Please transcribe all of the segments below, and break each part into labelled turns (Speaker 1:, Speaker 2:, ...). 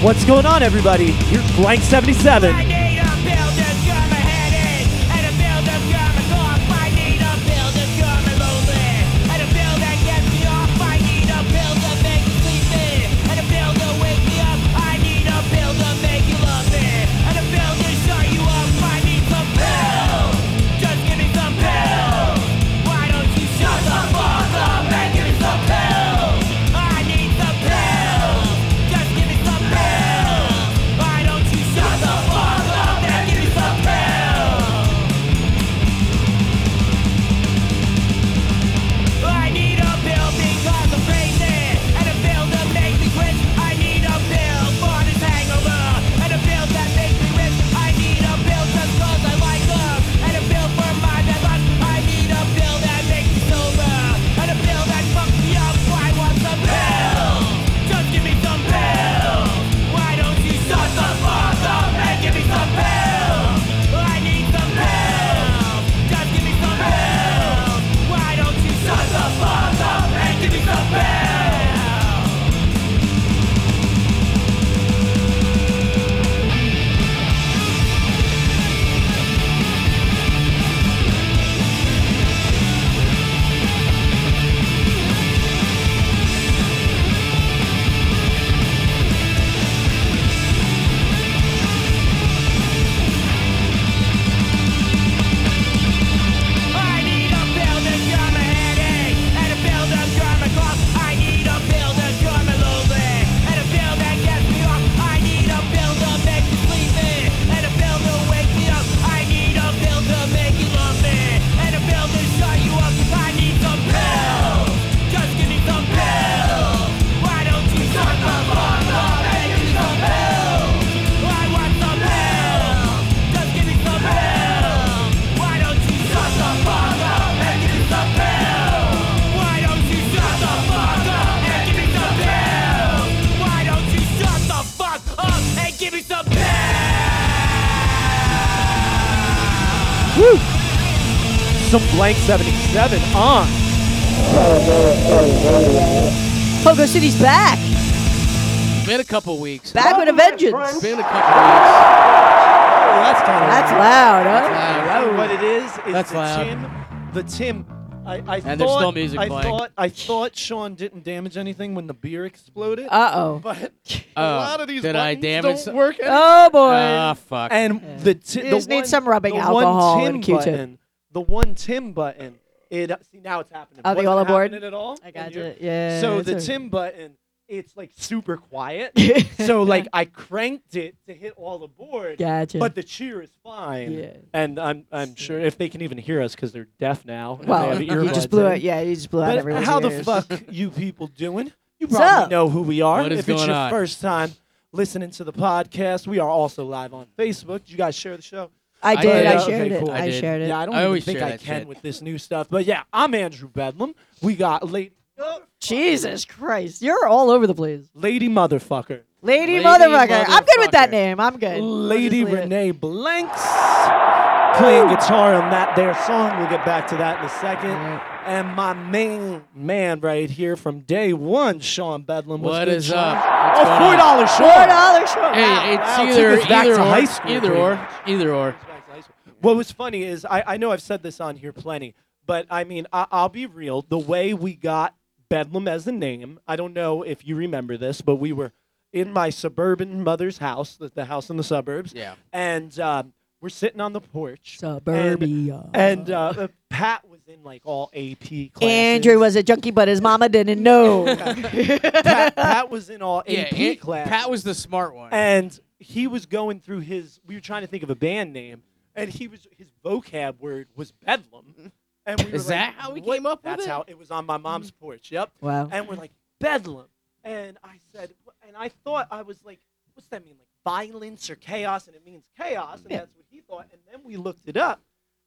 Speaker 1: What's going on, everybody? Here's Blank 77.
Speaker 2: I need a pill that's gonna headache, and a pill that's gonna cough. I need a pill that's gonna lonely, and a pill that gets me off. I need a pill that makes me sleepy, and a pill that wakes me up. I need a pill to make you love me, and a pill to shut you up. I need some pill. Just give me some pill. Why don't you shut the fuck up and give me some pill? I need some pill. Just give me some pill. Why don't you shut the fuck up and give me some pill? I need a pill because I'm crazy And a pill that makes me quit I need a pill for this hangover And a pill that makes me rich I need a pill just cause I like love And a pill for my bad luck I need a pill that makes me sober And a pill that fucks me up I want some pills Just give me some pills Why don't you shut the fuck up and give me some pills I need some pills Just give me some pills why don't you shut the fuck up and give me the bell? I need a pill that's gonna headache, and a pill that's gonna cough. I need a pill that's gonna lonely, and a pill that gets me off. I need a pill to make me sleepy, and a pill to wake me up. I need a pill to make you love me, and a pill to shut you up. I need some pills. Just give me some pills. Why don't you shut the fuck up and give me some pills? I want some pills. Just give me some pills. Why don't you shut the fuck up and give me some pills? Why don't you shut the fuck up and give me some pills? Why don't you shut the fuck up and give me some
Speaker 1: Woo! Some Blank 77 on.
Speaker 3: Pogo City's back.
Speaker 4: Been a couple weeks.
Speaker 3: Back with a vengeance.
Speaker 4: Been a couple weeks.
Speaker 1: that's kind of
Speaker 3: That's loud, huh?
Speaker 4: Wow.
Speaker 1: what it is. Is
Speaker 4: That's
Speaker 1: the
Speaker 4: loud.
Speaker 1: Tim. The Tim. I, I
Speaker 4: And there's
Speaker 1: thought,
Speaker 4: still music
Speaker 1: I
Speaker 4: playing.
Speaker 1: thought I thought Sean didn't damage anything when the beer exploded,
Speaker 3: Uh oh.
Speaker 1: but a
Speaker 4: Oh,
Speaker 1: lot of these
Speaker 4: did I
Speaker 1: buttons
Speaker 4: damage
Speaker 1: don't
Speaker 4: some-
Speaker 1: work. Anymore.
Speaker 3: Oh boy.
Speaker 4: Ah, fuck.
Speaker 1: And the ti-
Speaker 3: You
Speaker 1: the
Speaker 3: just need
Speaker 1: one-
Speaker 3: some rubbing
Speaker 1: the
Speaker 3: alcohol
Speaker 1: one Tim
Speaker 3: and Q-tip.
Speaker 1: button, the one Tim button. It see now it's happening.
Speaker 3: Oh, the
Speaker 1: Wasn't
Speaker 3: all aboard?
Speaker 1: happening at all.
Speaker 3: I
Speaker 1: in
Speaker 3: got
Speaker 1: your-
Speaker 3: it. Yeah.
Speaker 1: So
Speaker 3: it's
Speaker 1: the
Speaker 3: a-
Speaker 1: Tim button, it's like super quiet. so like I cranked it to hit all aboard,
Speaker 3: Gotcha.
Speaker 1: but the cheer is fine.
Speaker 3: Yeah.
Speaker 1: And I'm I'm sure if they can even hear us because they're deaf now. and
Speaker 3: well,
Speaker 1: they have
Speaker 3: you
Speaker 1: earbuds
Speaker 3: just blew
Speaker 1: in.
Speaker 3: it. Yeah, you just blew out
Speaker 1: But
Speaker 3: everyone's
Speaker 1: how the
Speaker 3: ears.
Speaker 1: fuck you people doing? You
Speaker 3: What's
Speaker 1: probably
Speaker 3: up?
Speaker 1: know who we are.
Speaker 4: What is
Speaker 1: if it's
Speaker 4: going
Speaker 1: your
Speaker 4: on?
Speaker 1: first time listening to the podcast, we are also live on Facebook. Did you guys share the show?
Speaker 3: I
Speaker 4: I
Speaker 3: did.
Speaker 1: did.
Speaker 3: I
Speaker 1: Okay,
Speaker 3: shared it.
Speaker 4: cool. I
Speaker 3: I
Speaker 4: did.
Speaker 3: shared it.
Speaker 1: Yeah, I don't
Speaker 4: I
Speaker 1: even
Speaker 4: always
Speaker 1: think
Speaker 4: share
Speaker 1: I
Speaker 4: that
Speaker 1: can
Speaker 4: shit.
Speaker 1: with this new stuff. But yeah, I'm Andrew Bedlam. We got lady,
Speaker 3: Jesus Christ, you're all over the place.
Speaker 1: lady motherfucker,
Speaker 3: Lady,
Speaker 4: Lady
Speaker 3: motherfucker. I'm good with that
Speaker 4: motherfucker.
Speaker 3: name. I'm good. We'll
Speaker 1: lady
Speaker 3: just leave it.
Speaker 1: Renee Blanks playing guitar on that there song. We'll get back to that in a second. And my main man right here from day one, Sean Bedlam. What's
Speaker 4: What
Speaker 1: good,
Speaker 4: is
Speaker 1: Sean?
Speaker 4: up? What's
Speaker 1: oh,
Speaker 4: going
Speaker 1: four
Speaker 4: on?
Speaker 1: dollars, Sean.
Speaker 3: uh, Four dollars short.
Speaker 4: Hey, it's
Speaker 1: wow, took
Speaker 4: either
Speaker 1: us back
Speaker 4: either
Speaker 1: to
Speaker 4: or,
Speaker 1: high school,
Speaker 4: either
Speaker 1: dude.
Speaker 4: or, either or.
Speaker 1: What was funny is I, I know I've said this on here plenty, but I mean I, I'll be real. The way we got Bedlam as a name, I don't know if you remember this, but we were in my suburban mother's house, the, the house in the suburbs,
Speaker 4: Yeah.
Speaker 1: and um, we're sitting on the porch.
Speaker 3: Suburbia.
Speaker 1: And
Speaker 4: Uh-huh.
Speaker 1: uh, Pat was in like all AP classes.
Speaker 3: Andrew was a junkie, but his mama didn't know.
Speaker 1: Pat, Pat was in all
Speaker 4: Yeah,
Speaker 1: AP
Speaker 4: it-
Speaker 1: classes.
Speaker 4: Pat was the smart one.
Speaker 1: and he was going through his we were trying to think of a band name and he was his vocab word was bedlam and we were
Speaker 4: Is
Speaker 1: like,
Speaker 4: that how we
Speaker 1: "What?"
Speaker 4: came up with
Speaker 1: that's
Speaker 4: it?
Speaker 1: how it was on my mom's porch yep
Speaker 3: wow.
Speaker 1: and we're like bedlam and i said and i thought i was like what's that mean like violence or chaos and it means chaos and
Speaker 3: Yeah.
Speaker 1: that's what he thought and then we looked it up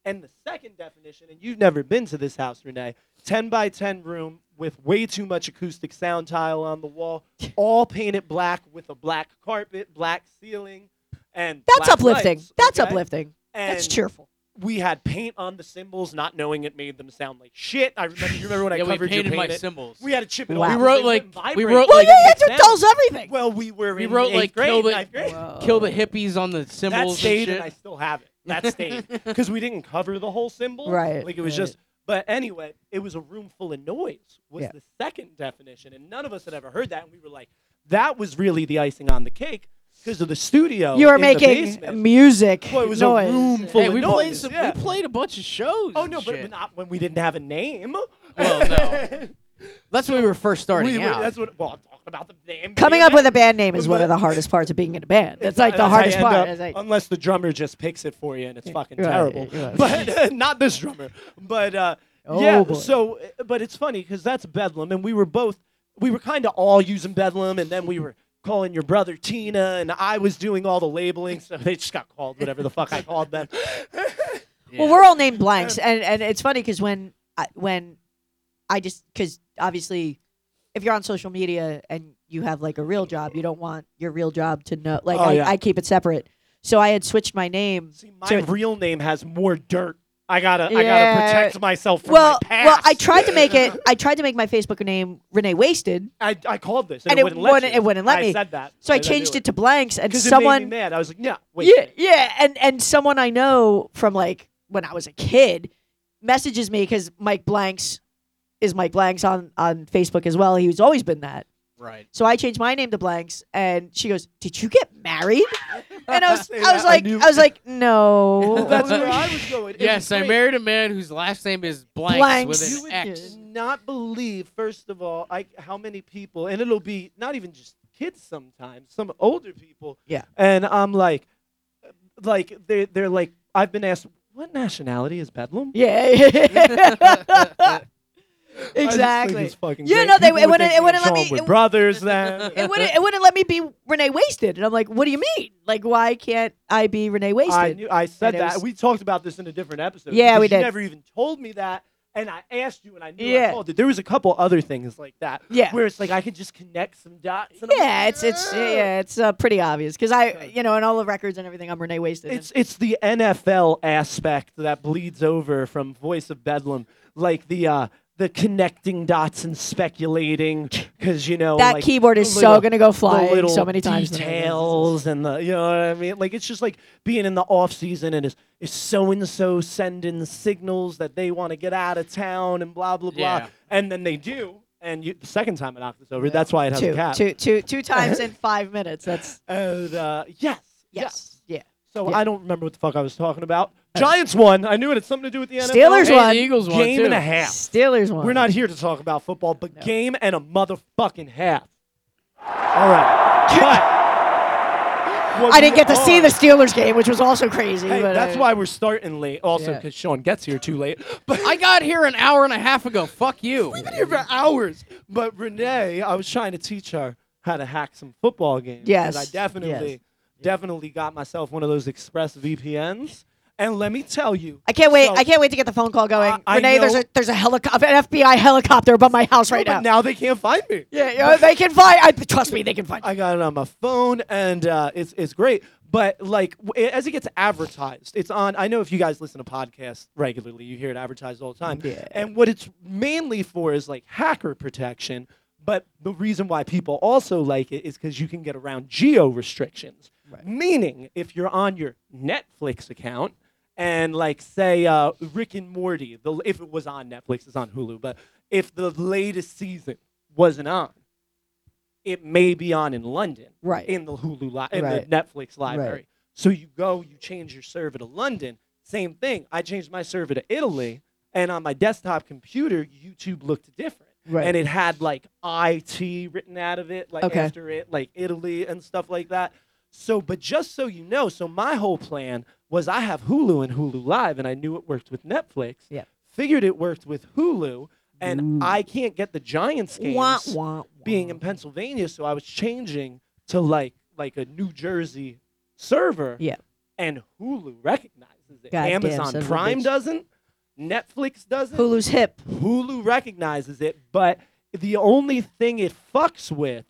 Speaker 1: and the second definition and you've never been to this house renee 10 by 10 room with way too much acoustic sound tile on the wall all painted black with a black carpet black ceiling and
Speaker 3: That's
Speaker 1: black
Speaker 3: uplifting.
Speaker 1: lights,
Speaker 3: That's
Speaker 1: okay?
Speaker 3: uplifting. That's
Speaker 1: And
Speaker 3: cheerful.
Speaker 1: we had paint on the cymbals, not knowing it made them sound like shit. I remember. You remember when
Speaker 4: yeah,
Speaker 1: I
Speaker 4: we
Speaker 1: covered your
Speaker 4: painted
Speaker 1: paint
Speaker 4: my
Speaker 1: it?
Speaker 4: symbols.
Speaker 1: We had to chip it
Speaker 3: Wow.
Speaker 1: off.
Speaker 3: We
Speaker 1: 'cause
Speaker 4: wrote,
Speaker 1: they
Speaker 4: like-
Speaker 1: wouldn't
Speaker 4: we
Speaker 1: vibrate.
Speaker 4: wrote,
Speaker 3: Well,
Speaker 4: like-
Speaker 3: yeah, that's what tells everything.
Speaker 1: Well, we were.
Speaker 4: We
Speaker 1: in
Speaker 4: wrote,
Speaker 1: eighth
Speaker 4: like,
Speaker 1: grade,
Speaker 4: kill the-
Speaker 1: ninth grade.
Speaker 4: Uh, Kill the hippies on the
Speaker 1: That
Speaker 4: symbols.
Speaker 1: stayed,
Speaker 4: and
Speaker 1: and I
Speaker 4: shit.
Speaker 1: still have it. That stayed because we didn't cover the whole symbol.
Speaker 3: Right,
Speaker 1: Like it was
Speaker 3: right.
Speaker 1: just. But anyway, it was a room full of noise. Was
Speaker 3: Yeah.
Speaker 1: the second definition, and none of us had ever heard that, and we were like, "That was really the icing on the cake because of the studio."
Speaker 3: You are
Speaker 1: in the
Speaker 3: making
Speaker 1: basement.
Speaker 3: music.
Speaker 1: Well, it was a
Speaker 3: noise.
Speaker 1: room full
Speaker 4: Hey,
Speaker 1: of
Speaker 4: we
Speaker 1: noise.
Speaker 4: played some,
Speaker 1: yeah.
Speaker 4: we played a bunch of shows.
Speaker 1: Oh
Speaker 4: and
Speaker 1: no, but,
Speaker 4: shit.
Speaker 1: but not when we didn't have a name.
Speaker 4: Well, no. That's when we were first starting
Speaker 1: We- we-
Speaker 4: out.
Speaker 1: that's what. Well, I'm talking about the name.
Speaker 3: Coming up with a band name is
Speaker 1: But-
Speaker 3: one of the hardest parts of being in a band. That's like the
Speaker 1: That's how you
Speaker 3: hardest
Speaker 1: end
Speaker 3: part.
Speaker 1: up-
Speaker 3: It's like-
Speaker 1: unless the drummer just picks it for you and it's fucking
Speaker 3: Right,
Speaker 1: terrible.
Speaker 3: right.
Speaker 1: But uh, not this drummer. But uh,
Speaker 3: Oh,
Speaker 1: yeah.
Speaker 3: boy.
Speaker 1: So, uh, but it's funny because that's Bedlam, and we were both we were kind of all using Bedlam, and then we were calling your brother Tina, and I was doing all the labeling, so they just got called whatever the fuck I called them.
Speaker 3: Well, we're all named blanks, and and it's funny because when I, when I just because obviously, if you're on social media and you have like a real job, you don't want your real job to know. Like
Speaker 1: Oh,
Speaker 3: I,
Speaker 1: yeah.
Speaker 3: I keep it separate, so I had switched my name.
Speaker 1: See, my
Speaker 3: to-
Speaker 1: real name has more dirt. I gotta, I gotta
Speaker 3: Yeah.
Speaker 1: protect myself from
Speaker 3: well,
Speaker 1: my past.
Speaker 3: well, I tried to make it. I tried to make my Facebook name Renee Wasted,
Speaker 1: I, I called this, and,
Speaker 3: and
Speaker 1: it
Speaker 3: it
Speaker 1: wouldn't let
Speaker 3: wouldn't-
Speaker 1: you.
Speaker 3: it wouldn't let
Speaker 1: I
Speaker 3: me.
Speaker 1: said that,
Speaker 3: so I
Speaker 1: didn't
Speaker 3: changed
Speaker 1: do
Speaker 3: it to blanks, and
Speaker 1: because it made
Speaker 3: someone
Speaker 1: me mad. I was like, yeah, wait. a
Speaker 3: yeah,
Speaker 1: minute.
Speaker 3: yeah, and and someone I know from like when I was a kid messages me because Mike Blanks is Mike Blanks on on Facebook as well. He's always been that.
Speaker 4: right.
Speaker 3: So I changed my name to Blanks, and she goes, "Did you get married?" And I was
Speaker 1: Say
Speaker 3: I was
Speaker 1: that.
Speaker 3: like
Speaker 1: knew-
Speaker 3: I, was like, no.
Speaker 1: That's where I was going. It
Speaker 4: Yes,
Speaker 1: was
Speaker 4: I
Speaker 1: great.
Speaker 4: married a man whose last name is Blanks,
Speaker 3: Blanks.
Speaker 1: You
Speaker 4: with
Speaker 1: would
Speaker 4: an X.
Speaker 1: just not believe, first of all, I, how many people, and it'll be not even just kids sometimes, some older people.
Speaker 3: Yeah.
Speaker 1: And I'm like, like they're, they're like, I've been asked, what nationality is Bedlam?
Speaker 3: yeah.
Speaker 1: I just think
Speaker 3: exactly.
Speaker 1: it's fucking
Speaker 3: Yeah,
Speaker 1: great.
Speaker 3: no, they-
Speaker 1: People
Speaker 3: it
Speaker 1: would
Speaker 3: wouldn't-
Speaker 1: think
Speaker 3: it wouldn't let
Speaker 1: Sean
Speaker 3: me-
Speaker 1: We're
Speaker 3: it-
Speaker 1: brothers then.
Speaker 3: It wouldn't, it wouldn't let me be Renee Wasted. And I'm like, what do you mean? Like, why can't I be Renee Wasted?
Speaker 1: I, knew, I said
Speaker 3: it
Speaker 1: that.
Speaker 3: was-
Speaker 1: We talked about this in a different episode.
Speaker 3: Yeah,
Speaker 1: because
Speaker 3: we
Speaker 1: You
Speaker 3: did.
Speaker 1: never even told me that, and I asked you, and I knew I
Speaker 3: Yeah.
Speaker 1: called it. There was a couple other things like that.
Speaker 3: Yeah.
Speaker 1: Where it's like I could just connect some dots. And I'm
Speaker 3: Yeah,
Speaker 1: like,
Speaker 3: it's it's
Speaker 1: "Yeah."
Speaker 3: yeah, it's uh, pretty obvious because I you know in all the records and everything I'm Renee Wasted.
Speaker 1: It's it's the NFL aspect that bleeds over from Voice of Bedlam, like the uh, the connecting dots and speculating, because you know
Speaker 3: and that
Speaker 1: like, oh,
Speaker 3: keyboard
Speaker 1: the
Speaker 3: is so
Speaker 1: little-
Speaker 3: gonna go
Speaker 1: the
Speaker 3: flying
Speaker 1: little
Speaker 3: so many times. in the records.
Speaker 1: details and the you know what I mean. Like it's just like being in the off season and is is so and so sending signals that they want to get out of town and blah blah blah,
Speaker 4: Yeah.
Speaker 1: and then they do. And you, the second time I knocked this over, that's why it has a
Speaker 3: Two,
Speaker 1: cap.
Speaker 3: two, two, two times in five minutes. That's
Speaker 1: And uh, yes, yes.
Speaker 3: yes, yeah.
Speaker 1: So
Speaker 3: Yeah.
Speaker 1: I don't remember what the fuck I was talking about. Giants won. I knew it had something to do with the NFL.
Speaker 3: Steelers
Speaker 4: Hey,
Speaker 3: won.
Speaker 4: the Eagles won
Speaker 1: game
Speaker 4: too.
Speaker 1: and a half.
Speaker 3: Steelers won.
Speaker 1: We're not here to talk about football, but
Speaker 3: No.
Speaker 1: game and a motherfucking half. All right. But what
Speaker 3: I didn't
Speaker 1: we
Speaker 3: get to see
Speaker 1: are-
Speaker 3: the Steelers game, which was also crazy.
Speaker 1: Oh. Hey,
Speaker 3: but uh,
Speaker 1: that's
Speaker 3: I-
Speaker 1: why we're starting late, also
Speaker 3: Yeah.
Speaker 1: because Sean gets here too late. But
Speaker 4: I got here an hour and a half ago. Fuck you.
Speaker 1: I've been here for hours.
Speaker 3: Oh,
Speaker 1: But Renee, I was trying to teach her how to hack some football games. 'cause
Speaker 3: Yes,
Speaker 1: I definitely,
Speaker 3: yes.
Speaker 1: definitely got myself one of those Express VPNs. And let me tell you,
Speaker 3: I can't wait.
Speaker 1: so-
Speaker 3: I can't wait to get the phone call going.
Speaker 1: I- I
Speaker 3: Renee, there's
Speaker 1: know-
Speaker 3: a there's a helicopter, an FBI helicopter above my house right
Speaker 1: No,
Speaker 3: now.
Speaker 1: but now they can't find me.
Speaker 3: yeah, yeah, they can find. I, trust me, they can find.
Speaker 1: I got it on my phone, and uh, it's it's great. But like w- it- as it gets advertised, it's on. I know if you guys listen to podcasts regularly, you hear it advertised all the time.
Speaker 3: Yeah.
Speaker 1: And what it's mainly for is like hacker protection. But the reason why people also like it is because you can get around geo restrictions. Meaning, if you're on your Netflix account and like say uh, Rick and Morty, the, if it was on Netflix, it's on Hulu. But if the latest season wasn't on, it may be on in London,
Speaker 3: Right.
Speaker 1: In the Hulu li- in
Speaker 3: Right.
Speaker 1: the Netflix library.
Speaker 3: Right.
Speaker 1: So you go, you change your server to London. Same thing. I changed my server to Italy, and on my desktop computer, YouTube looked different,
Speaker 3: Right.
Speaker 1: and it had like IT written out of it, like
Speaker 3: Okay.
Speaker 1: after it, like Italy and stuff like that. So, but just so you know, so my whole plan was I have Hulu and Hulu Live, and I knew it worked with Netflix.
Speaker 3: Yeah.
Speaker 1: Figured it worked with Hulu, and I can't get the Giants games
Speaker 3: Wah, wah, wah.
Speaker 1: being in Pennsylvania, so I was changing to like like a New Jersey server.
Speaker 3: Yeah.
Speaker 1: And Hulu recognizes it.
Speaker 3: Goddamn
Speaker 1: Amazon
Speaker 3: son of a
Speaker 1: Prime
Speaker 3: bitch.
Speaker 1: doesn't. Netflix doesn't.
Speaker 3: Hulu's hip.
Speaker 1: Hulu recognizes it, but the only thing it fucks with,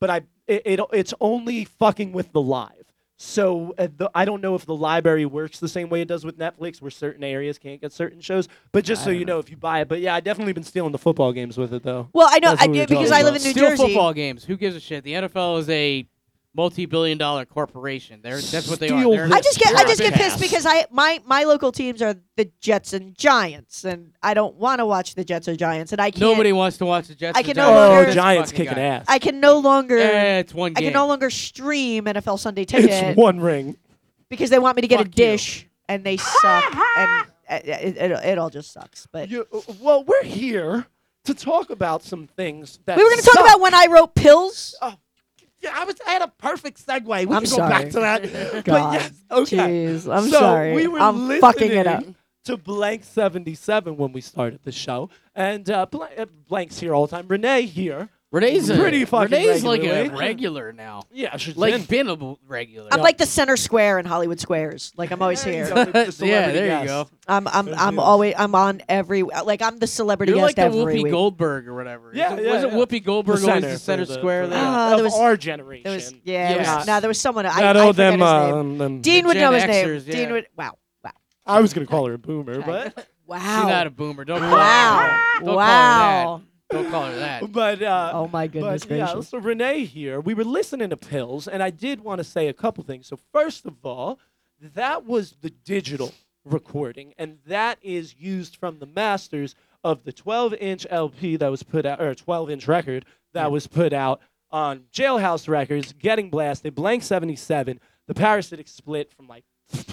Speaker 1: but I it, it it's only fucking with the live. So uh, the, I don't know if the library works the same way it does with Netflix, where certain areas can't get certain shows. But just
Speaker 4: I
Speaker 1: so
Speaker 4: don't
Speaker 1: you know, if you buy it, but yeah, I definitely been stealing the football games with it though.
Speaker 3: Well, I know
Speaker 1: That's
Speaker 3: I
Speaker 1: what we
Speaker 3: do
Speaker 1: were
Speaker 3: because
Speaker 1: talking
Speaker 3: I live
Speaker 1: about.
Speaker 3: in New
Speaker 4: Steal
Speaker 3: Jersey.
Speaker 4: football games. Who gives a shit? The NFL is a multi-billion dollar corporation. They're that's what they
Speaker 1: Steal
Speaker 4: are. They're
Speaker 3: I just get I
Speaker 4: corporate
Speaker 3: just get pissed
Speaker 4: ass.
Speaker 3: because I my my local teams are the Jets and Giants, and I don't want to watch the Jets or Giants, and I can't.
Speaker 4: nobody wants to watch the Jets.
Speaker 3: I
Speaker 4: or
Speaker 3: can
Speaker 4: Giants.
Speaker 3: no longer-
Speaker 1: oh,
Speaker 3: This
Speaker 1: Giants
Speaker 4: fucking
Speaker 1: kicking
Speaker 4: guy.
Speaker 1: ass.
Speaker 3: I can no longer.
Speaker 4: Yeah, it's one
Speaker 3: I
Speaker 4: game.
Speaker 3: can no longer stream NFL Sunday Ticket
Speaker 1: it's one ring.
Speaker 3: because they want me to get a
Speaker 4: Fuck you.
Speaker 3: dish, and they suck, and uh, it, it, it all just sucks. But
Speaker 1: You- uh, well, we're here to talk about some things that
Speaker 3: we were going to talk about when I wrote pills.
Speaker 1: Yeah, I was. I had a perfect segue. We
Speaker 3: I'm
Speaker 1: can go back
Speaker 3: sorry.
Speaker 1: to that.
Speaker 3: God,
Speaker 1: but yes, okay.
Speaker 3: Jeez, I'm
Speaker 1: so
Speaker 3: sorry.
Speaker 1: We were
Speaker 3: I'm fucking it up.
Speaker 1: listening To blank seventy seven when we started the show, and uh, blank, uh, blank's here all the time. Renee here.
Speaker 4: Renee's a-
Speaker 1: Pretty fucking
Speaker 4: Renee's like
Speaker 1: regular,
Speaker 4: a
Speaker 1: right?
Speaker 4: regular now.
Speaker 1: Yeah, she's in.
Speaker 4: Like been a b- regular.
Speaker 3: I'm like the center square in Hollywood Squares. Like I'm always
Speaker 1: There you go.
Speaker 3: here.
Speaker 1: the
Speaker 4: yeah,
Speaker 1: celebrity
Speaker 4: there
Speaker 1: guest.
Speaker 4: you go.
Speaker 3: I'm I'm
Speaker 1: There she
Speaker 3: I'm
Speaker 1: is.
Speaker 3: always I'm on every like I'm the celebrity
Speaker 4: You're like
Speaker 3: guest
Speaker 4: the
Speaker 3: every
Speaker 4: Whoopi
Speaker 3: week.
Speaker 4: Goldberg or whatever.
Speaker 1: Yeah,
Speaker 4: Isn't-
Speaker 1: yeah,
Speaker 4: Wasn't
Speaker 1: yeah.
Speaker 4: Whooper Whoopi Goldberg always
Speaker 1: for
Speaker 4: the center
Speaker 1: the-
Speaker 4: square
Speaker 1: for
Speaker 4: there?
Speaker 3: Ah,
Speaker 1: of
Speaker 3: there was-
Speaker 1: our generation.
Speaker 3: There was yeah, there was-
Speaker 4: Yes.
Speaker 3: no, there was someone I,
Speaker 1: Not
Speaker 3: I
Speaker 1: all
Speaker 3: forget
Speaker 1: them.
Speaker 3: his
Speaker 1: uh,
Speaker 3: name.
Speaker 1: them-
Speaker 3: Dean
Speaker 4: The
Speaker 3: would know his
Speaker 4: Gen
Speaker 3: name.
Speaker 4: Xers, yeah.
Speaker 3: Dean would wow wow
Speaker 1: I was gonna call her a boomer, but
Speaker 3: wow
Speaker 4: She's not a boomer. Don't call
Speaker 3: wow
Speaker 4: her that. Don't
Speaker 3: wow.
Speaker 4: Call her that. Don't call her that.
Speaker 1: but uh,
Speaker 3: Oh my goodness
Speaker 1: but yeah,
Speaker 3: gracious.
Speaker 1: so Renee here, we were listening to pills, and I did want to say a couple things. So first of all, that was the digital recording, and that is used from the masters of the 12-inch LP that was put out, or 12-inch record that was put out on Jailhouse Records, Getting Blasted, Blank 77, the Parasitic Split from like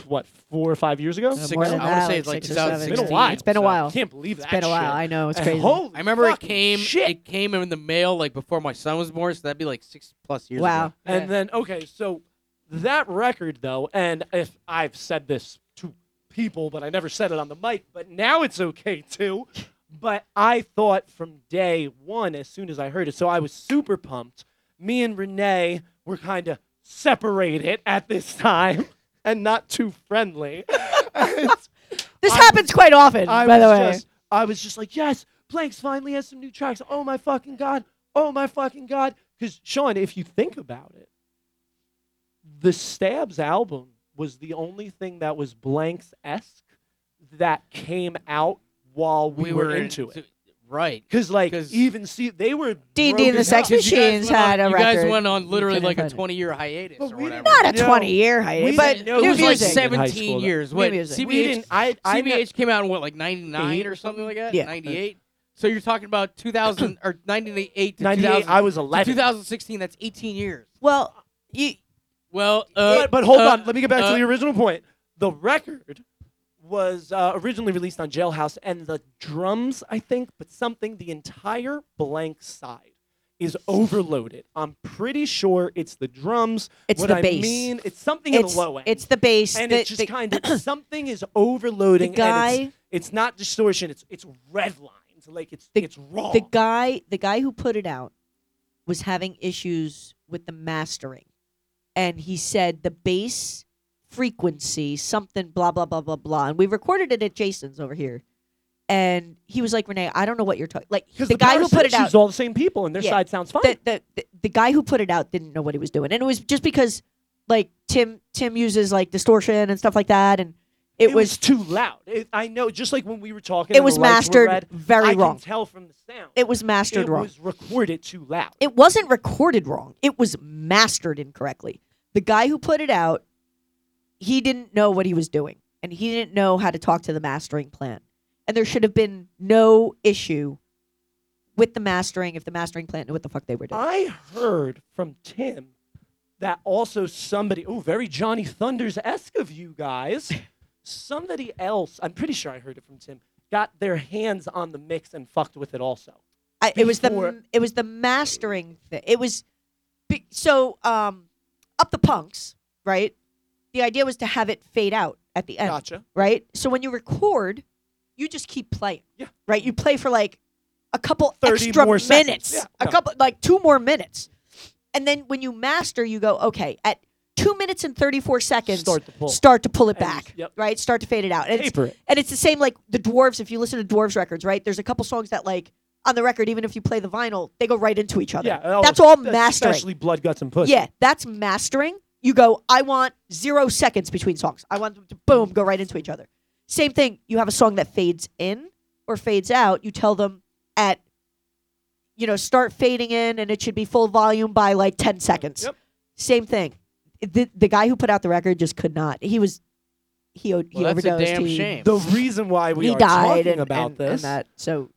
Speaker 1: what four or five years ago.
Speaker 3: Yeah,
Speaker 4: Six-
Speaker 3: Uh, more than
Speaker 4: I would
Speaker 3: that,
Speaker 4: say
Speaker 3: like
Speaker 4: it's like
Speaker 3: six or seven.
Speaker 1: It's been
Speaker 4: 2016.
Speaker 1: a while.
Speaker 3: It's been a
Speaker 4: so-
Speaker 1: I
Speaker 3: while.
Speaker 1: can't believe that.
Speaker 3: It's been a while.
Speaker 1: shit.
Speaker 3: I know it's
Speaker 1: And
Speaker 3: crazy.
Speaker 1: holy
Speaker 4: I remember it
Speaker 1: fucking
Speaker 4: came.
Speaker 1: Shit.
Speaker 4: It came in the mail like before my son was born, so that'd be like six plus years
Speaker 3: Wow.
Speaker 4: ago.
Speaker 1: And then okay, so that record though, and if I've said this to people, but I never said it on the mic, but now it's okay too. But I thought from day one, as soon as I heard it, so I was super pumped. Me and Renee were kind of separated at this time and not too friendly.
Speaker 3: This
Speaker 1: I
Speaker 3: happens quite often,
Speaker 1: I
Speaker 3: by
Speaker 1: was
Speaker 3: the way.
Speaker 1: just, I was just like, yes, Blanks finally has some new tracks. Oh my fucking god! Oh my fucking god! Because Sean, if you think about it, the Stabs album was the only thing that was Blanks esque that came out while we, were, into it.
Speaker 4: Right.
Speaker 1: Because like
Speaker 4: 'Cause-
Speaker 1: even see they were
Speaker 3: D&D and the
Speaker 1: broken
Speaker 3: Sex
Speaker 1: up.
Speaker 4: Because you guys
Speaker 3: Machines
Speaker 4: went on-
Speaker 3: had a
Speaker 4: you guys
Speaker 3: record.
Speaker 4: went on literally
Speaker 3: couldn't
Speaker 4: like a
Speaker 3: find it.
Speaker 4: 20 year hiatus
Speaker 1: But
Speaker 4: or
Speaker 1: we
Speaker 4: whatever.
Speaker 1: didn't-
Speaker 3: Not a
Speaker 1: No.
Speaker 3: 20 year
Speaker 1: We
Speaker 3: hiatus, but
Speaker 1: didn't know
Speaker 4: it
Speaker 3: new
Speaker 4: was like
Speaker 3: music.
Speaker 1: seven- in high
Speaker 4: 17
Speaker 1: school, though.
Speaker 4: years.
Speaker 3: New
Speaker 4: What?
Speaker 3: music.
Speaker 1: We didn't.
Speaker 4: CBH,
Speaker 1: I. I
Speaker 4: CBH came out in what, like 99 or something like that?
Speaker 3: Yeah.
Speaker 4: 98? So you're talking about 2000 or 98 to
Speaker 1: 98,
Speaker 4: 2000
Speaker 1: I was
Speaker 4: to
Speaker 1: 11.
Speaker 4: 2016. That's 18 years.
Speaker 3: well, you,
Speaker 4: Well, uh,
Speaker 1: but, but hold
Speaker 4: uh,
Speaker 1: on. Let me get back
Speaker 4: uh,
Speaker 1: to the original point. The record was uh, originally released on Jailhouse, and the drums, I think, but something, the entire blank side is overloaded. I'm pretty sure it's the drums.
Speaker 3: It's
Speaker 1: what
Speaker 3: the
Speaker 1: I
Speaker 3: bass.
Speaker 1: mean, it's something in
Speaker 3: it's
Speaker 1: the low end.
Speaker 3: it's the bass.
Speaker 1: and
Speaker 3: the,
Speaker 1: it's just
Speaker 3: the-
Speaker 1: kind of something is overloading.
Speaker 3: The
Speaker 1: and it's,
Speaker 3: guy-
Speaker 1: it's not distortion. It's it's red lines. Like it's
Speaker 3: The-
Speaker 1: it's raw.
Speaker 3: the guy the guy who put it out was having issues with the mastering and he said the bass frequency something blah blah blah blah blah and we recorded it at jason's over here and he was like renee i don't know what you're talking like the,
Speaker 1: because
Speaker 3: guy who put it out
Speaker 1: is all the same people, and their
Speaker 3: Yeah.
Speaker 1: side sounds fine.
Speaker 3: the, the, the, the guy who put it out didn't know what he was doing and it was just because like tim tim uses like distortion and stuff like that and it,
Speaker 1: it was,
Speaker 3: was,
Speaker 1: too loud. It, I know, just like when we were talking,
Speaker 3: it
Speaker 1: and
Speaker 3: was
Speaker 1: the lights were
Speaker 3: mastered
Speaker 1: red,
Speaker 3: very
Speaker 1: I
Speaker 3: wrong
Speaker 1: can tell from the sound.
Speaker 3: it was mastered
Speaker 1: It
Speaker 3: wrong
Speaker 1: was recorded too loud.
Speaker 3: it wasn't recorded wrong. It was mastered incorrectly. The guy who put it out, he didn't know what he was doing and he didn't know how to talk to the mastering plant. And there should have been no issue with the mastering if the mastering plant knew what the fuck they were doing.
Speaker 1: I heard from Tim that also somebody, oh, very Johnny Thunders esque of you guys, somebody else, I'm pretty sure I heard it from Tim, got their hands on the mix and fucked with it also.
Speaker 3: I, it was the
Speaker 1: before-
Speaker 3: it was the mastering thing. It was be- so um up the punks, right? The idea was to have it fade out at the end.
Speaker 1: Gotcha.
Speaker 3: right? So when you record, you just keep playing.
Speaker 1: Yeah.
Speaker 3: Right? You play for like a couple
Speaker 1: 30
Speaker 3: extra
Speaker 1: more seconds.
Speaker 3: minutes.
Speaker 1: Yeah,
Speaker 3: A
Speaker 1: yeah.
Speaker 3: couple like two more minutes. And then when you master, you go, okay, at two minutes and thirty four seconds
Speaker 1: Start to pull.
Speaker 3: start to pull it
Speaker 1: And-
Speaker 3: back.
Speaker 1: yep.
Speaker 3: Right? Start to fade it out. And it's,
Speaker 1: Taper it.
Speaker 3: and it's the same like the dwarves, if you listen to dwarves records, right? There's a couple songs that like on the record, even if you play the vinyl, they go right into each other.
Speaker 1: Yeah, oh,
Speaker 3: that's all
Speaker 1: especially
Speaker 3: mastering.
Speaker 1: Especially blood, guts, and pussy.
Speaker 3: Yeah, that's mastering. you go, I want zero seconds between songs. I want them to boom, go right into each other. Same thing, you have a song that fades in or fades out. You tell them at, you know, start fading in and it should be full volume by like 10 seconds.
Speaker 1: Yep.
Speaker 3: Same thing. The, the guy who put out the record just could not. He was, he, o- he
Speaker 4: Well, that's a
Speaker 3: overdosed.
Speaker 4: damn
Speaker 3: he,
Speaker 4: shame.
Speaker 1: The reason why we
Speaker 3: he
Speaker 1: are
Speaker 3: died
Speaker 1: talking
Speaker 3: and,
Speaker 1: about
Speaker 3: and-
Speaker 1: this,
Speaker 3: and that. So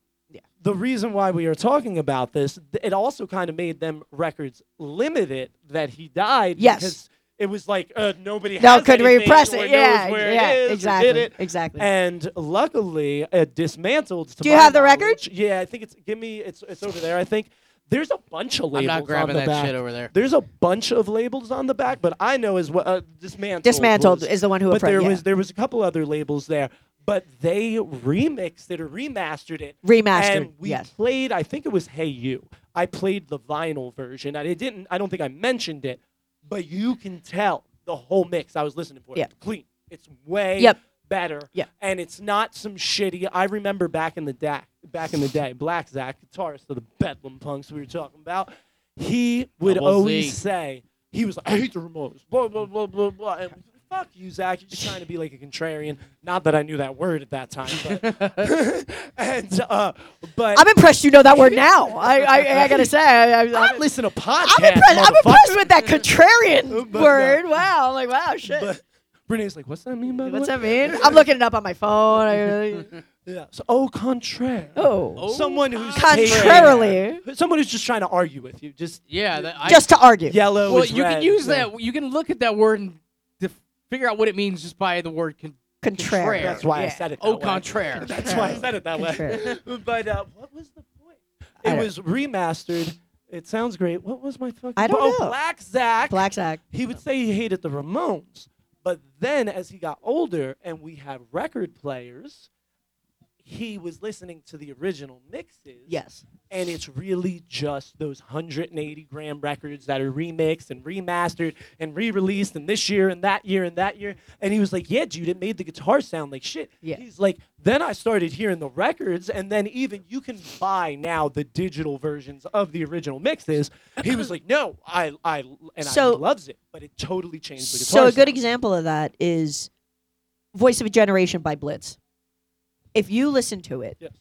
Speaker 1: the reason why we are talking about this, th- it also kind of made them records limited that he died.
Speaker 3: Yes.
Speaker 1: Because it was like uh, nobody
Speaker 3: no,
Speaker 1: has
Speaker 3: could
Speaker 1: anything
Speaker 3: repress
Speaker 1: or
Speaker 3: it.
Speaker 1: knows
Speaker 3: Yeah,
Speaker 1: where it
Speaker 3: yeah,
Speaker 1: is or
Speaker 3: exactly,
Speaker 1: did it.
Speaker 3: exactly.
Speaker 1: And luckily, uh, dismantled. To
Speaker 3: Do you
Speaker 1: my
Speaker 3: have the record?
Speaker 1: knowledge- Yeah, I think it's. Give me. It's. It's over there. I think there's a bunch of labels.
Speaker 4: I'm not grabbing
Speaker 1: on the
Speaker 4: that
Speaker 1: back.
Speaker 4: shit over there.
Speaker 1: There's a bunch of labels on the back, but I know as well. Uh, dismantled.
Speaker 3: Dismantled
Speaker 1: was-
Speaker 3: is the one who.
Speaker 1: but
Speaker 3: appro-
Speaker 1: there
Speaker 3: yeah.
Speaker 1: was there was a couple other labels there, but they remixed it or remastered it.
Speaker 3: remastered.
Speaker 1: And we
Speaker 3: yes.
Speaker 1: played, I think it was Hey You. I played the vinyl version. I didn't, I don't think I mentioned it, but you can tell the whole mix I was listening for.
Speaker 3: Yeah.
Speaker 1: It's clean. It's way
Speaker 3: Yep.
Speaker 1: better.
Speaker 3: Yeah.
Speaker 1: And it's not some shitty. I remember back in the day, back in the day, Black Zach, guitarist of the Bedlam Punks we were talking about, he would
Speaker 4: Double Z.
Speaker 1: always say, he was like, I hate the Ramones, blah, blah, blah, blah, blah. And we were, fuck you, Zach. You're just trying to be like a contrarian. Not that I knew that word at that time, but and uh, but
Speaker 3: I'm impressed you know that word now. I, I, I gotta say, I, I, I'm,
Speaker 1: I listen to podcasts.
Speaker 3: I'm impressed. I'm impressed
Speaker 1: motherfucker.
Speaker 3: with that contrarian
Speaker 1: But no.
Speaker 3: word. Wow, I'm like wow, shit.
Speaker 1: But Brene's like, what's that mean by the
Speaker 3: What's
Speaker 1: way?"
Speaker 3: that mean? I'm looking it up on my phone. I really,
Speaker 1: Yeah. So, au contraire.
Speaker 3: oh,
Speaker 4: Oh,
Speaker 1: Someone who's
Speaker 3: contrarily,
Speaker 1: taking- someone who's just trying to argue with you. Just
Speaker 4: yeah, that, I,
Speaker 3: just to argue.
Speaker 1: yellow.
Speaker 4: well,
Speaker 1: is
Speaker 4: you
Speaker 1: red,
Speaker 4: can use
Speaker 1: yeah.
Speaker 4: that. You can look at that word and def- figure out what it means just by the word. Con-
Speaker 3: contrary.
Speaker 4: Contraire.
Speaker 1: That's why I
Speaker 3: Yeah.
Speaker 1: said it. That
Speaker 4: au
Speaker 1: way.
Speaker 4: contraire.
Speaker 1: That's why I said it that way.
Speaker 3: Contraire.
Speaker 1: but uh, what was the point? It
Speaker 3: I don't-
Speaker 1: was remastered. It sounds great. What was my fucking?
Speaker 3: I don't
Speaker 1: oh,
Speaker 3: know.
Speaker 1: Black Zach.
Speaker 3: Black Zach.
Speaker 1: he would say he hated the Ramones, but then as he got older and we had record players, he was listening to the original mixes.
Speaker 3: Yes.
Speaker 1: And it's really just those 180 gram records that are remixed and remastered and re released and this year and that year and that year. And he was like, Yeah, dude, it made the guitar sound like shit.
Speaker 3: Yeah.
Speaker 1: He's like, Then I started hearing the records, and then even you can buy now the digital versions of the original mixes. He was like, No, I, I, and
Speaker 3: So-
Speaker 1: I loves it, but it totally changed the guitar.
Speaker 3: So a good
Speaker 1: sound.
Speaker 3: example of that is "Voice of a Generation" by Blitz. If you listen to it,
Speaker 1: Yes.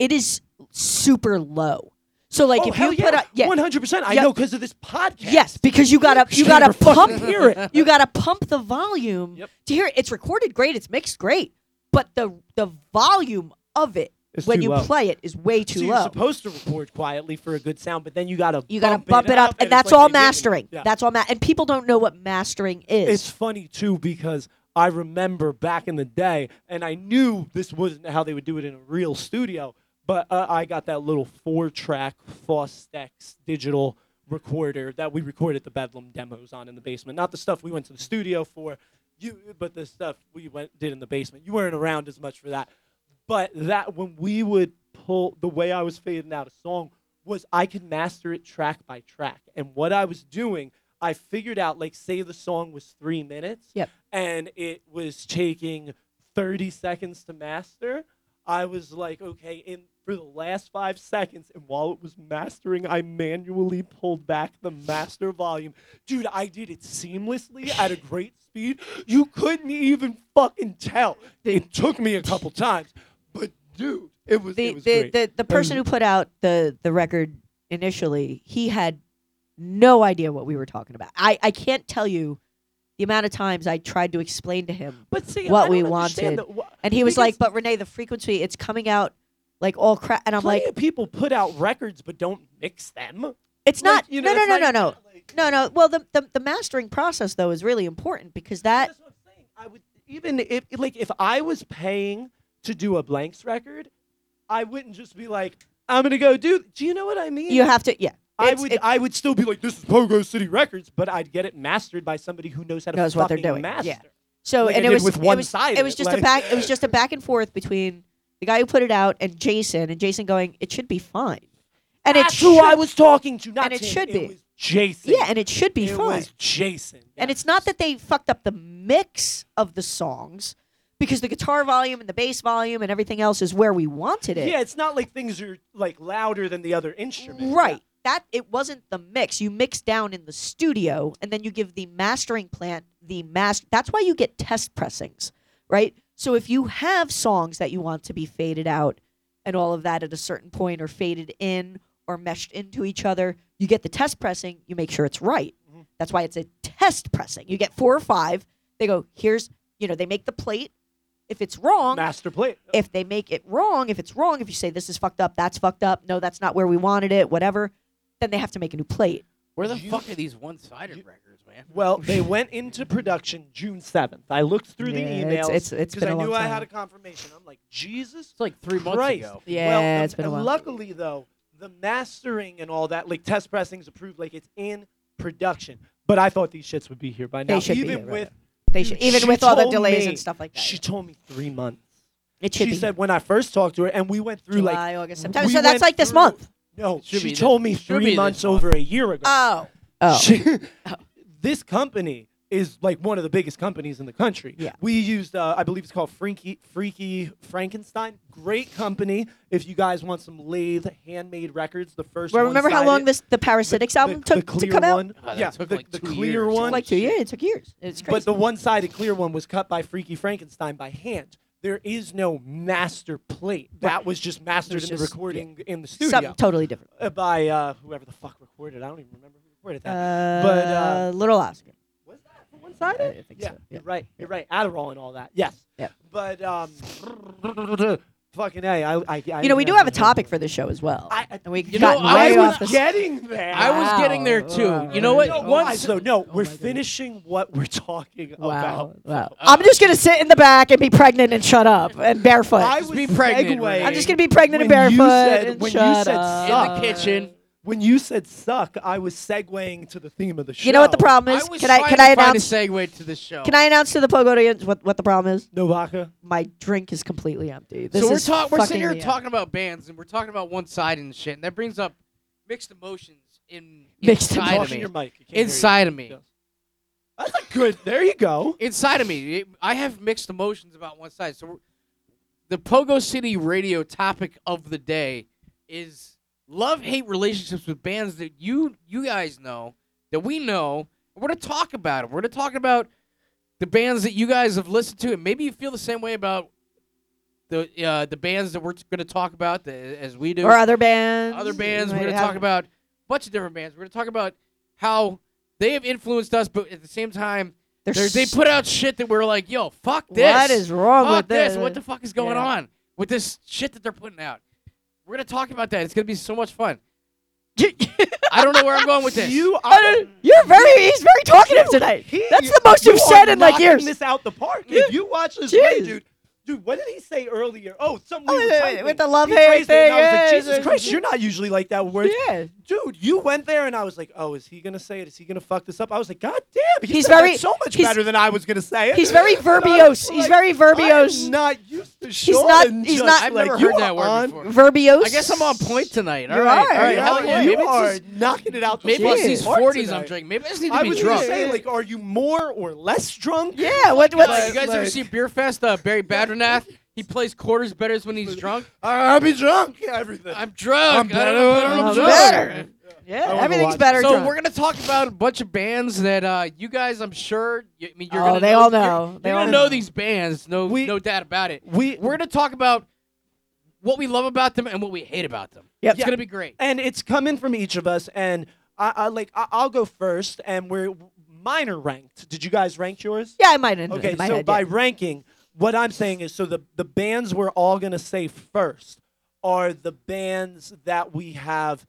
Speaker 3: it is super low. So like
Speaker 1: Oh,
Speaker 3: if
Speaker 1: hell
Speaker 3: you put
Speaker 1: yeah,
Speaker 3: a yeah,
Speaker 1: 100%. I
Speaker 3: Yeah.
Speaker 1: know because of this podcast.
Speaker 3: Yes, because you gotta you
Speaker 1: Shame
Speaker 3: gotta
Speaker 1: or fucking
Speaker 3: pump
Speaker 1: hear it.
Speaker 3: You gotta pump the volume
Speaker 1: Yep.
Speaker 3: to hear it. It's recorded great, it's mixed great, but the the volume of it
Speaker 1: It's
Speaker 3: when
Speaker 1: too
Speaker 3: you
Speaker 1: low.
Speaker 3: play it is way too
Speaker 1: so
Speaker 3: low.
Speaker 1: You're supposed to record quietly for a good sound, but then you gotta
Speaker 3: you gotta
Speaker 1: bump,
Speaker 3: bump, it up, and
Speaker 1: it's
Speaker 3: that's
Speaker 1: like
Speaker 3: all
Speaker 1: they didn't.
Speaker 3: mastering.
Speaker 1: Yeah.
Speaker 3: That's all ma- and people don't know what mastering is.
Speaker 1: It's funny too because I remember back in the day, and I knew this wasn't how they would do it in a real studio, but uh, I got that little four-track Fostex digital recorder that we recorded the Bedlam demos on in the basement. Not the stuff we went to the studio for, you, but the stuff we went did in the basement. You weren't around as much for that, but that when we would pull the way I was fading out a song was I could master it track by track, and what I was doing. I figured out, like, say the song was three minutes,
Speaker 3: Yep.
Speaker 1: and it was taking 30 seconds to master. I was like, okay, in for the last five seconds, and while it was mastering, I manually pulled back the master volume. Dude, I did it seamlessly at a great speed. You couldn't even fucking tell. It took me a couple times, but dude, it was,
Speaker 3: the
Speaker 1: it was
Speaker 3: the,
Speaker 1: great.
Speaker 3: the the
Speaker 1: was-
Speaker 3: person who put out the the record initially, he had no idea what we were talking about. I I can't tell you the amount of times I tried to explain to him
Speaker 1: but see,
Speaker 3: what
Speaker 1: I
Speaker 3: we
Speaker 1: don't understand
Speaker 3: wanted.
Speaker 1: that- wha-
Speaker 3: And he was
Speaker 1: Because-
Speaker 3: like, "But Renee, the frequency, it's coming out like all crap." And I'm
Speaker 1: plenty
Speaker 3: like,
Speaker 1: of people put out records but don't mix them.
Speaker 3: "It's not.
Speaker 1: Like, you know,
Speaker 3: no,
Speaker 1: it's
Speaker 3: no, no,
Speaker 1: not-
Speaker 3: no, no,
Speaker 1: like-
Speaker 3: no, no. Well, the, the the mastering process though is really important because that
Speaker 1: That's what I'm saying. I would even if like if I was paying to do a blanks record, I wouldn't just be like, I'm gonna go do. Do you know what I mean?
Speaker 3: you have to, yeah.
Speaker 1: I
Speaker 3: it's-
Speaker 1: would.
Speaker 3: it-
Speaker 1: I would still be like, this is Pogo City Records, but I'd get it mastered by somebody who knows how to
Speaker 3: Knows
Speaker 1: fucking
Speaker 3: what they're doing,
Speaker 1: master.
Speaker 3: yeah. So
Speaker 1: Like I
Speaker 3: and it
Speaker 1: did
Speaker 3: was
Speaker 1: with
Speaker 3: it
Speaker 1: one
Speaker 3: was-
Speaker 1: side
Speaker 3: It
Speaker 1: of
Speaker 3: was
Speaker 1: it,
Speaker 3: just
Speaker 1: like-
Speaker 3: a back. It was just a back and forth between the guy who put it out and Jason, and Jason going, "It should be fine," and
Speaker 1: That's
Speaker 3: it
Speaker 1: who
Speaker 3: should-
Speaker 1: I was talking to. Not
Speaker 3: and it
Speaker 1: Tim.
Speaker 3: should be.
Speaker 1: was Jason.
Speaker 3: Yeah, and it should be
Speaker 1: it
Speaker 3: fine.
Speaker 1: was Jason.
Speaker 3: And
Speaker 1: Yeah.
Speaker 3: it's not that they fucked up the mix of the songs because the guitar volume and the bass volume and everything else is where we wanted it.
Speaker 1: Yeah, it's not like things are like louder than the other instrument.
Speaker 3: Right. that it wasn't the mix. You mix down in the studio, and then you give the mastering plant the master. That's why you get test pressings, right? So if you have songs that you want to be faded out and all of that at a certain point, or faded in or meshed into each other, you get the test pressing. You make sure it's right.
Speaker 1: Mhm.
Speaker 3: That's why it's a test pressing. You get four or five. They go here's you know they make the plate. If it's wrong,
Speaker 1: Master plate.
Speaker 3: if they make it wrong, if it's wrong, if you say this is fucked up, that's fucked up, no, that's not where we wanted it, whatever, then they have to make a new plate.
Speaker 4: Where the
Speaker 1: You-
Speaker 4: fuck are these one-sided
Speaker 1: you-
Speaker 4: records, man?
Speaker 1: Well, they went into production June seventh. I looked through the
Speaker 3: Yeah,
Speaker 1: emails
Speaker 3: it's- it's- it's
Speaker 1: because
Speaker 3: been
Speaker 1: I
Speaker 3: a
Speaker 1: knew
Speaker 3: long
Speaker 1: I had
Speaker 3: time.
Speaker 1: a confirmation. I'm like, Jesus
Speaker 4: It's like three months
Speaker 1: Christ.
Speaker 4: ago.
Speaker 3: Yeah,
Speaker 1: well,
Speaker 3: it's been a
Speaker 1: and
Speaker 3: while.
Speaker 1: Luckily, though, the mastering and all that, like test pressings approved, like it's in production. But I thought these shits would be here by
Speaker 3: They
Speaker 1: now.
Speaker 3: should be
Speaker 1: even
Speaker 3: here by
Speaker 1: with
Speaker 3: They
Speaker 1: Dude,
Speaker 3: should, even
Speaker 1: she
Speaker 3: with all the
Speaker 1: told
Speaker 3: delays
Speaker 1: me-
Speaker 3: and stuff like that.
Speaker 1: she told me three months.
Speaker 3: it should
Speaker 1: She
Speaker 3: be
Speaker 1: said when I first talked to her, and we went through
Speaker 3: July,
Speaker 1: like
Speaker 3: August, September.
Speaker 1: we
Speaker 3: so that's
Speaker 1: went
Speaker 3: like this
Speaker 1: through-
Speaker 3: month.
Speaker 1: no.
Speaker 4: Should be
Speaker 1: She
Speaker 4: this-
Speaker 1: told me
Speaker 4: should be
Speaker 1: three
Speaker 4: this
Speaker 1: months
Speaker 4: month.
Speaker 1: over a year ago.
Speaker 3: Oh. Oh.
Speaker 1: She- this company is like one of the biggest companies in the country.
Speaker 3: Yeah.
Speaker 1: We used, uh, I believe it's called Freaky, Freaky Frankenstein. Great company. If you guys want some lathe handmade records, the first
Speaker 3: well, remember how
Speaker 1: one-sided-
Speaker 3: long this the Parasitics album
Speaker 1: the,
Speaker 3: took
Speaker 1: the
Speaker 3: to
Speaker 1: clear
Speaker 3: come out?
Speaker 1: one,
Speaker 4: Oh, that
Speaker 1: yeah,
Speaker 4: took
Speaker 1: the,
Speaker 4: like
Speaker 1: the
Speaker 4: two
Speaker 1: clear
Speaker 4: years.
Speaker 1: one.
Speaker 3: Like two years. It took years. It's crazy.
Speaker 1: But the one-sided clear one was cut by Freaky Frankenstein by hand. There is no master plate. That was just mastered
Speaker 3: It was
Speaker 1: in the
Speaker 3: just-
Speaker 1: recording in the studio
Speaker 3: Something totally different.
Speaker 1: uh, by uh, whoever the fuck recorded. I don't even remember who recorded that.
Speaker 3: Uh,
Speaker 1: But, uh,
Speaker 3: Little Oscar.
Speaker 1: was that for one-sided?
Speaker 3: I think
Speaker 1: yeah,
Speaker 3: so.
Speaker 1: you're right. You're right. Adderall and all that. Yes.
Speaker 3: Yeah.
Speaker 1: But um, fucking a. I, I, I
Speaker 3: You know, we do have a topic for this show as well.
Speaker 1: I, I,
Speaker 3: and we
Speaker 4: You
Speaker 3: got
Speaker 4: know, I
Speaker 3: way
Speaker 4: was
Speaker 3: off the
Speaker 1: getting there.
Speaker 4: I was
Speaker 3: Wow.
Speaker 4: getting there too. You know what?
Speaker 1: No,
Speaker 4: Once
Speaker 1: so no,
Speaker 3: Oh
Speaker 1: we're
Speaker 3: my God.
Speaker 1: finishing what we're talking
Speaker 4: Oh,
Speaker 3: Wow.
Speaker 1: about.
Speaker 3: wow.
Speaker 4: Uh,
Speaker 3: I'm just going to sit in the back and be pregnant and shut up and barefoot.
Speaker 1: I
Speaker 4: Just
Speaker 1: was
Speaker 4: be pregnant, Renee.
Speaker 1: segueing
Speaker 3: I'm just going to be pregnant and
Speaker 1: when you
Speaker 3: barefoot
Speaker 1: said-
Speaker 3: and
Speaker 1: when you
Speaker 3: shut
Speaker 1: said
Speaker 3: up.
Speaker 4: in the
Speaker 1: suck.
Speaker 4: kitchen.
Speaker 1: when you said suck. I was segueing to the theme of the show.
Speaker 3: You know what the problem is?
Speaker 4: I was
Speaker 3: Can I
Speaker 4: trying
Speaker 3: can
Speaker 4: to
Speaker 3: I
Speaker 4: find
Speaker 3: announce
Speaker 4: a segue to the show?
Speaker 3: can I announce to the Pogo audience what, what the problem is?
Speaker 1: Novaka.
Speaker 3: My drink is completely empty. This
Speaker 4: So we're
Speaker 3: is
Speaker 4: talking. We're
Speaker 3: fucking
Speaker 4: sitting
Speaker 3: me
Speaker 4: here
Speaker 3: up.
Speaker 4: talking about bands, and we're talking about one side and shit, and that brings up mixed emotions in
Speaker 3: Mixed
Speaker 4: inside
Speaker 1: Talk
Speaker 4: of
Speaker 1: in
Speaker 4: me.
Speaker 1: your mic. You can't hear you.
Speaker 4: Inside of me.
Speaker 1: Yeah. That's a good. There you go.
Speaker 4: Inside of me. It- I have mixed emotions about one side. So we're, the Pogo City Radio topic of the day is love hate relationships with bands that you you guys know that we know. and We're gonna talk about it. We're gonna talk about the bands that you guys have listened to, and maybe you feel the same way about the uh, the bands that we're gonna talk about the, as we do
Speaker 3: Or other bands.
Speaker 4: other bands.
Speaker 3: You might
Speaker 4: We're going to
Speaker 3: have-
Speaker 4: talk about a bunch of different bands. We're going to talk about how they have influenced us, but at the same time,
Speaker 3: There's
Speaker 4: they're- they
Speaker 3: s-
Speaker 4: put out shit that we're like, yo, fuck this.
Speaker 3: What is wrong
Speaker 4: fuck
Speaker 3: with this?
Speaker 4: What the fuck is going
Speaker 3: Yeah.
Speaker 4: on with this shit that they're putting out? We're going to talk about that. It's going to be so much fun. I don't know where I'm going with this.
Speaker 1: You
Speaker 3: I
Speaker 1: are.
Speaker 3: don't- You're very he's very talkative tonight.
Speaker 1: He-
Speaker 3: That's the most
Speaker 1: you
Speaker 3: you've
Speaker 1: are
Speaker 3: said in like
Speaker 1: knocking
Speaker 3: years.
Speaker 1: This out the park. If you watch this play,
Speaker 3: Jeez.
Speaker 1: dude. Dude, what did he say earlier? Oh, something
Speaker 3: Oh,
Speaker 1: we were
Speaker 3: yeah,
Speaker 1: typing.
Speaker 3: with the love
Speaker 1: He
Speaker 3: hate
Speaker 1: raised it, and I was like,
Speaker 3: thing, yeah,
Speaker 1: Jesus
Speaker 3: yeah,
Speaker 1: Christ,
Speaker 3: yeah.
Speaker 1: you're not usually like that. Where it's-
Speaker 3: Yeah.
Speaker 1: dude, you went there, and I was like, oh, is he gonna say it? Is he gonna fuck this up? I was like, God damn, he
Speaker 3: He's
Speaker 1: said that
Speaker 3: very-
Speaker 1: so much
Speaker 3: he's-
Speaker 1: better than I was gonna say it.
Speaker 3: He's very
Speaker 1: And I was
Speaker 3: verbose. He's
Speaker 1: like,
Speaker 3: very verbose.
Speaker 1: I'm not used to
Speaker 3: He's
Speaker 1: Sean
Speaker 3: not- he's
Speaker 1: just
Speaker 3: not-
Speaker 4: I've
Speaker 1: like,
Speaker 4: never
Speaker 1: you
Speaker 4: heard that
Speaker 1: are
Speaker 4: word
Speaker 1: on-
Speaker 4: before.
Speaker 3: Verbiose.
Speaker 4: I guess I'm on point tonight. All
Speaker 3: You
Speaker 4: right.
Speaker 3: are,
Speaker 4: All right.
Speaker 3: you
Speaker 4: hell
Speaker 3: are.
Speaker 4: yeah.
Speaker 1: you
Speaker 4: Maybe
Speaker 1: are
Speaker 4: it's just,
Speaker 1: knocking it out. the
Speaker 4: maybe it's
Speaker 1: park
Speaker 4: these
Speaker 1: tonight.
Speaker 4: 40s I'm drinking. Maybe I just need to
Speaker 1: I
Speaker 4: be
Speaker 1: was
Speaker 4: drunk.
Speaker 1: gonna say, like, are you more or less drunk?
Speaker 3: Yeah, what
Speaker 4: Uh,
Speaker 3: what
Speaker 4: you guys ever
Speaker 1: like-
Speaker 4: see Beer Fest? Uh, Barry Badranath. He plays quarters better when he's drunk.
Speaker 1: I'll be drunk. Everything.
Speaker 4: I'm
Speaker 1: I'm
Speaker 4: drunk. I don't
Speaker 1: better
Speaker 4: know
Speaker 1: when
Speaker 4: if
Speaker 1: I'm
Speaker 4: I'm
Speaker 1: drunk.
Speaker 3: better.
Speaker 1: I
Speaker 3: Yeah,
Speaker 1: wanna
Speaker 3: everything's
Speaker 1: watch
Speaker 3: better.
Speaker 4: So
Speaker 3: drunk.
Speaker 4: we're gonna talk about a bunch of bands that uh, you guys, I'm sure. You, I mean, you're
Speaker 3: Oh,
Speaker 4: gonna
Speaker 3: they
Speaker 4: know,
Speaker 3: all
Speaker 4: you're-
Speaker 3: know.
Speaker 4: You're,
Speaker 3: They all
Speaker 4: gonna
Speaker 3: know.
Speaker 4: know these bands. No,
Speaker 1: We-
Speaker 4: no doubt about it.
Speaker 1: we
Speaker 4: We're gonna talk about what we love about them and what we hate about them.
Speaker 3: Yep.
Speaker 4: it's gonna be great.
Speaker 1: and it's coming from each of us. And I, I like I, I'll go first, and we're minor ranked. Did you guys rank yours?
Speaker 3: yeah, I might end
Speaker 1: Okay,
Speaker 3: in my
Speaker 1: so
Speaker 3: head,
Speaker 1: by
Speaker 3: yeah.
Speaker 1: ranking, what I'm saying is, so the the bands we're all gonna say first are the bands that we have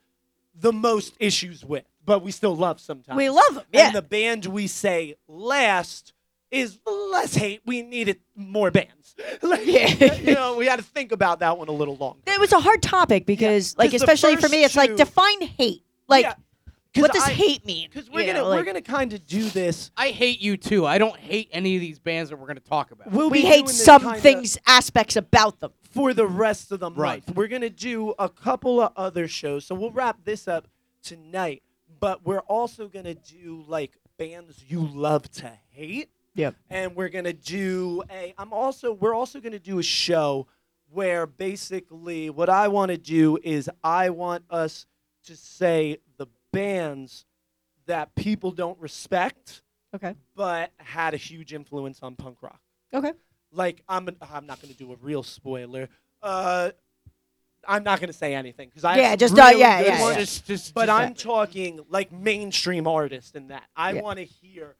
Speaker 1: the most issues with, but we still love sometimes.
Speaker 3: we love them. Yeah,
Speaker 1: And the band we say last is less hate. We needed more bands. Like,
Speaker 3: Yeah.
Speaker 1: you know, we had to think about that one a little longer.
Speaker 3: it was a hard topic because, like,
Speaker 1: 'cause the
Speaker 3: especially for
Speaker 1: first
Speaker 3: me, it's
Speaker 1: two-
Speaker 3: like define hate. Like,
Speaker 1: Yeah, 'Cause
Speaker 3: what does
Speaker 1: I-
Speaker 3: hate mean?
Speaker 1: Because we're
Speaker 3: You
Speaker 1: gonna
Speaker 3: know,
Speaker 1: we're
Speaker 3: like,
Speaker 1: gonna kind of do this.
Speaker 4: I hate you too. I don't hate any of these bands that we're gonna talk about.
Speaker 1: We'll
Speaker 3: we
Speaker 1: be doing
Speaker 3: hate
Speaker 1: this
Speaker 3: some
Speaker 1: kinda
Speaker 3: things, aspects about them.
Speaker 1: for the rest of the
Speaker 4: Right.
Speaker 1: month. We're gonna do a couple of other shows, so we'll wrap this up tonight. But we're also gonna do like bands you love to hate.
Speaker 3: Yep.
Speaker 1: And we're gonna do a. I'm also. We're also gonna do a show where basically what I want to do is I want us to say the bands that people don't respect,
Speaker 3: Okay.
Speaker 1: but had a huge influence on punk rock.
Speaker 3: Okay.
Speaker 1: Like I'm, I'm not gonna do a real spoiler. Uh, I'm not gonna say anything because I have
Speaker 3: Yeah,
Speaker 1: some
Speaker 3: just, uh,
Speaker 1: really
Speaker 3: yeah,
Speaker 1: good
Speaker 3: yeah,
Speaker 1: ones.
Speaker 3: yeah.
Speaker 4: Just, just,
Speaker 1: But
Speaker 4: just
Speaker 1: I'm
Speaker 4: that.
Speaker 1: talking like mainstream artists in that. I
Speaker 3: Yeah.
Speaker 1: want to hear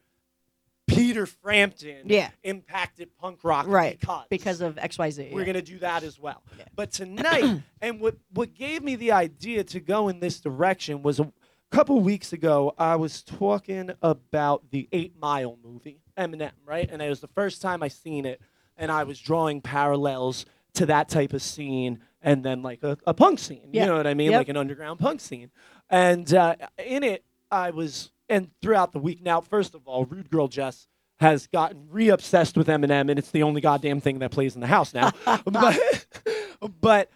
Speaker 1: Peter Frampton
Speaker 3: Yeah.
Speaker 1: impacted punk rock
Speaker 3: Right,
Speaker 1: because,
Speaker 3: because of X Y Z.
Speaker 1: we're going to do that as well.
Speaker 3: Yeah.
Speaker 1: But tonight, and what, what gave me the idea to go in this direction was a couple weeks ago, I was talking about the Eight Mile movie, Eminem, right? And it was the first time I seen it, and I was drawing parallels to that type of scene and then like a, a punk scene.
Speaker 3: Yeah.
Speaker 1: You know what I mean?
Speaker 3: Yep.
Speaker 1: Like an underground punk scene. And uh, in it, I was, and throughout the week now, first of all, Rude Girl Jess has gotten re obsessed with Eminem, and it's the only goddamn thing that plays in the house now. but, but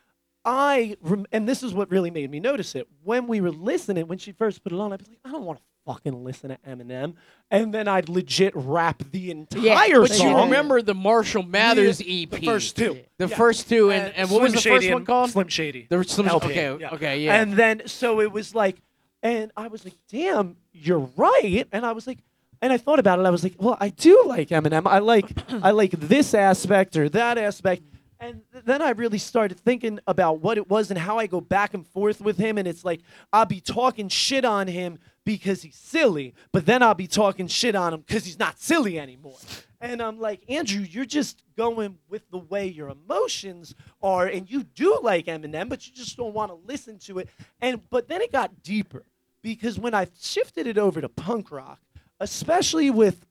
Speaker 1: I, rem- and this is what really made me notice it. When we were listening, when she first put it on, I was like, I don't want to fucking listen to Eminem. And then I'd legit rap the entire
Speaker 4: But
Speaker 1: song.
Speaker 4: you remember the Marshall Mathers EP,
Speaker 1: the first two.
Speaker 4: the
Speaker 1: Yeah. Uh,
Speaker 4: first two, and, and what was
Speaker 1: Slim
Speaker 4: the
Speaker 1: Shady
Speaker 4: first one
Speaker 1: and
Speaker 4: called?
Speaker 1: Slim Shady.
Speaker 4: The Slim.
Speaker 1: LP,
Speaker 4: Okay,
Speaker 1: yeah.
Speaker 4: okay, yeah.
Speaker 1: And then so it was like, and I was like, damn, you're right. And I was like, and I thought about it. I was like, well, I do like Eminem. I like I like this aspect or that aspect. And th- then I really started thinking about what it was and how I go back and forth with him. And it's like I'll be talking shit on him because he's silly, but then I'll be talking shit on him because he's not silly anymore. And I'm like, Andrew, you're just going with the way your emotions are, and you do like Eminem, but you just don't want to listen to it. And but then it got deeper because when I shifted it over to punk rock, especially with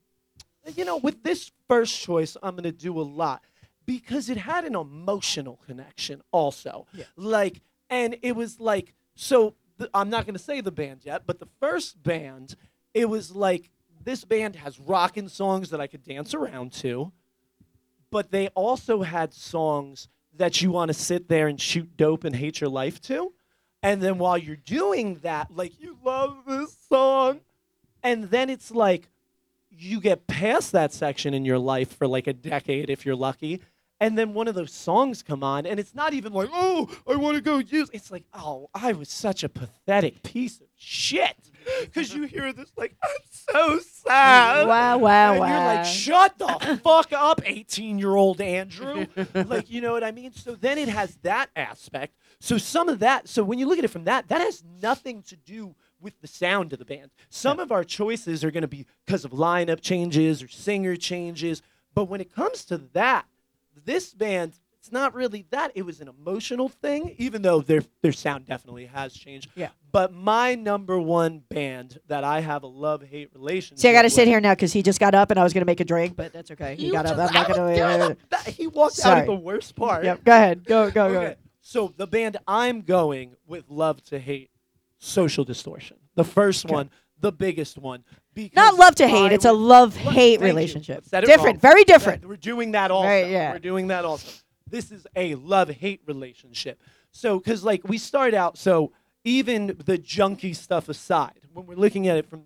Speaker 1: you know, with this first choice, I'm going to do a lot because it had an emotional connection also. Like, and it was like, so th- I'm not going to say the band yet, but the first band, it was like, this band has rockin' songs that I could dance around to, but they also had songs that you want to sit there and shoot dope and hate your life to. And then while you're doing that, like, you love this song. And then it's like, you get past that section in your life for like a decade if you're lucky and then one of those songs come on and it's not even like oh i want to go use it's like oh i was such a pathetic piece of shit because you hear this like i'm so sad
Speaker 3: Wow, wow,
Speaker 1: and
Speaker 3: wow.
Speaker 1: you're like, shut the fuck up, 18 year old Andrew. like, you know what I mean? So then it has that aspect. So some of that, so when you look at it from that, that has nothing to do with the sound of the band. Some of our choices are going to be because of lineup changes or singer changes. But when it comes to that, this band, it's not really that. It was an emotional thing, even though their their sound definitely has changed.
Speaker 3: Yeah.
Speaker 1: But my number one band that I have a love hate relationship.
Speaker 3: See, I got to
Speaker 1: with-
Speaker 3: sit here now because he just got up and I was going to make a drink, but that's okay. He
Speaker 1: You
Speaker 3: got up.
Speaker 1: just-
Speaker 3: I'm not
Speaker 1: I
Speaker 3: going
Speaker 1: was down
Speaker 3: to.
Speaker 1: at that- He walked out
Speaker 3: Sorry.
Speaker 1: of the worst part.
Speaker 3: Yep, go ahead. Go, go, go.
Speaker 1: Okay. So the band I'm going with love to hate, Social Distortion. The first one, the biggest one. Because
Speaker 3: Not love to hate.
Speaker 1: I
Speaker 3: It's a
Speaker 1: was-
Speaker 3: love
Speaker 1: Well,
Speaker 3: hate
Speaker 1: thank you.
Speaker 3: relationship.
Speaker 1: Said it
Speaker 3: Different,
Speaker 1: wrong.
Speaker 3: very
Speaker 1: That-
Speaker 3: different.
Speaker 1: we're doing that also.
Speaker 3: Right, yeah.
Speaker 1: We're doing that also. This is a love hate relationship. So, because like we start out, so even the junky stuff aside, when we're looking at it from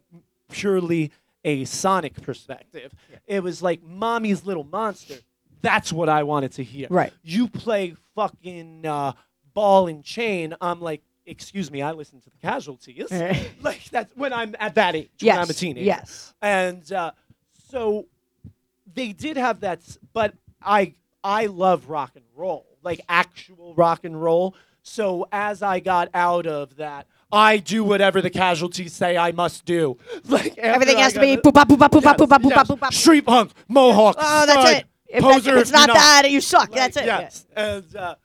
Speaker 1: purely a sonic perspective, it was like mommy's little monster. That's what I wanted to hear.
Speaker 3: Right.
Speaker 1: You play fucking uh, ball and chain. I'm like, excuse me, I listen to the casualties.
Speaker 3: Right.
Speaker 1: like that's when I'm at that age,
Speaker 3: Yes.
Speaker 1: when I'm a teenager.
Speaker 3: Yes.
Speaker 1: And uh, so they did have that, s- but I I love rock and roll, like actual rock and roll. So as I got out of that, I do whatever the casualties say I must do. Like after
Speaker 3: Everything
Speaker 1: I
Speaker 3: has to
Speaker 1: got
Speaker 3: be
Speaker 1: out-
Speaker 3: poop up, poop up, poop
Speaker 1: Yes,
Speaker 3: up, poop up, poop
Speaker 1: yes.
Speaker 3: up, poop up.
Speaker 1: Street punk, mohawk,
Speaker 3: Oh, that's
Speaker 1: stud,
Speaker 3: it. If,
Speaker 1: poser.
Speaker 3: that, if it's
Speaker 1: you're
Speaker 3: not that, you suck.
Speaker 1: like,
Speaker 3: that's it.
Speaker 1: Yes. And, uh,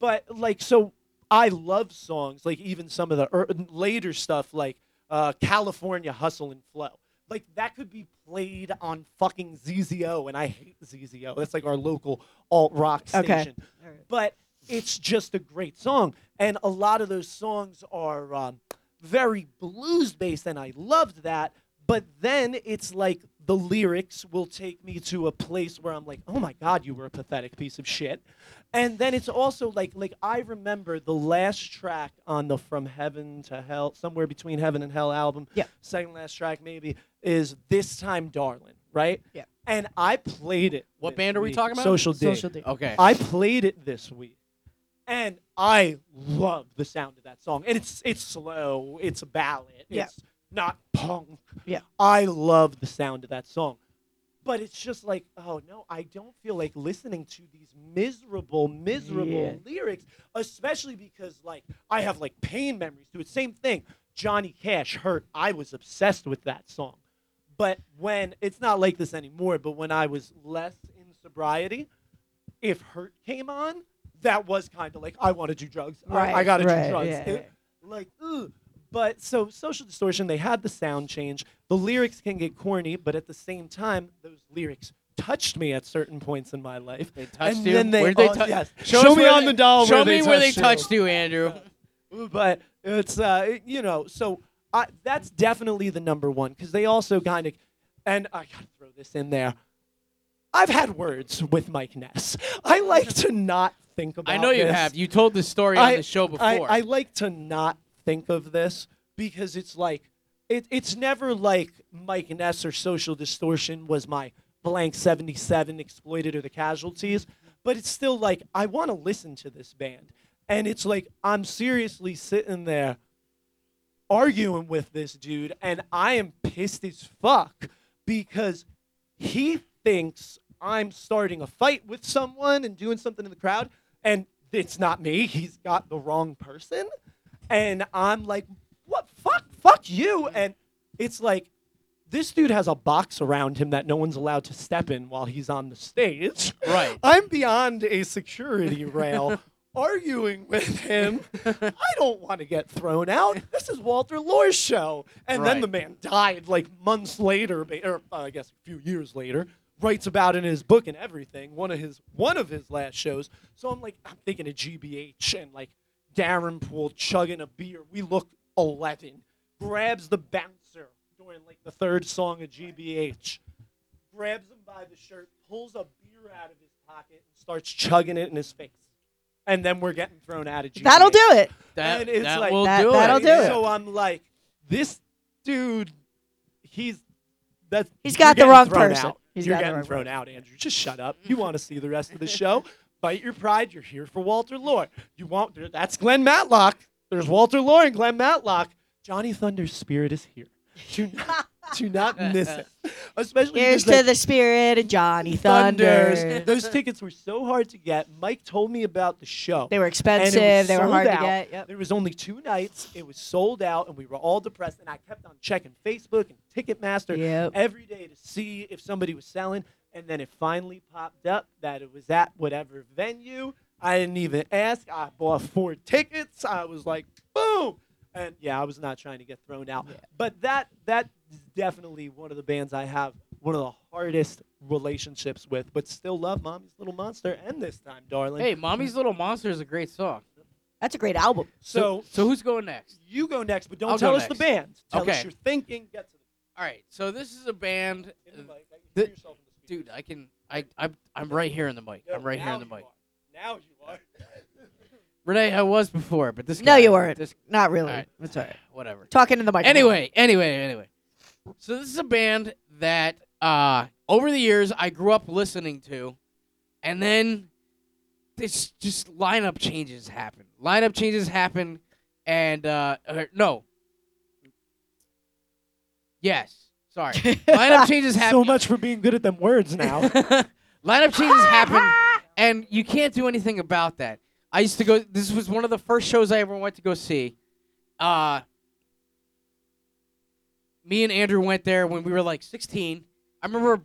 Speaker 1: but like so, I love songs like even some of the er- later stuff like uh, California Hustle and Flow. Like that could be played on fucking ZZO, and I hate ZZO. That's like our local alt rock station.
Speaker 3: Okay.
Speaker 1: But it's just a great song, and a lot of those songs are um, very blues based, and I loved that. But then it's like the lyrics will take me to a place where I'm like, oh my god, you were a pathetic piece of shit. And then it's also like, like I remember the last track on the From Heaven to Hell, somewhere between Heaven and Hell album.
Speaker 3: Yeah.
Speaker 1: Second last track maybe is This Time, Darling. Right.
Speaker 3: Yeah.
Speaker 1: And I played it.
Speaker 4: What
Speaker 1: this
Speaker 4: band are we
Speaker 1: week,
Speaker 4: talking about?
Speaker 1: Social D.
Speaker 3: Social D.
Speaker 4: Okay.
Speaker 1: I played it this week, And I love the sound of that song. And it's it's slow, it's a ballad,
Speaker 3: Yeah.
Speaker 1: it's not punk.
Speaker 3: Yeah.
Speaker 1: I love the sound of that song. But it's just like, oh no, I don't feel like listening to these miserable, miserable
Speaker 3: Yeah.
Speaker 1: lyrics, especially because like I have like pain memories to it. Same thing. Johnny Cash hurt. I was obsessed with that song. But when it's not like this anymore, but when I was less in sobriety, if Hurt came on, that was kind of like I want to do drugs. I-
Speaker 3: Right,
Speaker 1: I, got to
Speaker 3: right,
Speaker 1: do drugs.
Speaker 3: yeah,
Speaker 1: It- Like, ooh. But so social distortion, they had the sound change. The lyrics can get corny, but at the same time, those lyrics touched me at certain points in my life.
Speaker 4: They touched
Speaker 1: and
Speaker 4: you.
Speaker 1: Then they,
Speaker 4: Where'd they
Speaker 1: all-
Speaker 4: touch?
Speaker 1: yes.
Speaker 4: Show,
Speaker 1: Show,
Speaker 4: us
Speaker 1: me
Speaker 4: where
Speaker 1: on
Speaker 4: they-
Speaker 1: the doll.
Speaker 4: Show
Speaker 1: where
Speaker 4: me
Speaker 1: they
Speaker 4: where they
Speaker 1: touched you.
Speaker 4: touched you, Andrew.
Speaker 1: But it's uh, it- you know, so I, that's definitely the number one because they also kind of, and I gotta throw this in there. I've had words with Mike Ness. I like to not think about.
Speaker 4: I know you
Speaker 1: this.
Speaker 4: have. You told this story on the show before.
Speaker 1: I, I like to not think of this because it's like it, it's never like Mike Ness or Social Distortion was my blank 77 exploited or the casualties, but it's still like I want to listen to this band. And it's like I'm seriously sitting there arguing with this dude, and I am pissed as fuck because he thinks I'm starting a fight with someone and doing something in the crowd, and it's not me. He's got the wrong person, and I'm like, what? Fuck, fuck you! And it's like, this dude has a box around him that no one's allowed to step in while he's on the stage.
Speaker 4: Right.
Speaker 1: I'm beyond a security rail arguing with him. I don't want to get thrown out. This is Walter Lohr's show. And then
Speaker 4: Right.
Speaker 1: the man died like months later, ba- or uh, I guess a few years later. Writes about it in his book and everything. One of his one of his last shows. So I'm like, I'm thinking of GBH and like Darren Pool chugging a beer. We look 11. Grabs the bouncer during like the third song of GBH grabs him by the shirt, pulls a beer out of his pocket, and starts chugging it in his face. And then we're getting thrown out of GBH.
Speaker 3: That'll do it.
Speaker 4: that
Speaker 1: and it's
Speaker 4: that
Speaker 1: like-
Speaker 4: will
Speaker 3: That-
Speaker 4: do
Speaker 3: that'll
Speaker 4: it.
Speaker 3: do it.
Speaker 1: So I'm like, this dude, he's that's you're
Speaker 3: He's got the
Speaker 1: getting
Speaker 3: wrong
Speaker 1: thrown
Speaker 3: person.
Speaker 1: Out.
Speaker 3: He's
Speaker 1: you're
Speaker 3: got the
Speaker 1: getting
Speaker 3: wrong
Speaker 1: thrown out, Andrew. Just shut up. You want to see the rest of the show? Bite your pride. You're here for Walter Lore. You want that's Glenn Matlock. There's Walter Lore and Glenn Matlock. Johnny Thunder's spirit is here. Do not, do not miss it. Especially
Speaker 3: Here's
Speaker 1: because they-
Speaker 3: to the spirit of Johnny Thunders.
Speaker 1: Those tickets were so hard to get. Mike told me about the show.
Speaker 3: They were
Speaker 1: And it was
Speaker 3: expensive. They were
Speaker 1: sold
Speaker 3: hard to
Speaker 1: out.
Speaker 3: get. Yep.
Speaker 1: There was only two nights. It was sold out, and we were all depressed. And I kept on checking Facebook and Ticketmaster
Speaker 3: Yep.
Speaker 1: every day to see if somebody was selling. And then it finally popped up that it was at whatever venue. I didn't even ask. I bought four tickets. I was like, boom. And yeah, I was not trying to get thrown out. But that that is definitely one of the bands I have one of the hardest relationships with, but still love Mommy's Little Monster and this time, darling.
Speaker 4: Hey, Mommy's Little Monster is a great song.
Speaker 3: That's a great album.
Speaker 1: so
Speaker 4: so who's going next?
Speaker 1: you go next, but don't
Speaker 4: I'll go
Speaker 1: tell us the
Speaker 4: next.
Speaker 1: band. Tell
Speaker 4: Okay.
Speaker 1: us your thinking. Get to
Speaker 4: All right. So this is a band.
Speaker 1: the, in the mic. I can
Speaker 4: The-
Speaker 1: hear yourself in the
Speaker 4: Dude, I can. I. I'm. I'm right here in the mic.
Speaker 1: speaker.
Speaker 4: I'm right here
Speaker 1: Now
Speaker 4: in the
Speaker 1: you
Speaker 4: mic.
Speaker 1: are. Now you are.
Speaker 4: Renee, I was before, but this.
Speaker 3: No,
Speaker 4: guy-
Speaker 3: you weren't.
Speaker 4: This.
Speaker 3: Not really.
Speaker 4: All right.
Speaker 3: That's all right.
Speaker 4: Whatever.
Speaker 3: Talking in the microphone.
Speaker 4: Anyway, anyway, anyway. So this is a band that uh, over the years I grew up listening to, and then this just lineup changes happen. Lineup changes happen, and uh, uh, no. Yes, sorry. Lineup changes happen.
Speaker 1: So much for being good at them words now.
Speaker 4: lineup changes happen, and you can't do anything about that. I used to go. This was one of the first shows I ever went to go see. Uh, me and Andrew went there when we were like 16. I remember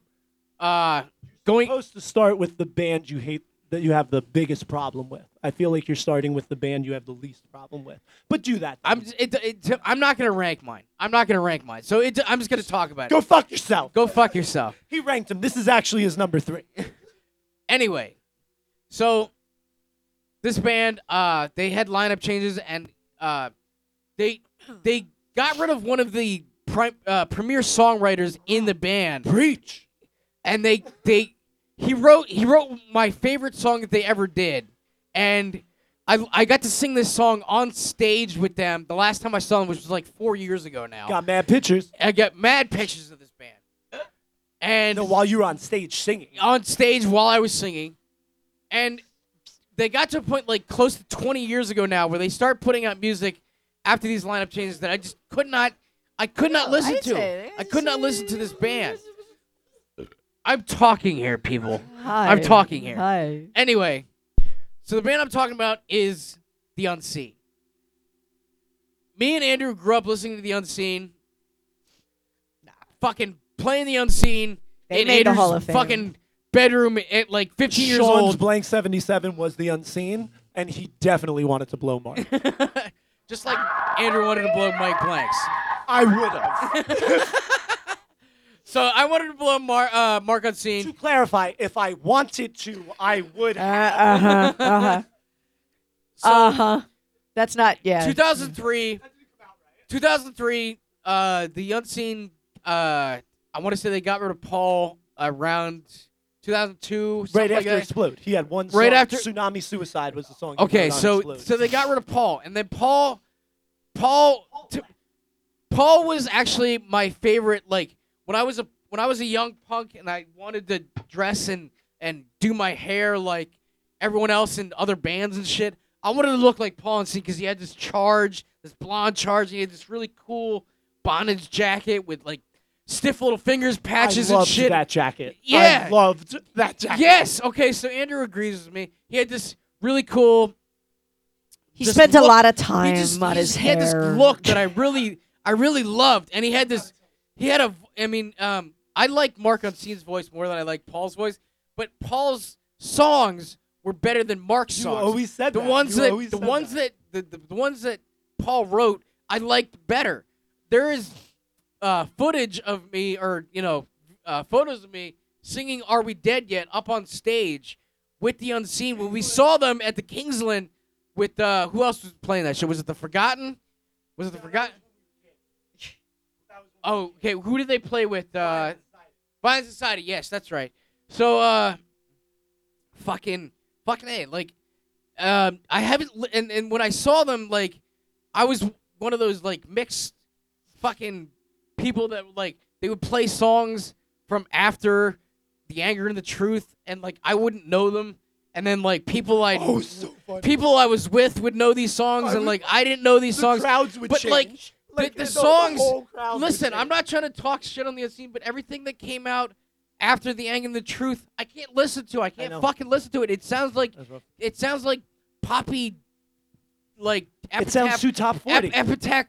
Speaker 4: uh, going.
Speaker 1: supposed to start with the band you hate that you have the biggest problem with. I feel like you're starting with the band you have the least problem with. But do that.
Speaker 4: I'm. It, it, I'm not gonna rank mine. I'm not gonna rank mine. So it, I'm just gonna talk about
Speaker 1: go
Speaker 4: it.
Speaker 1: fuck yourself.
Speaker 4: Go Oh. fuck yourself.
Speaker 1: He ranked him. This is actually his number three.
Speaker 4: anyway, so this band, uh, they had lineup changes and uh, they they got rid of one of the prim- uh, premier songwriters in the band,
Speaker 1: Preach.
Speaker 4: and they they he wrote he wrote my favorite song that they ever did, and. I, I got to sing this song on stage with them the last time I saw them, which was like four years ago now.
Speaker 1: Got mad pictures.
Speaker 4: I got mad pictures of this band. And Oh,
Speaker 1: No, while you were on stage singing.
Speaker 4: on stage while I was singing, and they got to a point like close to 20 years ago now where they start putting out music after these lineup changes that I just could not, I could not listen
Speaker 3: I
Speaker 4: to.
Speaker 3: did.
Speaker 4: I could not listen to this band. I'm talking here, people.
Speaker 3: Hi.
Speaker 4: I'm talking here.
Speaker 3: Hi.
Speaker 4: Anyway, so the band I'm talking about is The Unseen. Me and Andrew grew up listening to The Unseen. Fucking playing The Unseen
Speaker 3: They
Speaker 4: in
Speaker 3: made the
Speaker 4: Andrew's
Speaker 3: Hall of Fame.
Speaker 4: fucking bedroom at like 15 years
Speaker 1: Sean's
Speaker 4: old.
Speaker 1: blank 77 was the unseen, and he definitely wanted to blow Mark.
Speaker 4: Just like Andrew wanted to blow Mike Blanks.
Speaker 1: I would have.
Speaker 4: So I wanted to blow Mar- uh, Mark
Speaker 1: to
Speaker 4: Unseen.
Speaker 1: clarify, if I wanted to, I would
Speaker 3: Uh
Speaker 1: have.
Speaker 4: uh-huh,
Speaker 3: huh. Uh huh.
Speaker 4: So
Speaker 3: Uh huh. That's not. Yeah.
Speaker 4: 2003, 2003, uh, the unseen. Uh, I want to say they got rid of Paul around 2002. something
Speaker 1: Right
Speaker 4: like
Speaker 1: after
Speaker 4: that.
Speaker 1: Explode. He had one song.
Speaker 4: Right after-
Speaker 1: Tsunami Suicide was the song. he
Speaker 4: Okay,
Speaker 1: wrote on
Speaker 4: so
Speaker 1: Explode.
Speaker 4: so they got rid of Paul, and then Paul, Paul, t- Paul was actually my favorite. Like when I was a when I was a young punk, and I wanted to dress and and do my hair like everyone else in other bands and shit. I wanted to look like Paul and see because he had this charge, this blonde charge, and he had this really cool bondage jacket with like stiff little fingers, patches,
Speaker 1: I
Speaker 4: and
Speaker 1: loved
Speaker 4: shit.
Speaker 1: that jacket.
Speaker 4: Yeah.
Speaker 1: I loved that jacket.
Speaker 4: Yes. Okay. So Andrew agrees with me. He had this really cool
Speaker 3: He
Speaker 4: just
Speaker 3: spends a
Speaker 4: look-
Speaker 3: lot of time
Speaker 4: he just,
Speaker 3: on
Speaker 4: he
Speaker 3: his
Speaker 4: just
Speaker 3: hair.
Speaker 4: had this look that I really, I really loved, and he had this, he had a, I mean, um, I like Mark Unsee's voice more than I like Paul's voice, but Paul's songs were better than Mark's
Speaker 1: You
Speaker 4: songs.
Speaker 1: always said
Speaker 4: the
Speaker 1: that.
Speaker 4: ones
Speaker 1: You
Speaker 4: that,
Speaker 1: always
Speaker 4: the
Speaker 1: said
Speaker 4: ones
Speaker 1: that.
Speaker 4: that, the, the, the ones that Paul wrote, I liked better. There is uh, footage of me, or you know, uh, photos of me singing "Are We Dead Yet" up on stage with the Unseen when we saw them at the Kingsland with uh, who else was playing that shit? Was it the Forgotten? Was it the Forgotten? Oh, okay. Who did they play with? Uh, Violent Society. Yes, that's right. So, uh, fucking, fucking, a like, um, I haven't, li- and and when I saw them, like, I was one of those like mixed, fucking people that like they would play songs from after the anger and the truth, and like I wouldn't know them, and then like people I
Speaker 1: Oh, so funny.
Speaker 4: people I was with would know these songs,
Speaker 1: I
Speaker 4: and
Speaker 1: would-
Speaker 4: like I didn't know these
Speaker 1: the
Speaker 4: songs.
Speaker 1: crowds would
Speaker 4: but, like,
Speaker 1: change.
Speaker 4: the-
Speaker 1: Like,
Speaker 4: the
Speaker 1: whole
Speaker 4: songs-
Speaker 1: crowd would
Speaker 4: Listen, I'm
Speaker 1: change.
Speaker 4: not trying to talk shit on the unseen, but everything that came out after the Ang and the Truth, I can't listen to. I can't
Speaker 1: know.
Speaker 4: fucking listen to it. It sounds like
Speaker 1: That's rough.
Speaker 4: it sounds like poppy, like
Speaker 1: It sounds
Speaker 4: epitaph,
Speaker 1: too top
Speaker 4: ep-
Speaker 1: forty.
Speaker 4: epitaph,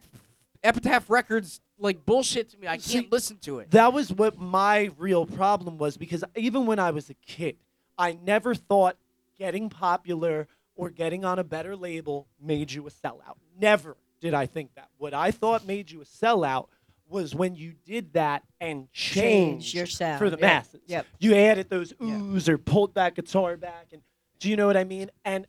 Speaker 4: epitaph records like bullshit to me. I can't
Speaker 1: See-
Speaker 4: listen to it.
Speaker 1: that was what my real problem was because even when I was a kid, I never thought getting popular or getting on a better label made you a sellout. Never did I think that. What I thought made you a sellout was when you did that and changed
Speaker 3: your sound.
Speaker 1: for the
Speaker 3: Yep.
Speaker 1: masses.
Speaker 3: Yep.
Speaker 1: You added those oohs or pulled that guitar back and do you know what I mean? And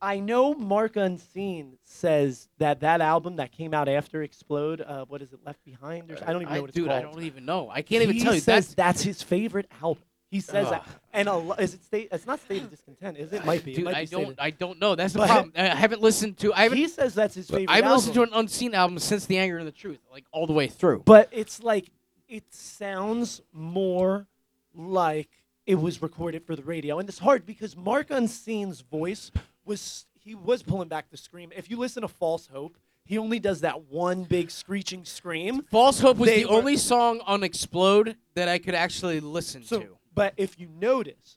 Speaker 1: I know Mark Unseen says that that album that came out after Explode, uh, what is it, Left Behind? Or, s- I don't even know what it's
Speaker 4: dude,
Speaker 1: called
Speaker 4: I don't even know. I can't even
Speaker 1: he
Speaker 4: tell you.
Speaker 1: says
Speaker 4: That's
Speaker 1: his favorite album. He says that,
Speaker 4: Ugh.
Speaker 1: and a lo- is it state? It's not state of discontent, is it? It might be.
Speaker 4: Dude,
Speaker 1: it might
Speaker 4: I
Speaker 1: be
Speaker 4: don't.
Speaker 1: State
Speaker 4: I don't know. That's the
Speaker 1: But-
Speaker 4: problem. I haven't listened to. I
Speaker 1: of,
Speaker 4: haven't.
Speaker 1: he says that's his favorite.
Speaker 4: I haven't listened to
Speaker 1: album.
Speaker 4: an unseen album since The Anger and the Truth, like all the way through.
Speaker 1: But it's like it sounds more like it was recorded for the radio, and it's hard because Mark Unseen's voice was he was pulling back the scream. If you listen to False Hope, he only does that one big screeching scream.
Speaker 4: False Hope was
Speaker 1: They
Speaker 4: the
Speaker 1: were-
Speaker 4: only song on Explode that I could actually listen
Speaker 1: So,
Speaker 4: to.
Speaker 1: but if you notice,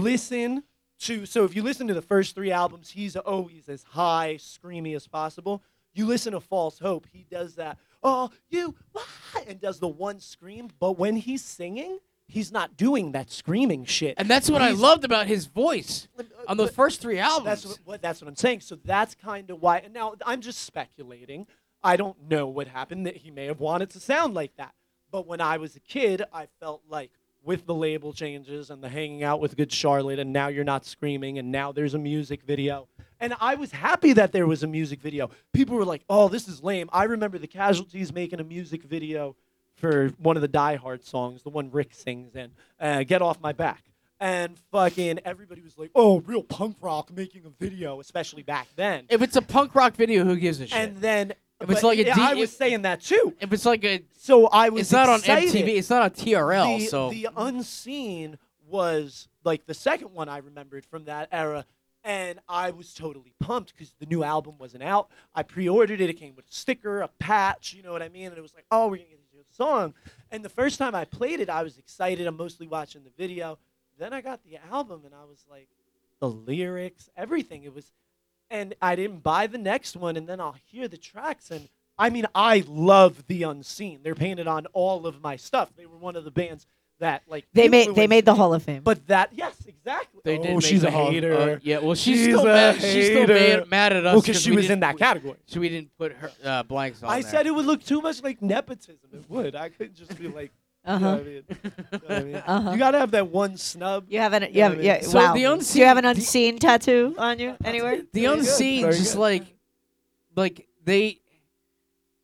Speaker 1: listen to so if you listen to the first three albums, he's always as high, screamy as possible. You listen to False Hope, he does that. Oh, you what?" and does the one scream, but when he's singing, he's not doing that screaming shit.
Speaker 4: And that's what I
Speaker 1: He's- uh,
Speaker 4: loved about his voice on the
Speaker 1: But-
Speaker 4: first three albums.
Speaker 1: that's what, what that's what I'm saying. So that's kind of why. and Now I'm just speculating. I don't know what happened that he may have wanted to sound like that. But when I was a kid, I felt like with the label changes and the hanging out with Good Charlotte, and now you're not screaming, and now there's a music video. And I was happy that there was a music video. People were like, "Oh, this is lame." I remember the Casualties making a music video for one of the Die Hard songs, the one Rick sings in, uh, "Get Off My Back." And fucking everybody was like, "Oh, real punk rock making a video," especially back then.
Speaker 4: if it's a punk rock video, who gives a shit?
Speaker 1: And then,
Speaker 4: If it's
Speaker 1: but
Speaker 4: like a
Speaker 1: yeah,
Speaker 4: D-
Speaker 1: I was saying that too.
Speaker 4: if it's like a,
Speaker 1: So I was.
Speaker 4: it's not
Speaker 1: excited.
Speaker 4: on MTV. It's not on TRL.
Speaker 1: The,
Speaker 4: so
Speaker 1: the unseen was like the second one I remembered from that era. and I was totally pumped because the new album wasn't out. I pre-ordered it. It came with a sticker, a patch. You know what I mean? And it was like, oh, we're gonna get this new song. And the first time I played it, I was excited. I'm mostly watching the video. Then I got the album, and I was like, the lyrics, everything. It was, and I didn't buy the next one. And then I'll hear the tracks, and I mean, I love the unseen. They're painted on all of my stuff. They were one of the bands that like
Speaker 3: They made they
Speaker 1: influenced
Speaker 3: made the
Speaker 1: me.
Speaker 3: Hall of Fame.
Speaker 1: But that, yes, exactly.
Speaker 4: They
Speaker 1: oh,
Speaker 4: did make
Speaker 1: she's
Speaker 4: the
Speaker 1: a
Speaker 4: Hall of-
Speaker 1: hater.
Speaker 4: uh, yeah, well, she's,
Speaker 1: She's
Speaker 4: still
Speaker 1: a
Speaker 4: mad. She's still
Speaker 1: hater.
Speaker 4: mad, mad at us
Speaker 1: Well, because she
Speaker 4: we
Speaker 1: was in
Speaker 4: didn't-
Speaker 1: that
Speaker 4: we-
Speaker 1: category.
Speaker 4: So we didn't put her uh, blanks on.
Speaker 1: I
Speaker 4: there.
Speaker 1: said it would look too much like nepotism. It would. I couldn't just be like,
Speaker 3: Uh
Speaker 1: you know
Speaker 3: huh.
Speaker 1: what I mean? You, know what I mean?
Speaker 3: Uh-huh.
Speaker 1: You gotta have that one snub.
Speaker 3: You have an
Speaker 1: Yeah,
Speaker 3: yeah
Speaker 1: I mean,
Speaker 3: yeah.
Speaker 4: uh, so
Speaker 3: wow.
Speaker 4: the
Speaker 3: Do you have an
Speaker 4: unseen-
Speaker 3: unseen tattoo on you anywhere?
Speaker 4: the
Speaker 1: Very good,
Speaker 4: unseen,
Speaker 1: very
Speaker 4: just
Speaker 1: good.
Speaker 4: like, like they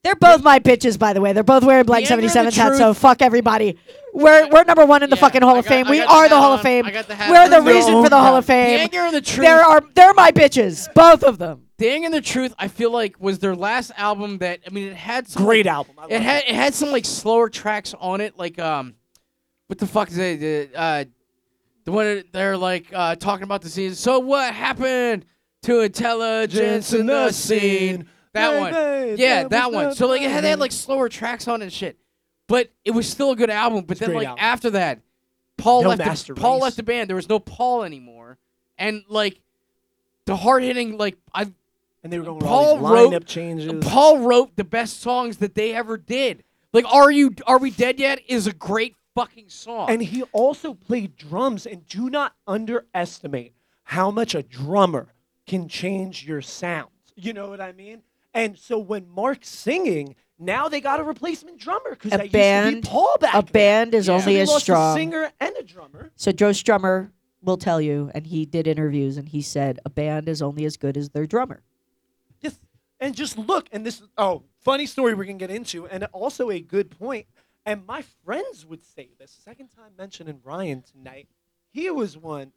Speaker 3: They're both my bitches, by the way. They're both wearing blank
Speaker 4: The end
Speaker 3: seventy
Speaker 4: of the
Speaker 3: seven hats. So
Speaker 4: truth-
Speaker 3: fuck everybody. We're we're number one in the
Speaker 4: Yeah,
Speaker 3: fucking Hall
Speaker 4: I
Speaker 3: of
Speaker 4: got-
Speaker 3: Fame.
Speaker 4: I
Speaker 3: We
Speaker 4: got the
Speaker 3: are the
Speaker 4: hat
Speaker 3: Hall
Speaker 4: on,
Speaker 3: of Fame.
Speaker 4: I got the hat
Speaker 3: We're
Speaker 4: on.
Speaker 3: the
Speaker 1: No,
Speaker 3: reason for the Hall of
Speaker 4: The
Speaker 3: Fame.
Speaker 4: anger and the truth.
Speaker 3: There are they're my bitches, both of them.
Speaker 4: the anger and the truth. I feel like was their last album that I mean it had some
Speaker 1: Great album. I
Speaker 4: It
Speaker 1: love
Speaker 4: had it had some like slower tracks on it, like um, what the fuck is it? The, uh, the one that they're like uh talking about the scene. So what happened to intelligence in the scene? That one, yeah, that one. So like it had, they had like slower tracks on it and shit, but it was still a good album. But then
Speaker 1: great
Speaker 4: like
Speaker 1: album.
Speaker 4: after that, Paul
Speaker 1: No
Speaker 4: left. The,
Speaker 1: Master
Speaker 4: Paul
Speaker 1: Race.
Speaker 4: left the band. There was no Paul anymore, and like the hard hitting like I
Speaker 1: and they were going with all these
Speaker 4: Paul wrote-
Speaker 1: lineup changes.
Speaker 4: Paul wrote the best songs that they ever did. Like, are you are we dead yet? Is a great fucking song.
Speaker 1: And he also played drums. And do not underestimate how much a drummer can change your sound. You know what I mean? And so when Mark's singing, now they got a replacement drummer because
Speaker 3: A
Speaker 1: that used
Speaker 3: band-
Speaker 1: to be Paul back
Speaker 3: A
Speaker 1: then.
Speaker 3: band is
Speaker 4: Yeah.
Speaker 1: So
Speaker 3: only
Speaker 1: they
Speaker 3: as
Speaker 1: lost a
Speaker 3: strong.
Speaker 1: singer and a drummer.
Speaker 3: So Joe Strummer will tell you, and he did interviews, and he said a band is only as good as their drummer.
Speaker 1: Yes. And just look, and this oh, funny story we're gonna get into, and also a good point. And my friends would say this second time mentioning Ryan tonight. He was one.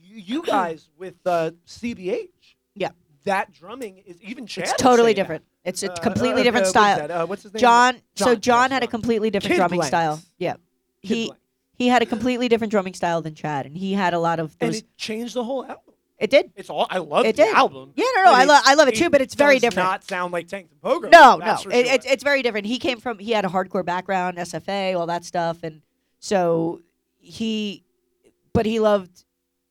Speaker 1: You, you guys with uh, CBH.
Speaker 3: Yeah.
Speaker 1: That drumming is even. Chad
Speaker 3: It's
Speaker 1: would
Speaker 3: totally
Speaker 1: say that.
Speaker 3: different. It's
Speaker 1: Uh,
Speaker 3: a
Speaker 1: uh,
Speaker 3: completely
Speaker 1: uh,
Speaker 3: different
Speaker 1: uh,
Speaker 3: style.
Speaker 1: What is that? Uh, what's his name?
Speaker 3: John, so
Speaker 1: John,
Speaker 3: John
Speaker 1: yes,
Speaker 3: had a
Speaker 1: John.
Speaker 3: completely different
Speaker 1: Kid
Speaker 3: drumming
Speaker 1: Blanks.
Speaker 3: style. Yeah,
Speaker 1: Kid
Speaker 3: he
Speaker 1: Blank.
Speaker 3: he had a completely different drumming style than Chad, and he had a lot of
Speaker 1: and
Speaker 3: those.
Speaker 1: it changed the whole album.
Speaker 3: It did.
Speaker 1: It's all I love
Speaker 3: It
Speaker 1: the
Speaker 3: did.
Speaker 1: album.
Speaker 3: Yeah, no, no,
Speaker 1: but
Speaker 3: I
Speaker 1: it-
Speaker 3: love I love it too, but it's very
Speaker 1: does
Speaker 3: different.
Speaker 1: Not sound like Tank and Pogo.
Speaker 3: no, no,
Speaker 1: that's for
Speaker 3: it,
Speaker 1: sure.
Speaker 3: it's it's very different. He came from he had a hardcore background, SFA, all that stuff, and so he, but he loved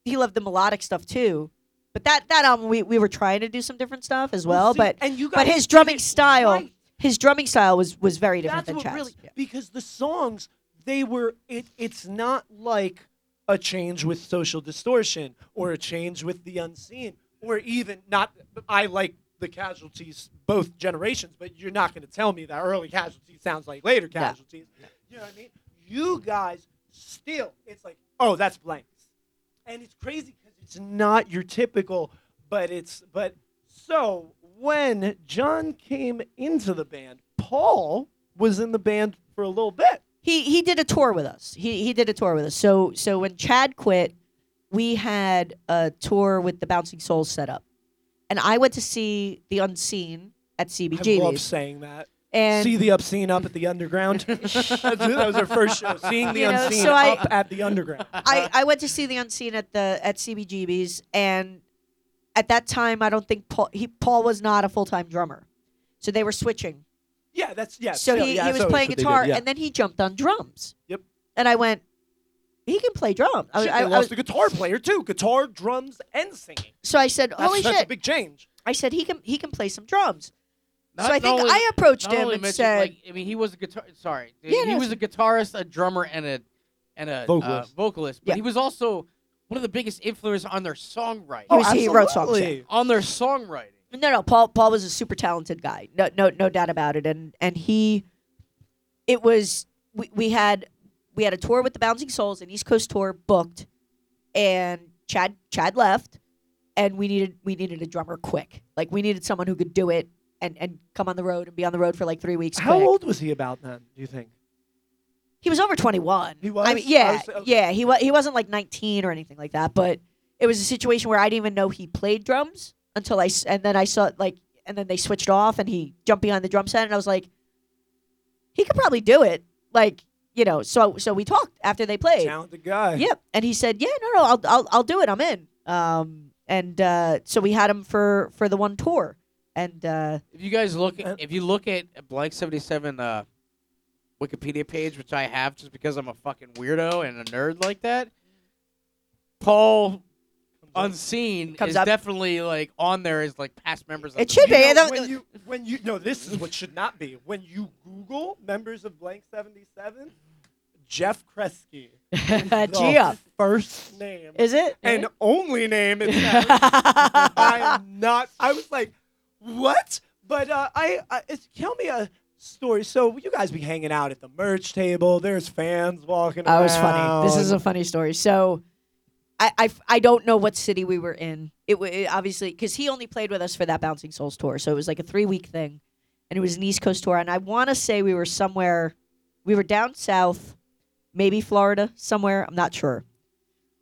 Speaker 3: he loved the melodic stuff too. But that that album we we were trying to do some different stuff as well,
Speaker 1: see,
Speaker 3: but
Speaker 1: and you
Speaker 3: but
Speaker 1: guys
Speaker 3: his
Speaker 1: did
Speaker 3: drumming
Speaker 1: it
Speaker 3: style
Speaker 1: right.
Speaker 3: his drumming style was was very different
Speaker 1: That's
Speaker 3: than
Speaker 1: what
Speaker 3: Chad's.
Speaker 1: really
Speaker 3: Yeah.
Speaker 1: because the songs they were it. It's not like a change with social distortion or a change with the unseen or even not. I like the casualties both generations, but you're not going to tell me that early casualty sounds like later
Speaker 3: No.
Speaker 1: casualties. You know what I mean? You guys still, it's like oh that's blanks, and it's crazy because it's not your typical. But it's but so when John came into the band, Paul was in the band for a little bit.
Speaker 3: he he did a tour with us. He he did a tour with us. So so when Chad quit, we had a tour with the Bouncing Souls set up, and I went to see the Unseen
Speaker 1: I
Speaker 3: at
Speaker 1: love
Speaker 3: CBGB's.
Speaker 1: saying that.
Speaker 3: And
Speaker 1: See the obscene up at the underground. That's it, that was our first show. Seeing the
Speaker 3: You know,
Speaker 1: unseen
Speaker 3: so I-
Speaker 1: up at the underground.
Speaker 3: I I went to see the Unseen at the at CBGB's, and at that time I don't think Paul he Paul was not a full time drummer, so they were switching.
Speaker 1: Yeah, that's yeah.
Speaker 3: so
Speaker 1: still,
Speaker 3: he,
Speaker 1: yeah,
Speaker 3: he was
Speaker 1: so it's
Speaker 3: playing
Speaker 1: what they did,
Speaker 3: guitar,
Speaker 1: yeah.
Speaker 3: and then he jumped on drums.
Speaker 1: Yep.
Speaker 3: And I went, he can play drums. I,
Speaker 1: Shit,
Speaker 3: I-
Speaker 1: they
Speaker 3: I
Speaker 1: lost
Speaker 3: was-
Speaker 1: the guitar player too. Guitar, drums, and singing.
Speaker 3: so I said,
Speaker 1: That's,
Speaker 3: holy
Speaker 1: that's
Speaker 3: shit!
Speaker 1: a big change.
Speaker 3: I said he can he can play some drums.
Speaker 4: Not-
Speaker 3: so I
Speaker 4: not
Speaker 3: think
Speaker 4: only-
Speaker 3: I approached
Speaker 4: not
Speaker 3: him
Speaker 4: only
Speaker 3: and
Speaker 4: Mitch,
Speaker 3: said,
Speaker 4: like, I mean, he was a guitar. Sorry,
Speaker 3: Yeah,
Speaker 4: he
Speaker 3: no,
Speaker 4: was a guitarist, a drummer, and a and a
Speaker 1: Vocalist.
Speaker 4: Uh, vocalist. But
Speaker 3: Yeah.
Speaker 4: he was also one of the biggest influences on their songwriting.
Speaker 3: He was- he wrote songs,
Speaker 1: absolutely.
Speaker 4: on their songwriting.
Speaker 3: no, no, Paul Paul was a super talented guy. No, no, no doubt about it. And and he, it was we, we had we had a tour with the Bouncing Souls, an East Coast tour booked, and Chad Chad left, and we needed we needed a drummer quick. Like we needed someone who could do it and and come on the road and be on the road for like three weeks.
Speaker 1: How
Speaker 3: quick.
Speaker 1: old was he about then? Do you think?
Speaker 3: He was over 21.
Speaker 1: He
Speaker 3: I
Speaker 1: was?
Speaker 3: mean, yeah,
Speaker 1: I was- okay.
Speaker 3: yeah. He was. He wasn't like 19 or anything like that. But it was a situation where I didn't even know he played drums until I s- and then I saw like and then they switched off and he jumped behind the drum set and I was like, he could probably do it. Like you know. So so we talked after they played.
Speaker 1: Talented guy.
Speaker 3: Yep. And he said, yeah, no, no, I'll I'll, I'll do it. I'm in. Um, and uh, so we had him for for the one tour, and uh,
Speaker 4: If you guys look,
Speaker 1: Uh,
Speaker 4: if you look at Blank Seventy Seven uh, Wikipedia page, which I have just because I'm a fucking weirdo and a nerd like that, Paul Unseen
Speaker 3: Comes
Speaker 4: is
Speaker 3: up.
Speaker 4: definitely like on there as like past members. Of
Speaker 3: It
Speaker 4: the
Speaker 3: should be.
Speaker 4: band.
Speaker 3: Yeah, that-
Speaker 1: when you when you no, this is what should not be. When you Google members of Blank Seventy Seven, Jeff Kresge, the
Speaker 3: Gia
Speaker 1: first name
Speaker 3: is it?
Speaker 1: Oh and only name. It's I
Speaker 3: I
Speaker 1: am not. I was like, what? But uh, I, I it's, tell me a story. So you guys be hanging out at the merch table. There's fans walking. around.
Speaker 3: Oh, was funny. This is a funny story. So. I, I, I don't know what city we were in. It, wa- it obviously because he only played with us for that Bouncing Souls tour, so it was like a three week thing, and it was an East Coast tour. And I want to say we were somewhere, we were down south, maybe Florida somewhere. I'm not sure.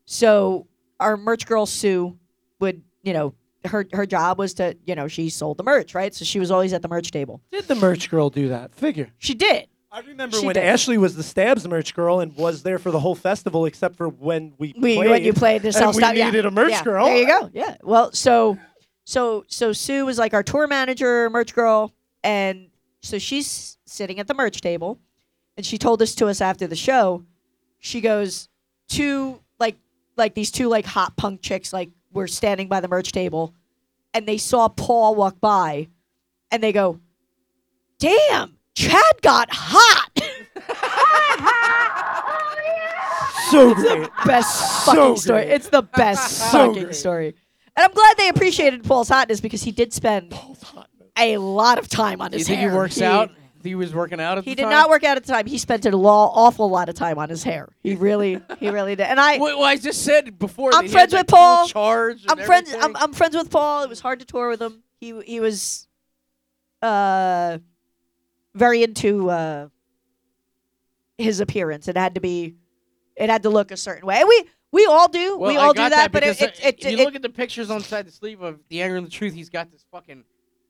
Speaker 3: So our merch girl Sue would, you know, her her job was to, you know, she sold the merch, right? So she was always at the merch table.
Speaker 1: Did the merch girl do that? Figure.
Speaker 3: She did.
Speaker 1: I remember
Speaker 3: She
Speaker 1: when
Speaker 3: did.
Speaker 1: Ashley was the Stabs merch girl and was there for the whole festival except for when we,
Speaker 3: we
Speaker 1: played.
Speaker 3: when you played this
Speaker 1: and
Speaker 3: all
Speaker 1: we
Speaker 3: stop- yeah.
Speaker 1: needed a merch
Speaker 3: Yeah.
Speaker 1: girl.
Speaker 3: There you go. Yeah. Well, so so so Sue was like our tour manager, merch girl, and so she's sitting at the merch table, and she told this to us after the show. She goes, two like like these two like hot punk chicks like were standing by the merch table, and they saw Paul walk by, and they go, "Damn, Chad got hot."
Speaker 1: So great.
Speaker 3: best
Speaker 1: So
Speaker 3: fucking story.
Speaker 1: great.
Speaker 3: It's the best
Speaker 1: So
Speaker 3: fucking
Speaker 1: great.
Speaker 3: story. And I'm glad they appreciated Paul's hotness because he did spend a lot of time on
Speaker 4: You
Speaker 3: his
Speaker 4: think he
Speaker 3: hair.
Speaker 4: works out? He was working out at
Speaker 3: He
Speaker 4: the
Speaker 3: did
Speaker 4: time?
Speaker 3: not work out at the time. He spent an law, awful lot of time on his hair. He really, he really did. And I,
Speaker 4: Well, well, I just said before.
Speaker 3: I'm
Speaker 4: that he
Speaker 3: friends
Speaker 4: had
Speaker 3: with
Speaker 4: that cool
Speaker 3: Paul.
Speaker 4: Charge. and
Speaker 3: I'm friends. I'm,
Speaker 4: everything.
Speaker 3: I'm friends with Paul. It was hard to tour with him. He he was, uh, very into uh, his appearance. It had to be, it had to look a certain way. And we we all do.
Speaker 4: Well,
Speaker 3: we
Speaker 4: I
Speaker 3: all do
Speaker 4: got
Speaker 3: that. but it,
Speaker 4: because, uh,
Speaker 3: it, it,
Speaker 4: if you
Speaker 3: it-
Speaker 4: look at the pictures on side the sleeve of the anger and the truth, he's got this fucking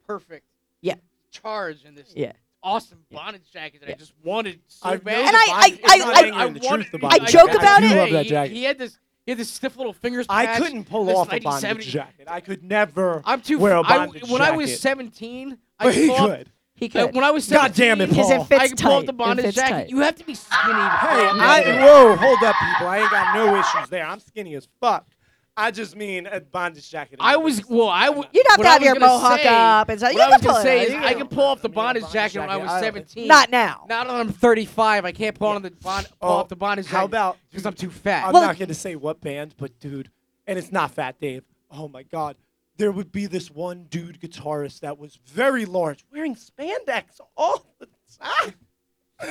Speaker 4: perfect
Speaker 3: Yeah.
Speaker 4: charge and this
Speaker 3: Yeah.
Speaker 4: awesome bonnage jacket that
Speaker 3: Yeah.
Speaker 4: I just wanted so
Speaker 1: I know
Speaker 4: bad.
Speaker 1: the And I-
Speaker 3: I-
Speaker 4: It's not
Speaker 3: I-
Speaker 4: like
Speaker 1: I- I
Speaker 4: wanted
Speaker 1: wanted
Speaker 4: it.
Speaker 1: the
Speaker 4: I
Speaker 1: bondage
Speaker 3: joke
Speaker 4: got
Speaker 3: about
Speaker 4: it.
Speaker 1: I
Speaker 3: it.
Speaker 1: do love that
Speaker 4: He-
Speaker 1: jacket.
Speaker 4: He had this he had this stiff little fingers
Speaker 1: I
Speaker 4: patch,
Speaker 1: couldn't pull
Speaker 4: this
Speaker 1: off a
Speaker 4: 1970
Speaker 1: bondage jacket. I could never.
Speaker 4: I'm too
Speaker 1: wear a
Speaker 4: I-
Speaker 1: bondage
Speaker 4: when I was
Speaker 1: jacket.
Speaker 4: 17, I
Speaker 1: but he
Speaker 4: thought-
Speaker 1: could.
Speaker 3: he
Speaker 4: uh,
Speaker 3: could.
Speaker 4: when I was 17,
Speaker 1: God damn it,
Speaker 3: Because
Speaker 1: Paul.
Speaker 3: it
Speaker 4: I
Speaker 3: fits
Speaker 4: could pull
Speaker 3: tight.
Speaker 4: up the
Speaker 3: It
Speaker 4: bondage
Speaker 3: fits
Speaker 4: jacket.
Speaker 3: tight.
Speaker 4: You have to be skinny. to
Speaker 1: Hey,
Speaker 4: pull a
Speaker 1: I,
Speaker 4: bondage jacket.
Speaker 1: whoa, hold up, people. I ain't got no issues there. I'm skinny as fuck. I just mean a bondage jacket.
Speaker 4: I was well. I w-
Speaker 3: You'd have
Speaker 4: what
Speaker 3: to
Speaker 4: I
Speaker 3: have
Speaker 4: was
Speaker 3: your
Speaker 4: gonna
Speaker 3: mohawk
Speaker 4: say-
Speaker 3: up and say,
Speaker 4: What
Speaker 3: "You
Speaker 4: I
Speaker 3: can
Speaker 4: was
Speaker 3: pull
Speaker 4: gonna
Speaker 3: it
Speaker 4: say
Speaker 3: out,
Speaker 4: is
Speaker 3: you
Speaker 4: I
Speaker 3: can
Speaker 4: can pull off
Speaker 1: I
Speaker 4: the
Speaker 1: mean, a
Speaker 4: bondage
Speaker 1: bondage
Speaker 4: jacket when I
Speaker 1: jacket,
Speaker 4: was
Speaker 1: I don't-
Speaker 4: 17.
Speaker 3: not now."
Speaker 4: Now that I'm 35, I can't pull on the bond, pull
Speaker 1: Oh,
Speaker 4: off the bondage
Speaker 1: how about-
Speaker 4: because I'm too
Speaker 1: I'm
Speaker 4: fat?
Speaker 3: Well-
Speaker 1: not gonna say what band, but dude, and it's not Fat Dave. Oh my God, there would be this one dude guitarist that was very large, wearing spandex all the time,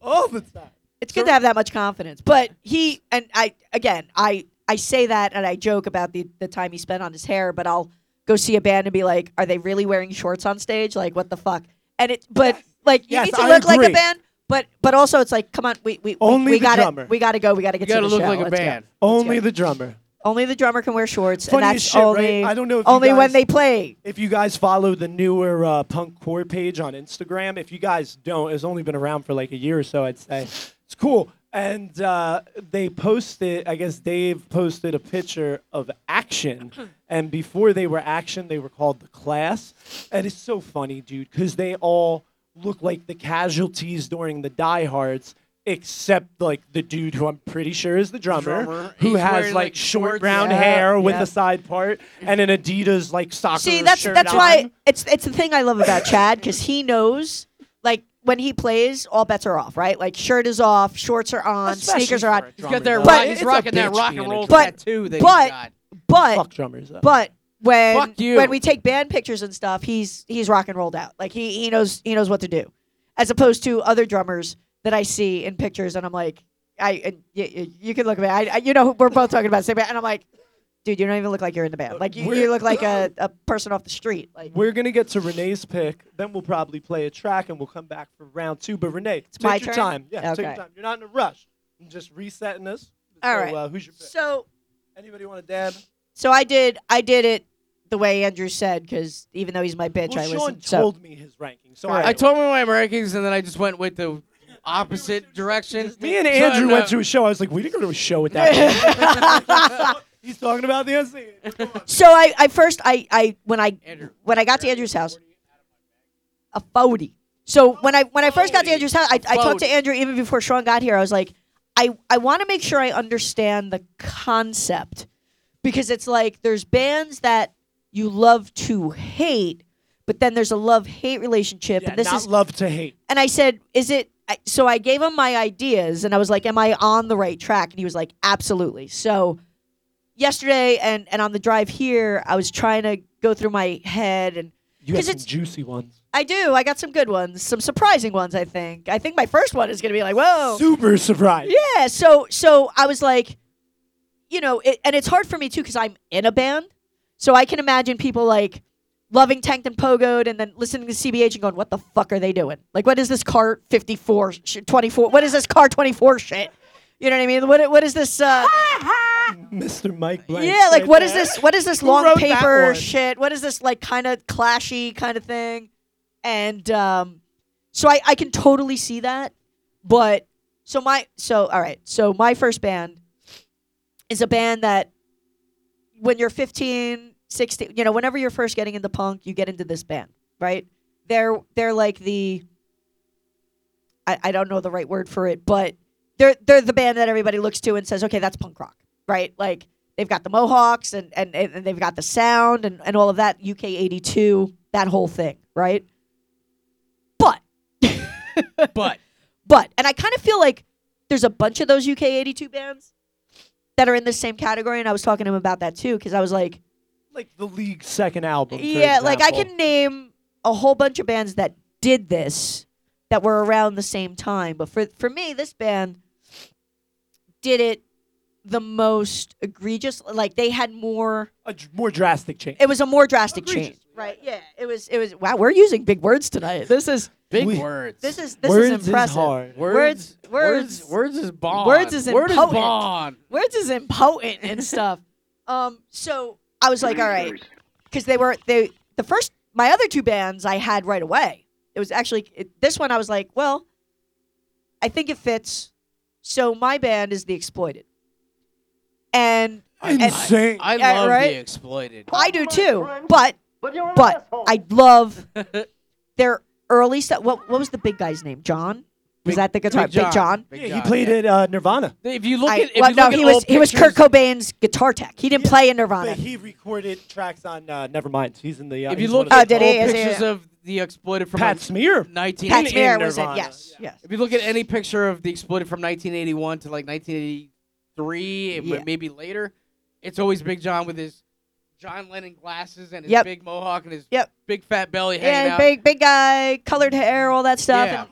Speaker 1: all the time.
Speaker 3: It's good to have that much confidence. But he and I again, I I say that and I joke about the the time he spent on his hair, but I'll go see a band and be like, "Are they really wearing shorts on stage? Like, what the fuck?" And it, but like, you
Speaker 1: Yes,
Speaker 3: need to
Speaker 1: I
Speaker 3: look like a
Speaker 1: agree.
Speaker 3: band. But but also it's like come on we we
Speaker 1: Only
Speaker 3: we
Speaker 1: the
Speaker 3: gotta
Speaker 1: drummer.
Speaker 3: we gotta go we gotta
Speaker 4: You
Speaker 3: get
Speaker 4: gotta
Speaker 3: to the
Speaker 4: look
Speaker 3: show.
Speaker 4: like a
Speaker 3: Let's go.
Speaker 4: band.
Speaker 1: Only
Speaker 3: go.
Speaker 1: the drummer.
Speaker 3: Only the drummer can wear shorts
Speaker 1: Funny
Speaker 3: and
Speaker 1: as
Speaker 3: that's
Speaker 1: shit, right?
Speaker 3: only
Speaker 1: I don't know if you
Speaker 3: only when
Speaker 1: guys-
Speaker 3: they play
Speaker 1: If you guys follow the newer uh, punk core page on Instagram, if you guys don't, it's only been around for like a year or so, I'd say. It's cool. And uh, they posted, I guess Dave posted a picture of Action. And before they were Action, they were called The Class. And it's so funny, dude, because they all look like the casualties during the diehards. Except like the dude who I'm pretty sure is the drummer,
Speaker 4: Drummer.
Speaker 1: who
Speaker 4: He's
Speaker 1: has
Speaker 4: wearing,
Speaker 1: like,
Speaker 4: like,
Speaker 1: short
Speaker 4: shorts.
Speaker 1: brown
Speaker 3: Yeah,
Speaker 1: hair with
Speaker 3: yeah.
Speaker 1: a side part and an Adidas like soccer.
Speaker 3: See, that's
Speaker 1: shirt
Speaker 3: that's
Speaker 1: on.
Speaker 3: why it's it's the thing I love about Chad because he knows like when he plays, all bets are off, right? Like shirt is off, shorts are on,
Speaker 1: Especially
Speaker 3: sneakers
Speaker 1: for
Speaker 3: are on.
Speaker 1: a
Speaker 4: He's got that
Speaker 1: drummer,
Speaker 3: But
Speaker 4: rock.
Speaker 1: though.
Speaker 4: He's
Speaker 1: It's a
Speaker 4: rocking that
Speaker 1: bitch
Speaker 4: rock
Speaker 1: being
Speaker 4: and
Speaker 1: a
Speaker 4: roll
Speaker 1: drummer.
Speaker 3: But-
Speaker 4: tattoo that
Speaker 3: but-
Speaker 4: he got.
Speaker 3: But
Speaker 1: fuck drummers. Though.
Speaker 3: but when
Speaker 4: Fuck you.
Speaker 3: when we take band pictures and stuff, he's he's rock and rolled out. Like he he knows he knows what to do, as opposed to other drummers that I see in pictures, and I'm like, I and y- y- you can look at me. I, I you know we're both talking about the same band, and I'm like, dude, you don't even look like you're in the band. Like you,
Speaker 1: We're-
Speaker 3: you look like a, a person off the street. Like
Speaker 1: we're gonna get to Renee's pick, then we'll probably play a track and we'll come back for round two. But Renee, take
Speaker 3: my
Speaker 1: your
Speaker 3: turn?
Speaker 1: time. Yeah, take your
Speaker 3: Okay.
Speaker 1: time. You're not in a rush. I'm just resetting us.
Speaker 3: All
Speaker 1: so,
Speaker 3: right.
Speaker 1: Uh, who's your pick?
Speaker 3: so.
Speaker 1: Anybody want to dab?
Speaker 3: So I did. I did it the way Andrew said because even though he's my bitch,
Speaker 1: well,
Speaker 3: I
Speaker 1: Sean
Speaker 3: listened.
Speaker 1: told me his ranking, so
Speaker 3: Alright.
Speaker 1: I,
Speaker 4: I told him my rankings and then I just went with the opposite direction.
Speaker 1: me and
Speaker 4: So,
Speaker 1: Andrew
Speaker 4: no.
Speaker 1: went to a show. I was like, we didn't go to a show with that. band.
Speaker 3: so
Speaker 1: He's talking about the unseen.
Speaker 3: So I, I first I, I when I
Speaker 4: Andrew.
Speaker 3: when I got to Andrew's house, a forty. So when I when I first got to
Speaker 4: 40.
Speaker 3: Andrew's house, I, I talked to
Speaker 4: 40.
Speaker 3: Andrew even before Sean got here. I was like, I, I want to make sure I understand the concept because it's like there's bands that you love to hate, but then there's a love hate relationship,
Speaker 1: Yeah,
Speaker 3: and this
Speaker 1: not
Speaker 3: is
Speaker 1: love to hate.
Speaker 3: and I said, "Is it?" I, so I gave him my ideas, and I was like, "Am I on the right track?" And he was like, "Absolutely." So yesterday, and and on the drive here, I was trying to go through my head, and
Speaker 1: You have
Speaker 3: 'Cause
Speaker 1: some
Speaker 3: it's-
Speaker 1: juicy ones.
Speaker 3: I do. I got some good ones, some surprising ones. I think. I think my first one is gonna be like, "Whoa."
Speaker 1: Super surprised.
Speaker 3: Oh. Yeah. So so I was like, you know, it, and it's hard for me too because I'm in a band, so I can imagine people like loving Tanked and Pogoed and then listening to CBH and going, "What the fuck are they doing? Like, what is this car 54 sh- 24? What is this car 24 shit? You know what I mean? What what is this? Uh,
Speaker 1: Mr. Mike Blank.
Speaker 3: yeah, like
Speaker 1: right
Speaker 3: what is
Speaker 1: there.
Speaker 3: this? What is this
Speaker 1: Who
Speaker 3: long
Speaker 1: wrote that
Speaker 3: paper
Speaker 1: one?
Speaker 3: shit? What is this like kind of clashy kind of thing? And um, so I I can totally see that, but so my so all right so my first band is a band that when you're 15 16 you know whenever you're first getting into punk you get into this band right they're they're like the I, I don't know the right word for it but they're they're the band that everybody looks to and says okay that's punk rock right like they've got the mohawks and and, and they've got the sound and, and all of that uk 82 that whole thing right but
Speaker 4: But
Speaker 3: but and I kind of feel like there's a bunch of those UK 82 bands that are in the same category and I was talking to him about that too cuz I was like
Speaker 1: Like the league's second album. for
Speaker 3: yeah, like I
Speaker 1: example.
Speaker 3: can name a whole bunch of bands that did this that were around the same time, but for for me this band did it the most egregious like they had more
Speaker 1: A dr- more drastic change.
Speaker 3: it was a more drastic
Speaker 1: Egregious.
Speaker 3: change right yeah it was it was wow we're using big words tonight this is
Speaker 4: big
Speaker 1: We-
Speaker 4: words.
Speaker 3: this is this
Speaker 1: Words
Speaker 3: is impressive
Speaker 1: hard.
Speaker 4: words.
Speaker 3: words-
Speaker 4: Words. Words is bond.
Speaker 3: Words is
Speaker 4: Word is
Speaker 3: impotent.
Speaker 4: bond.
Speaker 3: words is impotent and stuff. Um, so I was like, all right, because they were they the first my other two bands I had right away. It was actually it, this one I was like, well, I think it fits. So my band is the Exploited, and
Speaker 1: Insane.
Speaker 4: I
Speaker 3: Yeah,
Speaker 4: love
Speaker 3: right?
Speaker 4: the exploited.
Speaker 3: I do too. But but I love their early stuff. What what was the big guy's name? John was
Speaker 4: Big-
Speaker 3: that the guitar?
Speaker 4: Big John.
Speaker 1: yeah, he played at uh, Nirvana.
Speaker 4: If you look
Speaker 3: I-
Speaker 4: at, if
Speaker 3: well,
Speaker 4: you
Speaker 3: no,
Speaker 4: look at
Speaker 3: he was
Speaker 4: old
Speaker 3: he was Kurt
Speaker 4: pictures-
Speaker 3: Cobain's guitar tech. He didn't
Speaker 1: Yeah,
Speaker 3: play in Nirvana.
Speaker 1: But he recorded tracks on uh, Nevermind. He's in the. Uh,
Speaker 4: If you
Speaker 1: he's
Speaker 4: look
Speaker 1: one
Speaker 3: Oh,
Speaker 1: of
Speaker 4: at
Speaker 1: the-
Speaker 3: did he?
Speaker 4: old
Speaker 3: Is he-
Speaker 4: pictures of the exploited from
Speaker 1: Pat Smear.
Speaker 4: like 19
Speaker 3: Pat
Speaker 4: in
Speaker 3: Smear was in
Speaker 4: Nirvana.
Speaker 3: yes, yes.
Speaker 4: If you look at any picture of the exploited from 1981 to like 1983, and
Speaker 3: Yeah.
Speaker 4: maybe later, it's always Big John with his John Lennon glasses and his
Speaker 3: Yep.
Speaker 4: big mohawk and his
Speaker 3: Yep.
Speaker 4: big fat belly hanging
Speaker 3: Yeah,
Speaker 4: out.
Speaker 3: big big guy, colored hair, all that stuff.
Speaker 4: Yeah.
Speaker 3: And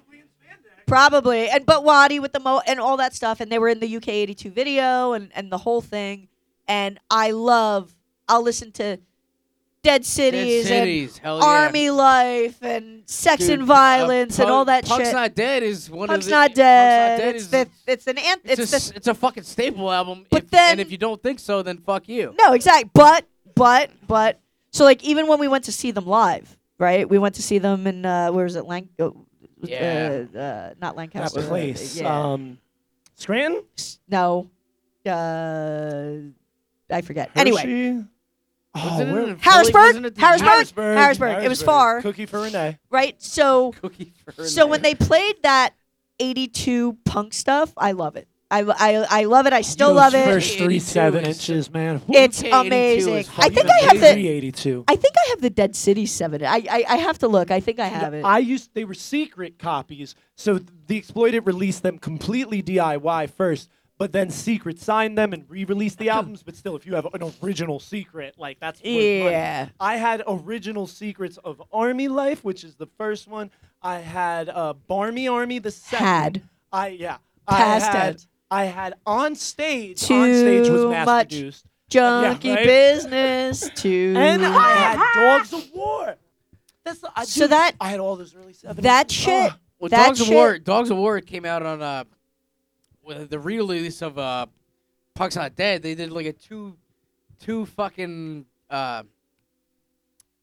Speaker 3: probably. And but Wadi with the mo and all that stuff. And they were in the UK eighty two video and, and the whole thing. And I love I'll listen to Dead
Speaker 4: Dead
Speaker 3: Cities,
Speaker 4: cities, hell
Speaker 3: and
Speaker 4: yeah.
Speaker 3: Army Life and Sex
Speaker 4: Dude,
Speaker 3: and
Speaker 4: uh,
Speaker 3: Violence and
Speaker 4: Punk-
Speaker 3: all that
Speaker 4: Punk's
Speaker 3: shit.
Speaker 4: Not Dead is one
Speaker 3: Punk's
Speaker 4: of the.
Speaker 3: not dead.
Speaker 4: Punk's Not Dead
Speaker 3: it's
Speaker 4: is
Speaker 3: the, it's an anth-
Speaker 4: it's,
Speaker 3: it's,
Speaker 4: a,
Speaker 3: the
Speaker 4: s- it's a fucking staple album.
Speaker 3: But
Speaker 4: if-
Speaker 3: then-
Speaker 4: and if you don't think so, then fuck you.
Speaker 3: No, exactly. But but but so like even when we went to see them live, right? We went to see them in uh, where was it? Lanc- uh,
Speaker 4: Yeah.
Speaker 3: uh, uh, not
Speaker 1: That
Speaker 3: Lancaster. uh,
Speaker 1: place.
Speaker 3: yeah.
Speaker 1: Um, Scranton.
Speaker 3: S- no. Uh, I forget. Anyway,
Speaker 1: Hershey? Oh,
Speaker 4: Wasn't it
Speaker 1: where-
Speaker 4: in Philly?
Speaker 3: Harrisburg?
Speaker 4: Wasn't it the-
Speaker 3: Harrisburg? Harrisburg. It was far.
Speaker 1: Cookie for Renee.
Speaker 3: right? So
Speaker 4: Cookie for
Speaker 3: so
Speaker 4: Renee.
Speaker 3: when they played that 82 punk stuff, I love it. I, lo- I, I love it. I still
Speaker 1: Those
Speaker 3: love it.
Speaker 1: First three
Speaker 4: 82
Speaker 1: seven
Speaker 4: is-
Speaker 1: inches, man.
Speaker 3: It's
Speaker 4: UK 82
Speaker 3: amazing.
Speaker 4: is
Speaker 3: I
Speaker 4: fucking
Speaker 3: think I have the
Speaker 4: amazing.
Speaker 1: 382.
Speaker 3: I think I have the Dead City 7. I, I I have to look. I think I have it.
Speaker 1: I used they were secret copies, so th- the exploited released them completely DIY first, but then secret signed them and re-released the albums. But still, if you have an original secret, like that's worth money.
Speaker 3: Yeah.
Speaker 1: I had original secrets of Army Life, which is the first one. I had uh, Barmy Army, the second.
Speaker 3: Had.
Speaker 1: I yeah.
Speaker 3: Past
Speaker 1: I had,
Speaker 3: tense.
Speaker 1: I had on stage. on stage was
Speaker 3: Too
Speaker 1: mass
Speaker 3: much.
Speaker 1: produced.
Speaker 3: Junkie
Speaker 1: right?
Speaker 3: business too.
Speaker 1: And I had Dogs of War. That's the, I,
Speaker 3: So
Speaker 1: dude,
Speaker 3: that-
Speaker 1: I had all those early 70s.
Speaker 3: that shit.
Speaker 1: Ugh.
Speaker 4: Well,
Speaker 3: that
Speaker 4: Dogs
Speaker 3: shit-
Speaker 4: of War, Dogs of War came out on uh, with the re-release of uh, Punk's Not Dead. They did like a two, two fucking uh,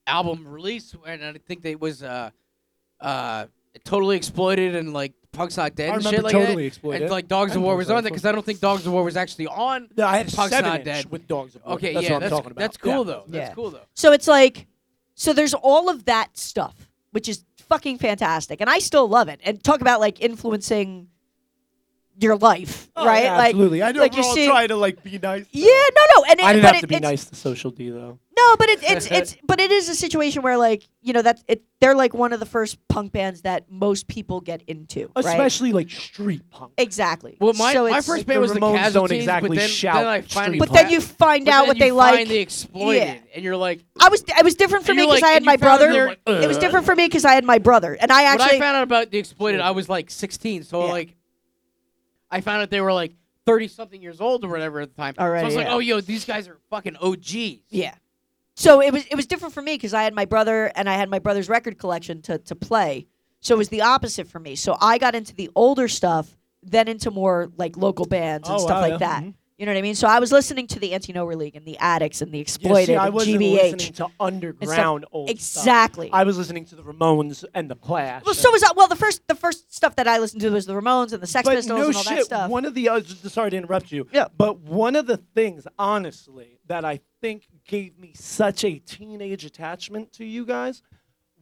Speaker 4: album release, and I think they was uh, uh, totally exploited and like Pug's Not Dead
Speaker 1: I
Speaker 4: and
Speaker 1: remember
Speaker 4: shit like
Speaker 1: totally
Speaker 4: that.
Speaker 1: exploited.
Speaker 4: And like Dogs
Speaker 1: I
Speaker 4: of War
Speaker 1: remember
Speaker 4: was
Speaker 1: Dogs
Speaker 4: on that
Speaker 1: of
Speaker 4: because I don't think Dogs of War was actually on.
Speaker 1: No, I had
Speaker 4: Pug's
Speaker 1: seven
Speaker 4: Not
Speaker 1: inch
Speaker 4: Dead.
Speaker 1: with dogs. Of War.
Speaker 4: Okay,
Speaker 1: that's
Speaker 4: yeah,
Speaker 1: what I'm
Speaker 4: that's
Speaker 1: talking about.
Speaker 4: that's
Speaker 1: Yeah.
Speaker 4: cool though. That's
Speaker 3: Yeah.
Speaker 4: cool though.
Speaker 3: So it's like, so there's all of that stuff, which is fucking fantastic, and I still love it. And talk about like influencing your life,
Speaker 1: Oh,
Speaker 3: right?
Speaker 1: yeah,
Speaker 3: like,
Speaker 1: absolutely. I know
Speaker 3: like
Speaker 1: we're
Speaker 3: you
Speaker 1: all
Speaker 3: see-
Speaker 1: trying to like be nice. though.
Speaker 3: Yeah, no, no, and it,
Speaker 1: I didn't
Speaker 3: but
Speaker 1: have to
Speaker 3: it-
Speaker 1: be
Speaker 3: it's,
Speaker 1: nice to social D though.
Speaker 3: No, but it, it's it's but it is a situation where like you know that's it. They're like one of the first punk bands that most people get into, right?
Speaker 1: Especially like street punk.
Speaker 3: Exactly.
Speaker 4: Well, my,
Speaker 3: so
Speaker 4: my
Speaker 3: it's-
Speaker 4: first
Speaker 1: Like the
Speaker 4: band was the
Speaker 1: Ramones don't
Speaker 4: Casualties,
Speaker 1: exactly
Speaker 4: but then,
Speaker 1: shout
Speaker 4: then I finally
Speaker 1: street
Speaker 3: But then
Speaker 4: fa-
Speaker 3: you find
Speaker 4: but
Speaker 3: out
Speaker 4: then
Speaker 3: what
Speaker 4: you
Speaker 3: they
Speaker 4: find
Speaker 3: like.
Speaker 4: They exploited,
Speaker 3: Yeah.
Speaker 4: and you're like,
Speaker 3: I was it was different for
Speaker 4: And
Speaker 3: me
Speaker 4: you're
Speaker 3: because
Speaker 4: like-
Speaker 3: I had
Speaker 4: and you
Speaker 3: my
Speaker 4: found
Speaker 3: brother.
Speaker 4: their-
Speaker 1: uh.
Speaker 3: it was different for me because I had my brother, and I actually
Speaker 4: when I found out about the exploited, I was like 16. So
Speaker 3: Yeah.
Speaker 4: like, I found out they were like 30 something years old or whatever at the time. so I was
Speaker 3: Already,
Speaker 4: like,
Speaker 3: yeah.
Speaker 4: oh yo, these guys are fucking OGs.
Speaker 3: yeah. So it was it was different for me because I had my brother and I had my brother's record collection to to play. So it was the opposite for me. So I got into the older stuff, then into more like local bands and
Speaker 1: Oh,
Speaker 3: stuff
Speaker 1: wow,
Speaker 3: like
Speaker 1: yeah.
Speaker 3: that.
Speaker 1: Mhm.
Speaker 3: You know what I mean? So I was listening to the Anti Nowhere League and the Addicts and the
Speaker 1: Yeah,
Speaker 3: Exploited
Speaker 1: see, I
Speaker 3: and
Speaker 1: wasn't listening
Speaker 3: GBH.
Speaker 1: to underground old stuff.
Speaker 3: Exactly.
Speaker 1: I was listening to the Ramones and the Clash.
Speaker 3: well, so was I. Well, the first the first stuff that I listened to was the Ramones and the Sex
Speaker 1: but
Speaker 3: Pistols
Speaker 1: no
Speaker 3: and all
Speaker 1: shit.
Speaker 3: that stuff.
Speaker 1: One of the uh, just- sorry to interrupt you.
Speaker 3: Yeah.
Speaker 1: But one of the things, honestly, that I think gave me such a teenage attachment to you guys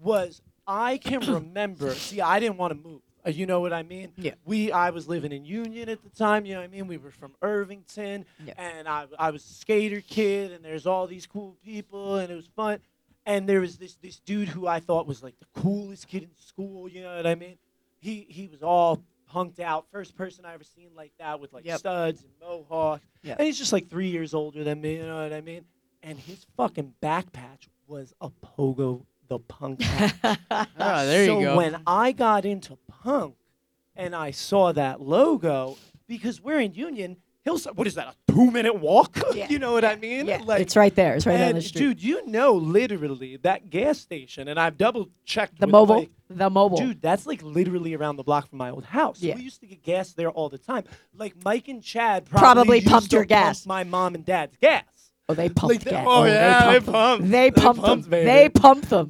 Speaker 1: was I can remember. see, I didn't want to move. Uh, You know what I mean?
Speaker 3: Yeah.
Speaker 1: We I was living in Union at the time. You know what I mean? We were from Irvington,
Speaker 3: Yeah.
Speaker 1: and I I was a skater kid, and there's all these cool people, and it was fun. And there was this this dude who I thought was like the coolest kid in school. You know what I mean? He he was all punked out. First person I ever seen like that with like
Speaker 3: Yep.
Speaker 1: studs and mohawk.
Speaker 3: Yeah.
Speaker 1: And he's just like three years older than me. You know what I mean? And his fucking back patch was a pogo the punk. patch.
Speaker 4: Ah, there
Speaker 1: so
Speaker 4: you go.
Speaker 1: when I got into punk and I saw that logo, because we're in Union, Hillside, what is that, a two minute walk?
Speaker 3: Yeah.
Speaker 1: you know what I mean?
Speaker 3: yeah,
Speaker 1: Like,
Speaker 3: it's right there. It's right down
Speaker 1: and
Speaker 3: the street.
Speaker 1: Dude, you know literally that gas station, and I've double checked
Speaker 3: the
Speaker 1: with,
Speaker 3: mobile,
Speaker 1: like,
Speaker 3: the mobile.
Speaker 1: Dude, that's like literally around the block from my old house.
Speaker 3: Yeah.
Speaker 1: We used to get gas there all the time. Like Mike and Chad probably,
Speaker 3: Probably
Speaker 1: used
Speaker 3: pumped
Speaker 1: to
Speaker 3: your gas.
Speaker 1: Pump my mom and dad's gas.
Speaker 3: oh, they
Speaker 1: Like
Speaker 3: pumped
Speaker 1: they-
Speaker 3: gas.
Speaker 1: oh, yeah, they
Speaker 3: them.
Speaker 1: pumped.
Speaker 3: They pumped them.
Speaker 1: pumped, baby.
Speaker 3: They pumped them.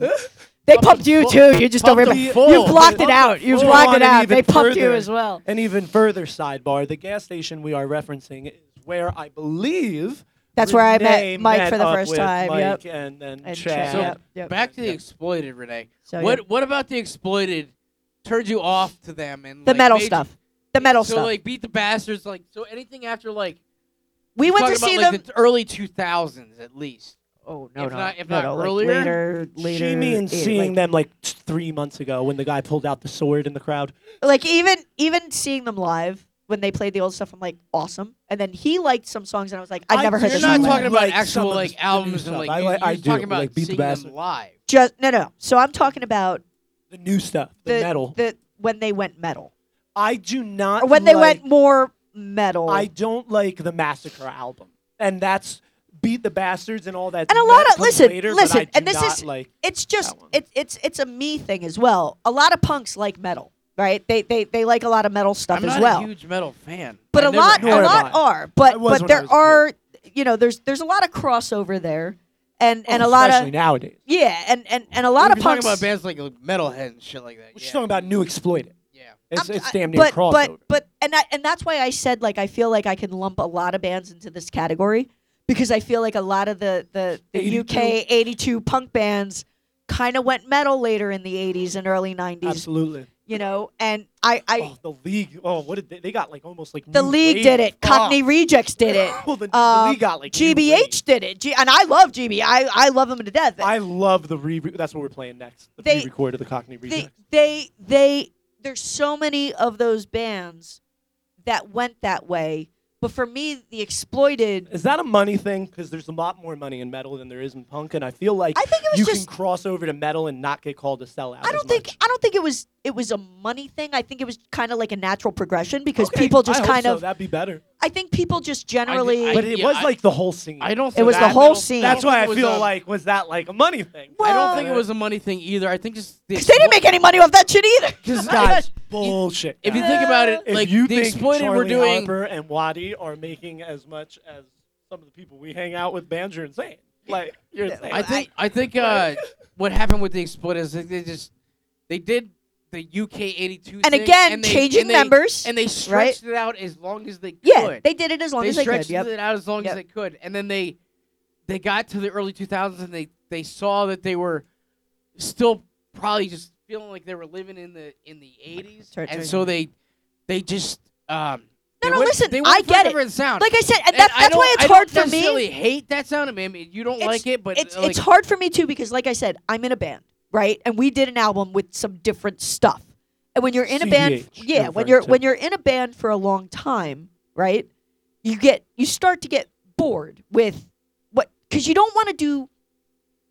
Speaker 3: They pumped you
Speaker 1: full-
Speaker 3: too. You just don't
Speaker 1: pumped
Speaker 3: remember.
Speaker 1: them full.
Speaker 3: You blocked it
Speaker 1: Pumped
Speaker 3: out.
Speaker 1: them
Speaker 3: You
Speaker 1: full.
Speaker 3: blocked it
Speaker 1: Wanted
Speaker 3: out.
Speaker 1: even
Speaker 3: They pumped you
Speaker 1: further.
Speaker 3: as well.
Speaker 1: An even further sidebar: the gas station we are referencing is where I believe
Speaker 3: That's where I met
Speaker 1: Renee
Speaker 3: Mike for the
Speaker 1: up
Speaker 3: first
Speaker 1: with
Speaker 3: time,
Speaker 1: Mike and then
Speaker 3: And
Speaker 1: Chad.
Speaker 3: Chad,
Speaker 4: So
Speaker 3: yep, yep.
Speaker 4: back to the
Speaker 1: Yeah.
Speaker 4: exploited, Renee.
Speaker 3: So,
Speaker 4: what
Speaker 3: Oh, yeah.
Speaker 4: what about the exploited turned you off to them and
Speaker 3: The
Speaker 4: like,
Speaker 3: metal
Speaker 4: made-
Speaker 3: stuff. The metal
Speaker 4: so
Speaker 3: stuff.
Speaker 4: like beat the bastards like so anything after like
Speaker 3: we went to
Speaker 4: talking about,
Speaker 3: see
Speaker 4: like,
Speaker 3: them.
Speaker 4: the early 2000s at least.
Speaker 3: oh no,
Speaker 4: if
Speaker 3: no,
Speaker 4: not- if
Speaker 3: no,
Speaker 4: not
Speaker 3: no, like,
Speaker 4: earlier,
Speaker 3: later, later.
Speaker 1: she means
Speaker 3: eh,
Speaker 1: seeing
Speaker 3: like,
Speaker 1: them like t- three months ago when the guy pulled out the sword in the crowd.
Speaker 3: Like even even seeing them live when they played the old stuff, I'm like awesome. And then he liked some songs, and I was like, I've
Speaker 1: I-
Speaker 3: never heard
Speaker 4: You're
Speaker 3: this.
Speaker 4: not
Speaker 3: before.
Speaker 4: talking about
Speaker 1: Like some
Speaker 4: actual
Speaker 1: of
Speaker 4: like
Speaker 1: the
Speaker 4: albums
Speaker 1: new
Speaker 4: and like
Speaker 1: stuff. I
Speaker 4: you-
Speaker 1: li-
Speaker 4: you're
Speaker 1: I
Speaker 4: just
Speaker 1: do,
Speaker 4: talking about
Speaker 1: like, Beat the
Speaker 4: seeing
Speaker 1: Bastards.
Speaker 4: them live.
Speaker 3: Just no, no. So I'm talking about
Speaker 1: The new stuff, the,
Speaker 3: the
Speaker 1: metal.
Speaker 3: the when they went metal
Speaker 1: I do not.
Speaker 3: or Uh, when they
Speaker 1: like-
Speaker 3: went more metal.
Speaker 1: I don't like the Massacre album, and that's Beat the Bastards and all that.
Speaker 3: And a
Speaker 1: that
Speaker 3: lot of
Speaker 1: comes
Speaker 3: listen,
Speaker 1: later, but I
Speaker 3: listen,
Speaker 1: do
Speaker 3: and this
Speaker 1: not
Speaker 3: is
Speaker 1: like
Speaker 3: it's just
Speaker 1: that one.
Speaker 3: it, it's it's a me thing as well. A lot of punks like metal, right? They they they like a lot of metal stuff
Speaker 4: I'm
Speaker 3: as
Speaker 4: not
Speaker 3: well.
Speaker 4: a huge metal fan.
Speaker 3: but
Speaker 4: I
Speaker 3: a
Speaker 4: never
Speaker 3: lot
Speaker 4: have
Speaker 3: a
Speaker 1: nor
Speaker 4: been.
Speaker 3: lot
Speaker 1: I.
Speaker 3: are,
Speaker 1: I
Speaker 3: but
Speaker 1: was
Speaker 3: but
Speaker 1: when I
Speaker 3: there
Speaker 1: was a kid. Oh,
Speaker 3: are you know there's there's a lot of crossover there, and and a lot
Speaker 1: especially
Speaker 3: of
Speaker 1: nowadays.
Speaker 3: yeah, and and and a lot of
Speaker 4: If you're talking
Speaker 3: punks.
Speaker 4: about bands like metalhead and shit like that.
Speaker 1: She's
Speaker 4: yeah.
Speaker 1: talking about New Exploited.
Speaker 4: Yeah.
Speaker 1: It's,
Speaker 3: I'm-
Speaker 1: it's
Speaker 3: I-
Speaker 1: damn near
Speaker 3: but,
Speaker 1: crossover.
Speaker 3: But but and I, and that's why I said like I feel like I can lump a lot of bands into this category because I feel like a lot of the the, the
Speaker 1: 82.
Speaker 3: UK '82 punk bands kind of went metal later in the '80s and early '90s,
Speaker 1: Absolutely.
Speaker 3: you know. And I I
Speaker 1: oh, the league. Oh, what did they, they got? Like almost like
Speaker 3: the
Speaker 1: new
Speaker 3: league
Speaker 1: wave.
Speaker 3: did it, Cockney
Speaker 1: Fuck.
Speaker 3: Rejects did it.
Speaker 1: well, the, the
Speaker 3: um,
Speaker 1: league got like new wave.
Speaker 3: GBH did it, G- and I love GB. I, I love them to death.
Speaker 1: I love the re. That's what we're playing next. The
Speaker 3: They-
Speaker 1: re-record of the Cockney
Speaker 3: they
Speaker 1: Rejects.
Speaker 3: they they there's so many of those bands that went that way but for me the exploited
Speaker 1: Is that a money thing? Because there's a lot more money in metal than there is in punk, and I feel like
Speaker 3: I think it was
Speaker 1: you
Speaker 3: just-
Speaker 1: can cross over to metal and not get called a sellout.
Speaker 3: i
Speaker 1: as
Speaker 3: don't think
Speaker 1: much.
Speaker 3: i don't think it was it was a money thing i think it was kind of like a natural progression because
Speaker 1: Okay,
Speaker 3: people just
Speaker 1: I hope
Speaker 3: kind
Speaker 1: so.
Speaker 3: of
Speaker 1: That'd be better.
Speaker 3: i think people just generally
Speaker 1: But
Speaker 4: I-
Speaker 1: it
Speaker 4: yeah,
Speaker 1: was
Speaker 4: I-
Speaker 1: like the whole scene.
Speaker 4: I don't.
Speaker 3: It
Speaker 4: Think
Speaker 3: was the
Speaker 4: that
Speaker 3: whole
Speaker 4: metal-
Speaker 3: scene.
Speaker 1: That's
Speaker 4: don't
Speaker 1: why I
Speaker 4: think it
Speaker 1: feel
Speaker 4: was a-
Speaker 1: like was that like a money thing?
Speaker 4: I
Speaker 3: Well-
Speaker 4: don't think it was a money thing either. I think just the
Speaker 3: because they didn't make any money off that shit either
Speaker 4: Because
Speaker 1: Guys, bullshit.
Speaker 4: if you
Speaker 1: guys.
Speaker 4: think about it,
Speaker 1: If
Speaker 4: like
Speaker 1: you
Speaker 4: the
Speaker 1: think
Speaker 4: exploited
Speaker 1: Charlie
Speaker 4: were doing.
Speaker 1: Harper and Waddy are making as much as some of the people we hang out with, bands, you're insane. Like you're insane.
Speaker 4: I think. I think uh, what happened with the exploited is like they just they did the UK '82.
Speaker 3: And again,
Speaker 4: and they,
Speaker 3: changing
Speaker 4: and they,
Speaker 3: members.
Speaker 4: and they stretched it out as long as they could.
Speaker 3: yeah, they did it as long
Speaker 4: They
Speaker 3: as they could.
Speaker 4: stretched
Speaker 3: Yep.
Speaker 4: it out as long
Speaker 3: Yep.
Speaker 4: as they could, and then they they got to the early 2000s and they they saw that they were still probably just feeling like they were living in the in the 80s,
Speaker 3: Sorry, sorry.
Speaker 4: and so they they just um.
Speaker 3: No,
Speaker 4: they
Speaker 3: no,
Speaker 4: went-
Speaker 3: listen,
Speaker 4: They went
Speaker 3: I
Speaker 4: for
Speaker 3: get it.
Speaker 4: different Sound.
Speaker 3: Like I said, and
Speaker 4: And
Speaker 3: that,
Speaker 4: I
Speaker 3: that's
Speaker 4: don't-
Speaker 3: why it's
Speaker 4: I don't
Speaker 3: hard for
Speaker 4: necessarily
Speaker 3: me.
Speaker 4: hate that sound. I mean, I mean, you don't
Speaker 3: It's-
Speaker 4: like it, but
Speaker 3: It's
Speaker 4: uh, like,
Speaker 3: it's hard for me too because, like I said, I'm in a band, right? And we did an album with some different stuff. And when you're in a band,
Speaker 1: CEH,
Speaker 3: yeah,
Speaker 1: you're
Speaker 3: when
Speaker 1: referring
Speaker 3: you're
Speaker 1: to.
Speaker 3: when you're in a band for a long time, right? You get you start to get bored with what because you don't want to do.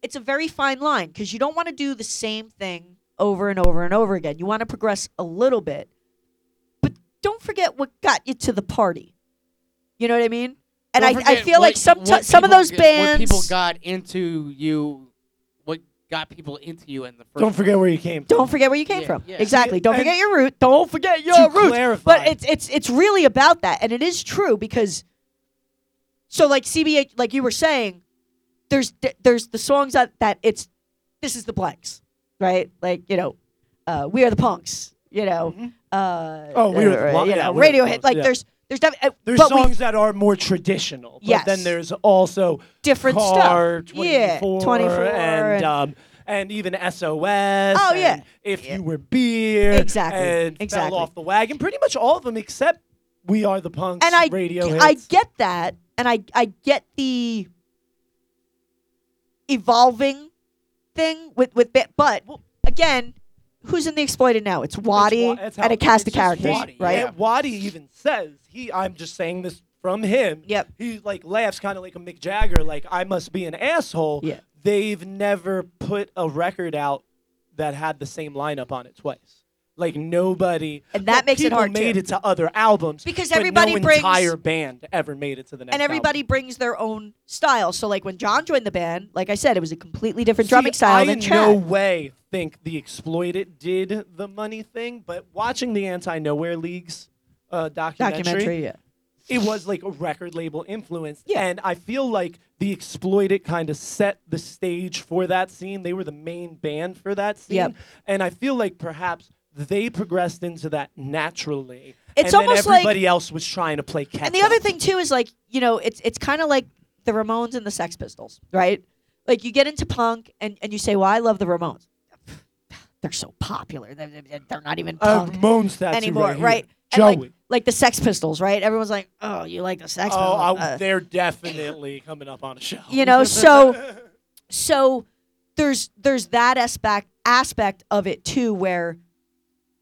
Speaker 3: It's a very fine line because you don't want to do the same thing over and over and over again. You want to progress a little bit, but don't forget what got you to the party. You know what I mean? And I,
Speaker 4: Don't
Speaker 3: I
Speaker 4: forget
Speaker 3: feel like
Speaker 4: what-
Speaker 3: some
Speaker 4: what
Speaker 3: some of
Speaker 4: people
Speaker 3: those
Speaker 4: get- what
Speaker 3: bands
Speaker 4: people got into you, what got people into you in the first.
Speaker 1: Don't forget where you came from.
Speaker 3: Don't forget where you came
Speaker 4: Yeah,
Speaker 3: from.
Speaker 4: yeah.
Speaker 3: Exactly. Don't
Speaker 1: And-
Speaker 3: forget your root. Don't forget your
Speaker 1: to
Speaker 3: roots.
Speaker 1: clarify.
Speaker 3: But it's it's it's really about that, and it is true because. So like CBH, like you were saying, there's th- there's the songs that that it's, this is the blanks, right? Like you know, uh, we are the punks. You know, uh,
Speaker 1: Mm-hmm. Oh, We Are the
Speaker 3: uh,
Speaker 1: Punk-
Speaker 3: you
Speaker 1: yeah,
Speaker 3: know,
Speaker 1: We Are the
Speaker 3: Radiohead.
Speaker 1: Punks,
Speaker 3: Like
Speaker 1: yeah.
Speaker 3: there's there's def- uh,
Speaker 1: there's
Speaker 3: but we-
Speaker 1: songs that are more traditional. But
Speaker 3: Yes.
Speaker 1: then there's also
Speaker 3: different
Speaker 1: Car,
Speaker 3: stuff.
Speaker 1: 24,
Speaker 3: yeah, twenty four
Speaker 1: and, um, and even SOS. Oh
Speaker 3: yeah.
Speaker 1: If
Speaker 3: Yeah.
Speaker 1: you were beer,
Speaker 3: Exactly,
Speaker 1: and
Speaker 3: exactly.
Speaker 1: fell off the wagon. Pretty much all of them except We Are the Punks.
Speaker 3: and I
Speaker 1: radio
Speaker 3: I
Speaker 1: hits.
Speaker 3: get that, and I I get the evolving thing with with ba- but again, who's in the exploited now? It's Waddy
Speaker 1: Wa- that's how-
Speaker 3: and a cast of
Speaker 4: it's just
Speaker 3: characters,
Speaker 4: Waddy,
Speaker 3: right?
Speaker 4: yeah.
Speaker 1: And Waddy even says he. I'm just saying this from him.
Speaker 3: Yep.
Speaker 1: He like laughs kind of like a Mick Jagger. Like I must be an asshole.
Speaker 3: Yeah.
Speaker 1: They've never put a record out that had the same lineup on it twice. Like nobody.
Speaker 3: And that
Speaker 1: but
Speaker 3: makes it
Speaker 1: people
Speaker 3: hard,
Speaker 1: Made
Speaker 3: too.
Speaker 1: it to other albums
Speaker 3: Because
Speaker 1: but
Speaker 3: everybody
Speaker 1: no
Speaker 3: brings-
Speaker 1: entire band ever made it to the next.
Speaker 3: And everybody
Speaker 1: album.
Speaker 3: brings their own style. So like when John joined the band, like I said, it was a completely different
Speaker 1: See,
Speaker 3: drumming style
Speaker 1: I
Speaker 3: than
Speaker 1: in
Speaker 3: Chad.
Speaker 1: no way think the Exploited did the money thing, but watching the Anti Nowhere League's uh,
Speaker 3: documentary, yeah.
Speaker 1: it was like a record label influence.
Speaker 3: Yeah.
Speaker 1: And I feel like the Exploited kind of set the stage for that scene. They were the main band for that scene.
Speaker 3: Yep.
Speaker 1: And I feel like perhaps they progressed into that naturally.
Speaker 3: It's
Speaker 1: and
Speaker 3: almost
Speaker 1: then
Speaker 3: like-
Speaker 1: everybody else was trying to play catch
Speaker 3: And the other
Speaker 1: up.
Speaker 3: thing too is like you know it's it's kind of like the Ramones and the Sex Pistols, right? Like you get into punk and and you say, "Well, I love the Ramones. They're so popular. They're, they're- they're not even
Speaker 1: uh,
Speaker 3: punk
Speaker 1: Moan statue
Speaker 3: anymore,
Speaker 1: right?
Speaker 3: right?"
Speaker 1: here.
Speaker 3: And like,
Speaker 1: Joey.
Speaker 3: like the Sex Pistols, right? Everyone's like, "Oh, you like the Sex
Speaker 1: oh,
Speaker 3: Pistols?"
Speaker 1: I-
Speaker 3: Uh,
Speaker 1: they're definitely coming up on a show.
Speaker 3: you know, so- so there's there's that aspect aspect of it too, where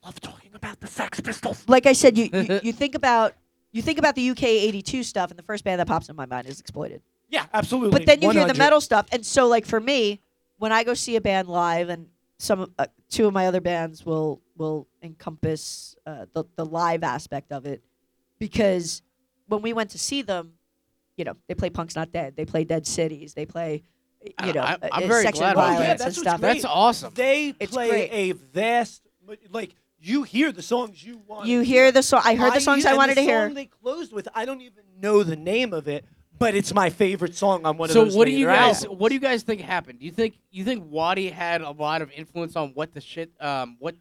Speaker 1: love talking about the Sex Pistols.
Speaker 3: like I said, you you, you think about you think about the UK '82 stuff, and the first band that pops in my mind is Exploited.
Speaker 1: Yeah, absolutely.
Speaker 3: but then you hear the
Speaker 1: 100.
Speaker 3: metal stuff and so like for me when i go see a band live and some of- uh, two of my other bands will will encompass uh, the, the live aspect of it because when we went to see them you know they play punk's not dead they play dead cities they play
Speaker 4: I-
Speaker 3: you know
Speaker 4: I-
Speaker 3: uh,
Speaker 4: I'm
Speaker 3: uh,
Speaker 4: very
Speaker 3: Section
Speaker 4: glad
Speaker 3: of
Speaker 4: about that.
Speaker 3: violence
Speaker 4: Yeah,
Speaker 1: that's
Speaker 3: and
Speaker 1: what's
Speaker 3: stuff
Speaker 1: great.
Speaker 4: That's awesome.
Speaker 1: They
Speaker 3: It's
Speaker 1: play
Speaker 3: great.
Speaker 1: a vast like you hear the songs you want.
Speaker 3: you hear the song i heard the songs i
Speaker 1: and
Speaker 3: wanted
Speaker 1: the
Speaker 3: to hear
Speaker 1: Song they closed with. I don't even know the name of it, but it's my favorite song on one
Speaker 4: so
Speaker 1: of those.
Speaker 4: what do you
Speaker 1: later
Speaker 4: guys?
Speaker 1: albums.
Speaker 4: What do you guys think happened? Do you think you think Waddy had a lot of influence on what the shit, um, what,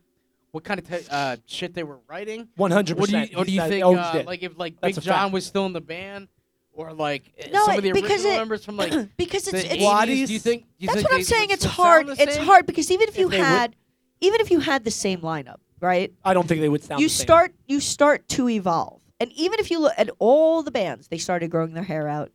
Speaker 4: what kind of te- uh, shit they were writing?
Speaker 1: One hundred
Speaker 4: What do
Speaker 1: percent.
Speaker 4: you, or do you think, uh, like if like
Speaker 1: That's
Speaker 4: Big
Speaker 1: a fact.
Speaker 4: John was still in the band, or like eh,
Speaker 3: No,
Speaker 4: some
Speaker 3: it-
Speaker 4: of the
Speaker 3: because
Speaker 4: original
Speaker 3: it-
Speaker 4: members from like
Speaker 3: because
Speaker 4: the
Speaker 3: it's, it's
Speaker 4: 80s? Do you
Speaker 1: Waddies-
Speaker 4: think? do you
Speaker 3: That's
Speaker 4: think
Speaker 3: what I'm
Speaker 4: they
Speaker 3: saying.
Speaker 4: would
Speaker 3: It's
Speaker 4: still
Speaker 3: hard.
Speaker 4: sound the
Speaker 3: It's
Speaker 4: same?
Speaker 3: hard because even if you
Speaker 1: they would-
Speaker 3: had, even if you had the same lineup, right?
Speaker 1: I don't think they would sound.
Speaker 3: you
Speaker 1: the same.
Speaker 3: start you start to evolve and even if you look at all the bands they started growing their hair out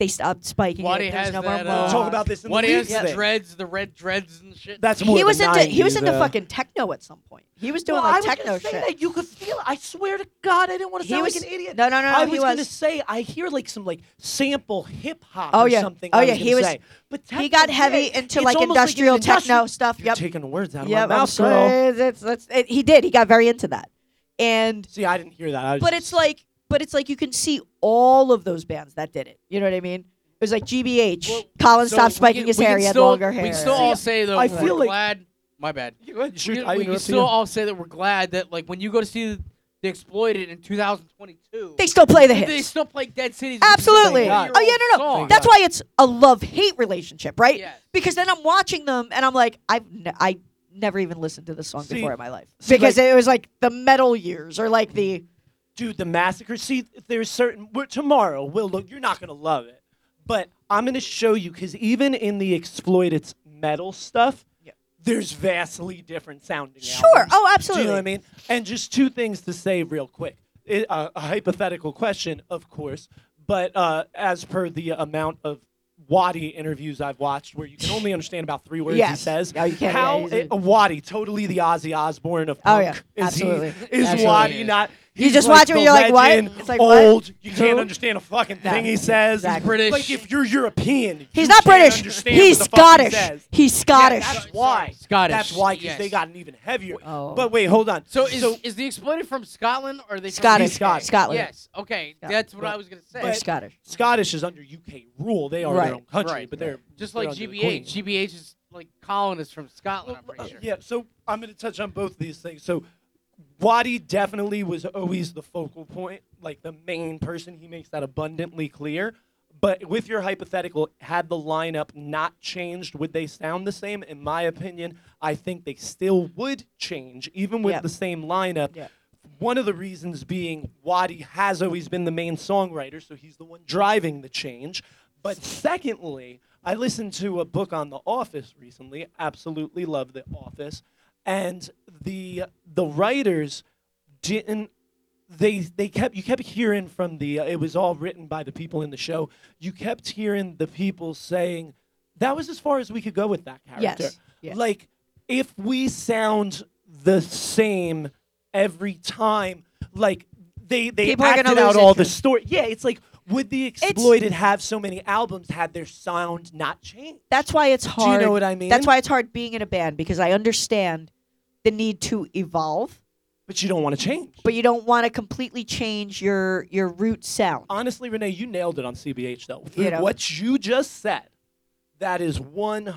Speaker 3: they stopped spiking
Speaker 4: Waddy
Speaker 3: it.
Speaker 4: has
Speaker 3: There's no
Speaker 4: that,
Speaker 3: more
Speaker 4: uh,
Speaker 1: We'll
Speaker 3: blonde.
Speaker 1: talk about this in
Speaker 4: What
Speaker 1: the
Speaker 4: is
Speaker 1: weeks thing.
Speaker 4: dreads? The red dreads and shit.
Speaker 1: That's more
Speaker 3: he
Speaker 1: of
Speaker 3: was
Speaker 1: the
Speaker 3: into he was
Speaker 1: 90s,
Speaker 3: into
Speaker 1: uh,
Speaker 3: fucking techno at some point he was doing
Speaker 1: Well,
Speaker 3: like
Speaker 1: I was
Speaker 3: techno
Speaker 1: gonna say
Speaker 3: shit
Speaker 1: That you could feel. I swear to God, I didn't want to
Speaker 3: He
Speaker 1: sound
Speaker 3: was-
Speaker 1: like an idiot.
Speaker 3: no, no, no, no,
Speaker 1: I
Speaker 3: he
Speaker 1: was, gonna
Speaker 3: was.
Speaker 1: say I hear like some like sample hip hop.
Speaker 3: Oh,
Speaker 1: or
Speaker 3: yeah.
Speaker 1: something.
Speaker 3: Oh,
Speaker 1: I
Speaker 3: yeah,
Speaker 1: was
Speaker 3: he
Speaker 1: gonna
Speaker 3: was-
Speaker 1: Say. But
Speaker 3: he got
Speaker 1: techno,
Speaker 3: heavy
Speaker 1: yeah,
Speaker 3: into
Speaker 1: it's
Speaker 3: like
Speaker 1: almost an
Speaker 3: industrial techno stuff
Speaker 1: You're
Speaker 3: yep
Speaker 1: taking the words out of
Speaker 3: yep
Speaker 1: my
Speaker 3: I'm
Speaker 1: mouth, girl.
Speaker 3: sorry. It's- it's- it- he did he got very into that and
Speaker 1: See, I didn't hear that. I was
Speaker 3: but
Speaker 1: just-
Speaker 3: it's like but it's like you can see all of those bands that did it you know what i mean it was like gbh
Speaker 4: Well,
Speaker 3: colin
Speaker 4: So
Speaker 3: stopped
Speaker 4: we
Speaker 3: spiking
Speaker 4: can-
Speaker 3: his
Speaker 4: we
Speaker 3: hair
Speaker 4: can
Speaker 3: he had
Speaker 4: still-
Speaker 3: longer hair
Speaker 4: We can still all say though.
Speaker 1: I
Speaker 4: we're
Speaker 1: feel like-
Speaker 4: glad. My bad.
Speaker 1: You go ahead, shoot,
Speaker 4: we,
Speaker 1: I
Speaker 4: we can
Speaker 1: interrupted
Speaker 4: still
Speaker 1: you.
Speaker 4: all say that we're glad that like when you go to see the, the exploited in 2022
Speaker 3: they still play the hits
Speaker 4: they still play dead cities
Speaker 3: Absolutely.
Speaker 1: Thank God.
Speaker 3: Oh yeah, no, no. That's why it's a love hate relationship, right?
Speaker 4: Yes.
Speaker 3: Because then I'm watching them and I'm like, I've n- I never even listened to this song
Speaker 1: See-
Speaker 3: before in my life
Speaker 1: see,
Speaker 3: because it was like the metal years or like the
Speaker 1: dude, the massacre. See, there's certain. We're, tomorrow, we'll look. You're not gonna love it, but I'm gonna show you because even in the exploited's metal stuff,
Speaker 3: Yeah.
Speaker 1: there's vastly different sounding.
Speaker 3: sure.
Speaker 1: albums.
Speaker 3: Oh,
Speaker 1: Do you
Speaker 3: absolutely.
Speaker 1: know what I mean? And just two things to say real quick. I- uh, a hypothetical question, of course, but uh, as per the amount of Wadi interviews I've watched, where you can only understand about three words he
Speaker 3: Yes.
Speaker 1: says,
Speaker 3: No, you can't- yeah,
Speaker 1: how
Speaker 3: he's a-
Speaker 1: uh, Wadi, totally the Ozzy Osbourne of
Speaker 3: Oh,
Speaker 1: punk,
Speaker 3: yeah,
Speaker 1: is he-
Speaker 3: absolutely.
Speaker 1: is
Speaker 3: Absolutely.
Speaker 1: Wadi not?
Speaker 3: You
Speaker 1: he's
Speaker 3: just
Speaker 1: like
Speaker 3: watch him
Speaker 1: the
Speaker 3: and you're like, what?
Speaker 1: legend,
Speaker 3: It's like, what?
Speaker 1: old. You can't
Speaker 3: Who?
Speaker 1: understand a fucking
Speaker 3: No,
Speaker 1: thing he says.
Speaker 3: exactly.
Speaker 4: British.
Speaker 1: Like if you're European, you
Speaker 3: He's not
Speaker 1: can't
Speaker 3: British.
Speaker 1: understand what
Speaker 3: He's
Speaker 1: the fuck he
Speaker 3: Scottish.
Speaker 1: says.
Speaker 3: He's Scottish.
Speaker 1: Yeah, that's why.
Speaker 4: Scottish,
Speaker 1: That's why 'cause
Speaker 4: yes.
Speaker 1: they got an even heavier.
Speaker 3: Oh.
Speaker 1: But wait, hold on.
Speaker 4: So is is the exploited from Scotland or are they from
Speaker 3: Scottish.
Speaker 1: He's
Speaker 4: UK?
Speaker 1: Scottish.
Speaker 3: Scotland.
Speaker 4: Yes. Okay,
Speaker 3: Yeah.
Speaker 4: that's what
Speaker 1: Right.
Speaker 4: I was gonna say.
Speaker 3: They're Scottish.
Speaker 1: Scottish is under UK rule. They are
Speaker 3: Right,
Speaker 1: their own country,
Speaker 4: right,
Speaker 1: but they're
Speaker 4: Just
Speaker 1: they're
Speaker 4: like
Speaker 1: under the
Speaker 4: GBH.
Speaker 1: Queen.
Speaker 4: GBH is like colonists from Scotland. I'm
Speaker 1: Uh,
Speaker 4: pretty sure.
Speaker 1: Yeah. So I'm going to touch on both of these things. So Wadi definitely was always the focal point, like the main person. He makes that abundantly clear. But with your hypothetical, had the lineup not changed, would they sound the same? In my opinion, I think they still would change, even with
Speaker 3: Yeah.
Speaker 1: the same lineup.
Speaker 3: Yeah.
Speaker 1: One of the reasons being Wadi has always been the main songwriter, so he's the one driving the change. But secondly, I listened to a book on The Office recently. Absolutely love The Office, and the the writers didn't they they kept you kept hearing from the uh, it was all written by the people in the show. You kept hearing the people saying that was as far as we could go with that character.
Speaker 3: Yes, yes.
Speaker 1: Like if we sound the same every time, like they they
Speaker 3: People are gonna
Speaker 1: acted out
Speaker 3: lose
Speaker 1: all the
Speaker 3: interest.
Speaker 1: story. Yeah, it's like would the exploited have so many albums had their sound not changed?
Speaker 3: That's why it's
Speaker 1: Do you
Speaker 3: hard.
Speaker 1: know what I mean?
Speaker 3: That's why it's hard being in a band because I understand the need to evolve,
Speaker 1: but you don't want to change.
Speaker 3: but you don't want to completely change your your root sound.
Speaker 4: Uh,
Speaker 1: honestly, Renee, you nailed it on CBH though. Through
Speaker 3: know.
Speaker 1: What you just said, that is 100%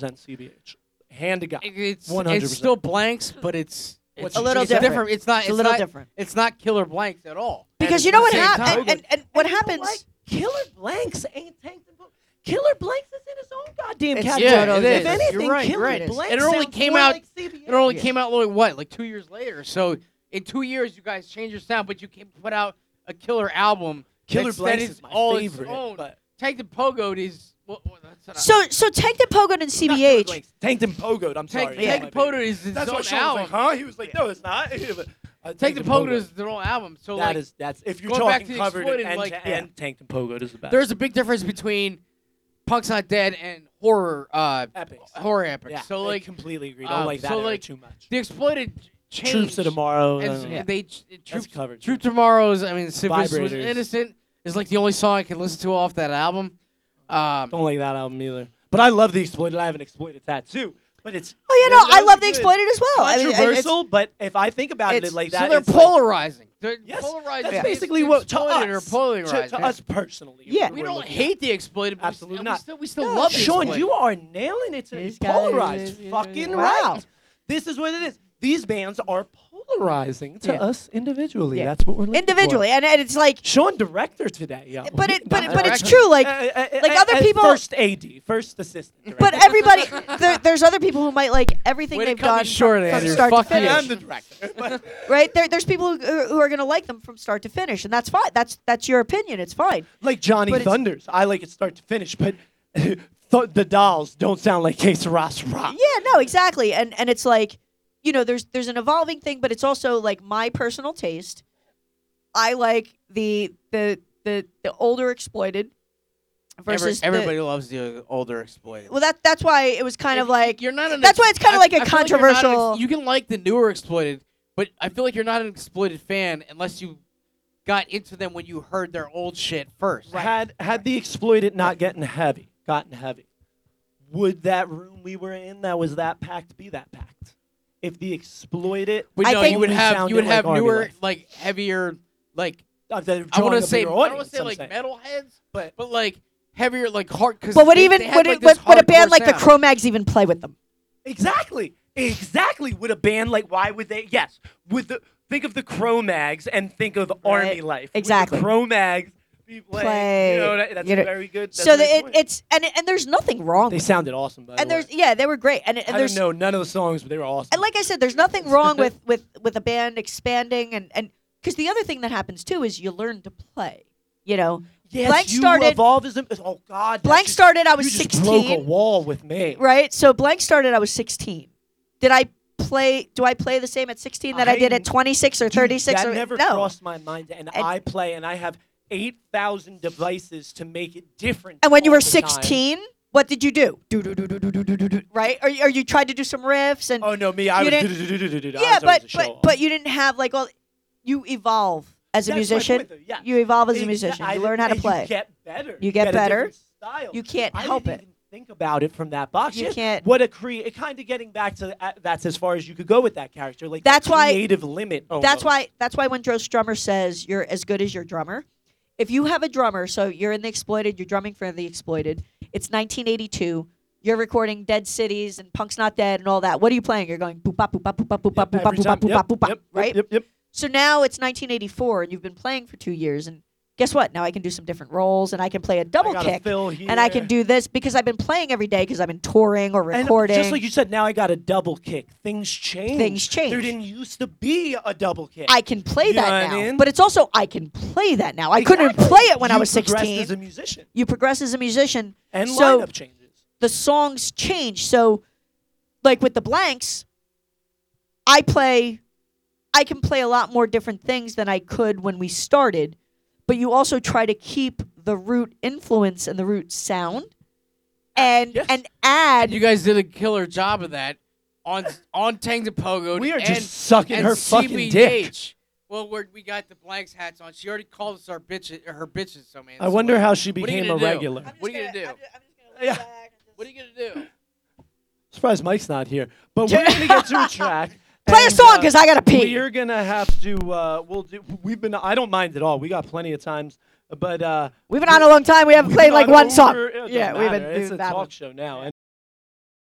Speaker 1: CBH. Hand to God.
Speaker 4: It's
Speaker 1: 100%.
Speaker 4: it's still blanks, but it's
Speaker 1: What's
Speaker 4: it's
Speaker 1: A
Speaker 3: little
Speaker 4: it's
Speaker 3: different.
Speaker 4: It's not
Speaker 3: It's
Speaker 4: it's,
Speaker 3: a little
Speaker 4: not,
Speaker 3: different.
Speaker 4: It's not killer blanks at all.
Speaker 3: Because
Speaker 1: it's
Speaker 3: you know
Speaker 1: the
Speaker 3: what
Speaker 1: same
Speaker 3: happens,
Speaker 1: time.
Speaker 3: and, and, and what
Speaker 1: And you know
Speaker 3: happens?
Speaker 1: Killer Blanks ain't tanked the book. Killer Blanks is in his own goddamn
Speaker 3: It's-
Speaker 1: category.
Speaker 3: yeah, it
Speaker 1: if
Speaker 3: is.
Speaker 1: anything,
Speaker 4: You're right,
Speaker 1: Killer
Speaker 4: right. It is.
Speaker 1: Blanks
Speaker 4: And it only
Speaker 1: sounds
Speaker 4: came
Speaker 1: more
Speaker 4: out-
Speaker 1: like CBH.
Speaker 4: It only
Speaker 3: Yeah.
Speaker 4: came out like what, like two years later. So in two years, you guys changed your sound, but you can put out a killer album.
Speaker 1: Killer
Speaker 4: that's, that
Speaker 1: Blanks
Speaker 4: is
Speaker 1: is my
Speaker 4: all its
Speaker 1: favorite.
Speaker 4: own.
Speaker 1: But
Speaker 4: Tank the Pogo is. Well, well, that's
Speaker 3: So
Speaker 4: not-
Speaker 3: so Tank the Pogo and
Speaker 1: Not Killer
Speaker 3: CBH.
Speaker 1: Blanks. Tanked and Pogoed. I'm
Speaker 4: Tank,
Speaker 1: sorry.
Speaker 3: yeah.
Speaker 4: Tank the Pogo is his
Speaker 1: That's
Speaker 4: own
Speaker 1: what Sean was
Speaker 4: album.
Speaker 1: like, huh? He was like, no, it's not. Uh,
Speaker 4: Tank the
Speaker 1: and
Speaker 4: Pogo
Speaker 1: Pogoed.
Speaker 4: is their own album. So
Speaker 1: That
Speaker 4: like,
Speaker 1: is that's if you're
Speaker 4: going back
Speaker 1: talking
Speaker 4: to the
Speaker 1: covered and
Speaker 4: exploited,
Speaker 1: end
Speaker 4: like,
Speaker 1: to
Speaker 4: yeah.
Speaker 1: end, Tanked and Pogoed is the best.
Speaker 4: there's a big difference between Punk's Not Dead and horror uh,
Speaker 1: epics.
Speaker 4: horror epics. so
Speaker 1: I
Speaker 4: like
Speaker 1: completely agree. Don't
Speaker 4: um,
Speaker 1: like that
Speaker 4: so,
Speaker 1: era
Speaker 4: like,
Speaker 1: too much.
Speaker 4: the exploited changed.
Speaker 1: Troops of Tomorrow.
Speaker 4: and
Speaker 1: uh,
Speaker 4: s-
Speaker 1: yeah.
Speaker 4: they ch- troops,
Speaker 1: covered.
Speaker 4: Troop Tomorrow's. I mean, Civis was
Speaker 1: Vibrators.
Speaker 4: innocent. Is like the only song I can listen to off that album. Um,
Speaker 1: Don't like that album either. But I love the exploited. I have an exploited tattoo. But it's
Speaker 3: Oh, you
Speaker 1: they're-
Speaker 3: know, I
Speaker 1: they're
Speaker 3: love the
Speaker 1: good.
Speaker 3: exploited as well. I mean, it- it's-
Speaker 1: Controversial, but if I think about it
Speaker 3: it's-
Speaker 1: like
Speaker 4: so
Speaker 1: that,
Speaker 4: they're
Speaker 1: it's like-
Speaker 4: polarizing. they're
Speaker 1: yes,
Speaker 4: polarizing.
Speaker 1: that's
Speaker 4: It's-
Speaker 1: basically
Speaker 4: it's
Speaker 1: what to
Speaker 4: exploited or
Speaker 1: us, to,
Speaker 4: polarized.
Speaker 1: to us personally.
Speaker 3: Yeah.
Speaker 1: we're
Speaker 4: we don't
Speaker 1: looking at.
Speaker 4: hate the exploited. but we
Speaker 1: Absolutely
Speaker 4: still-
Speaker 1: not.
Speaker 4: We still, we still
Speaker 3: No,
Speaker 4: love the
Speaker 1: Sean,
Speaker 4: exploited.
Speaker 1: you are nailing it today.
Speaker 3: He's got it.
Speaker 1: Polarized,
Speaker 3: He's-
Speaker 1: fucking
Speaker 3: wow.
Speaker 1: right. This is what it is. These bands are polarizing to
Speaker 3: Yeah.
Speaker 1: us individually.
Speaker 3: Yeah.
Speaker 1: That's what we're looking for.
Speaker 3: individually, and, and it's like
Speaker 1: Sean director today, Uh, yo.
Speaker 3: But it- but
Speaker 4: but it's
Speaker 3: true, like- like other people-
Speaker 1: First AD, first assistant. Director.
Speaker 3: But everybody, there, there's other people who might like everything
Speaker 4: Way to
Speaker 3: they've
Speaker 4: cut me
Speaker 3: done
Speaker 4: short,
Speaker 3: from, from
Speaker 4: Andrew.
Speaker 3: start
Speaker 4: Fuck
Speaker 3: to finish,
Speaker 4: you.
Speaker 1: I'm the director. But
Speaker 3: right? There, there's people who, who are going to like them from start to finish, and that's fine. That's that's your opinion. It's fine.
Speaker 1: like Johnny
Speaker 3: But it's-
Speaker 1: Thunders, I like it start to finish. But th- the dolls don't sound like Case Ross Rock.
Speaker 3: Yeah, no, exactly. And and it's like, you know, there's there's an evolving thing, but it's also like my personal taste. I like the the the the older exploited
Speaker 4: Every-
Speaker 3: versus the-
Speaker 4: everybody loves the older exploited.
Speaker 3: well, that that's why it was kind
Speaker 4: If
Speaker 3: of like
Speaker 4: you're not. An
Speaker 3: that's why it's kind of
Speaker 4: I-
Speaker 3: like a
Speaker 4: I feel you're not an ex-
Speaker 3: controversial-
Speaker 4: you can like the newer exploited, but I feel like you're not an exploited fan unless you got into them when you heard their old shit first.
Speaker 1: Had had the exploited not gotten heavy, gotten heavy, would that room we were in that was that packed be that packed? If the exploited,
Speaker 4: But
Speaker 3: I
Speaker 4: no,
Speaker 3: think-
Speaker 4: you would
Speaker 1: Only
Speaker 4: have
Speaker 1: sounded
Speaker 4: you would
Speaker 1: like
Speaker 4: have
Speaker 1: Army
Speaker 4: newer,
Speaker 1: Life.
Speaker 4: like heavier, like
Speaker 1: uh, they're
Speaker 4: I
Speaker 1: drawing
Speaker 4: want
Speaker 1: a
Speaker 4: to say
Speaker 1: bigger
Speaker 4: I don't
Speaker 1: audience,
Speaker 4: want to say
Speaker 1: I'm
Speaker 4: like
Speaker 1: saying.
Speaker 4: metalheads,
Speaker 1: But-
Speaker 4: but but like heavier, like hard. Cause
Speaker 3: but would
Speaker 4: they-
Speaker 3: even
Speaker 4: they had,
Speaker 3: would,
Speaker 4: like,
Speaker 3: it,
Speaker 4: this
Speaker 3: would, would a
Speaker 4: hardcore
Speaker 3: band like the
Speaker 4: sound.
Speaker 3: Cro-Mags even play with them?
Speaker 1: Exactly. Exactly. Would a band like why would they yes. Would the think of the Cro Mags and think of
Speaker 3: Right.
Speaker 1: Army Life.
Speaker 3: Exactly.
Speaker 1: Cro Mags be playing.
Speaker 3: Play-
Speaker 1: You know, that- that's
Speaker 3: you know-
Speaker 1: very good. That's
Speaker 3: so
Speaker 1: a
Speaker 3: that
Speaker 1: good
Speaker 3: it,
Speaker 1: point.
Speaker 3: it's and and there's nothing wrong.
Speaker 1: they
Speaker 3: with it.
Speaker 1: sounded awesome, by
Speaker 3: and
Speaker 1: the way.
Speaker 3: there's yeah, they were great. And and
Speaker 1: I
Speaker 3: there's
Speaker 1: don't know none of the songs, but they were awesome.
Speaker 3: and like I said, there's nothing wrong with with with a band expanding and and because the other thing that happens too is you learn to play. You know,
Speaker 1: yes,
Speaker 3: Blank
Speaker 1: you
Speaker 3: started-
Speaker 1: evolve as a, oh God, that
Speaker 3: Blank
Speaker 1: just-
Speaker 3: started. I
Speaker 1: you
Speaker 3: was
Speaker 1: just broke a
Speaker 3: 16,
Speaker 1: wall with me.
Speaker 3: right? So Blank started. I was 16. Did I play? Do I play the same at 16 that I,
Speaker 1: I
Speaker 3: did
Speaker 1: n-
Speaker 3: at 26 or
Speaker 1: Dude,
Speaker 3: 36?
Speaker 1: That
Speaker 3: or,
Speaker 1: never
Speaker 3: no,
Speaker 1: crossed my mind, and,
Speaker 3: And-
Speaker 1: I play, and I have eight thousand devices to make it different.
Speaker 3: And when you
Speaker 1: all
Speaker 3: were
Speaker 1: the time.
Speaker 3: 16, what did you do? Do do do do do do do do do. Right? Or, or you tried to do some riffs and
Speaker 1: Oh no, me! I
Speaker 3: You
Speaker 1: was,
Speaker 3: didn't-
Speaker 1: yeah,
Speaker 3: yeah, but
Speaker 1: show
Speaker 3: but but you didn't have like all. You evolve as a
Speaker 1: That's my
Speaker 3: musician.
Speaker 1: point, though, yeah.
Speaker 3: You evolve as a
Speaker 1: Exa-
Speaker 3: musician.
Speaker 1: I
Speaker 3: You
Speaker 1: didn't-
Speaker 3: learn how to
Speaker 1: and
Speaker 3: play.
Speaker 1: You get better.
Speaker 3: You get
Speaker 1: a
Speaker 3: better.
Speaker 1: different Style.
Speaker 3: You can't
Speaker 1: I
Speaker 3: help
Speaker 1: didn't
Speaker 3: it.
Speaker 1: even think about it from that box.
Speaker 3: You
Speaker 1: Yes,
Speaker 3: can't-
Speaker 1: What a create. Kind of getting back to uh, that's as far as you could go with that character. Like
Speaker 3: That's
Speaker 1: the
Speaker 3: why-
Speaker 1: creative limit. Almost.
Speaker 3: That's why. That's why when Joe Strummer says you're as good as your drummer, if you have a drummer, so you're in the Exploited, you're drumming for the Exploited. It's 1982. You're recording Dead Cities and Punk's Not Dead and all that. What are you playing? You're going boop bop boop bop boop bop boop bop
Speaker 1: Yep,
Speaker 3: boop bop
Speaker 1: every
Speaker 3: boop
Speaker 1: time.
Speaker 3: bop boop
Speaker 1: Yep,
Speaker 3: bop boop bop.
Speaker 1: yep,
Speaker 3: Right.
Speaker 1: Yep. Yep.
Speaker 3: So now it's 1984 and you've been playing for two years and guess what? Now I can do some different roles and I can play a double
Speaker 1: gotta
Speaker 3: kick
Speaker 1: fill
Speaker 3: and I can
Speaker 1: here.
Speaker 3: do this because I've been playing every day because I've been touring or
Speaker 1: And
Speaker 3: recording.
Speaker 1: just like you said, now I got a double kick. Things change.
Speaker 3: Things
Speaker 1: There
Speaker 3: change.
Speaker 1: didn't used to be a double kick.
Speaker 3: I can play
Speaker 1: You know
Speaker 3: that
Speaker 1: what
Speaker 3: now,
Speaker 1: I mean?
Speaker 3: but it's also I can play that now. I couldn't
Speaker 1: Exactly.
Speaker 3: play it when I
Speaker 1: You
Speaker 3: was
Speaker 1: progressed
Speaker 3: 16.
Speaker 1: as a musician
Speaker 3: you progress as a musician,
Speaker 1: and
Speaker 3: so
Speaker 1: lineup changes.
Speaker 3: the songs change. So, like with the blanks, I play, I can play a lot more different things than I could when we started. But you also try to keep the root influence and the root sound, and
Speaker 1: Uh, Yes.
Speaker 3: and add.
Speaker 4: And you guys did a killer job of that on on Tangs and Pogo.
Speaker 1: We are just
Speaker 4: and,
Speaker 1: sucking
Speaker 4: and
Speaker 1: her fucking dick.
Speaker 4: CBH. Well, we're, we got the blanks hats on. She already called us our bitches. Her bitches, so man.
Speaker 1: I wonder how she
Speaker 4: What are you
Speaker 1: became a
Speaker 4: gonna do?
Speaker 1: regular.
Speaker 4: what are you gonna do?
Speaker 1: Yeah.
Speaker 4: What are you gonna do?
Speaker 1: Surprised Mike's not here. But we're gonna get to a track.
Speaker 3: Play a
Speaker 1: and,
Speaker 3: song
Speaker 1: uh,
Speaker 3: because I gotta pee.
Speaker 1: We're gonna have to. Uh, we'll do. We've been. I don't mind at all. We got plenty of times. But uh,
Speaker 3: We've been on a long time. We haven't
Speaker 1: we've
Speaker 3: played
Speaker 1: gone
Speaker 3: like one
Speaker 1: over-
Speaker 3: song.
Speaker 1: it doesn't
Speaker 3: Yeah, we've
Speaker 1: matter.
Speaker 3: been
Speaker 1: It's
Speaker 3: doing
Speaker 1: a
Speaker 3: that
Speaker 1: talk
Speaker 3: one.
Speaker 1: show now.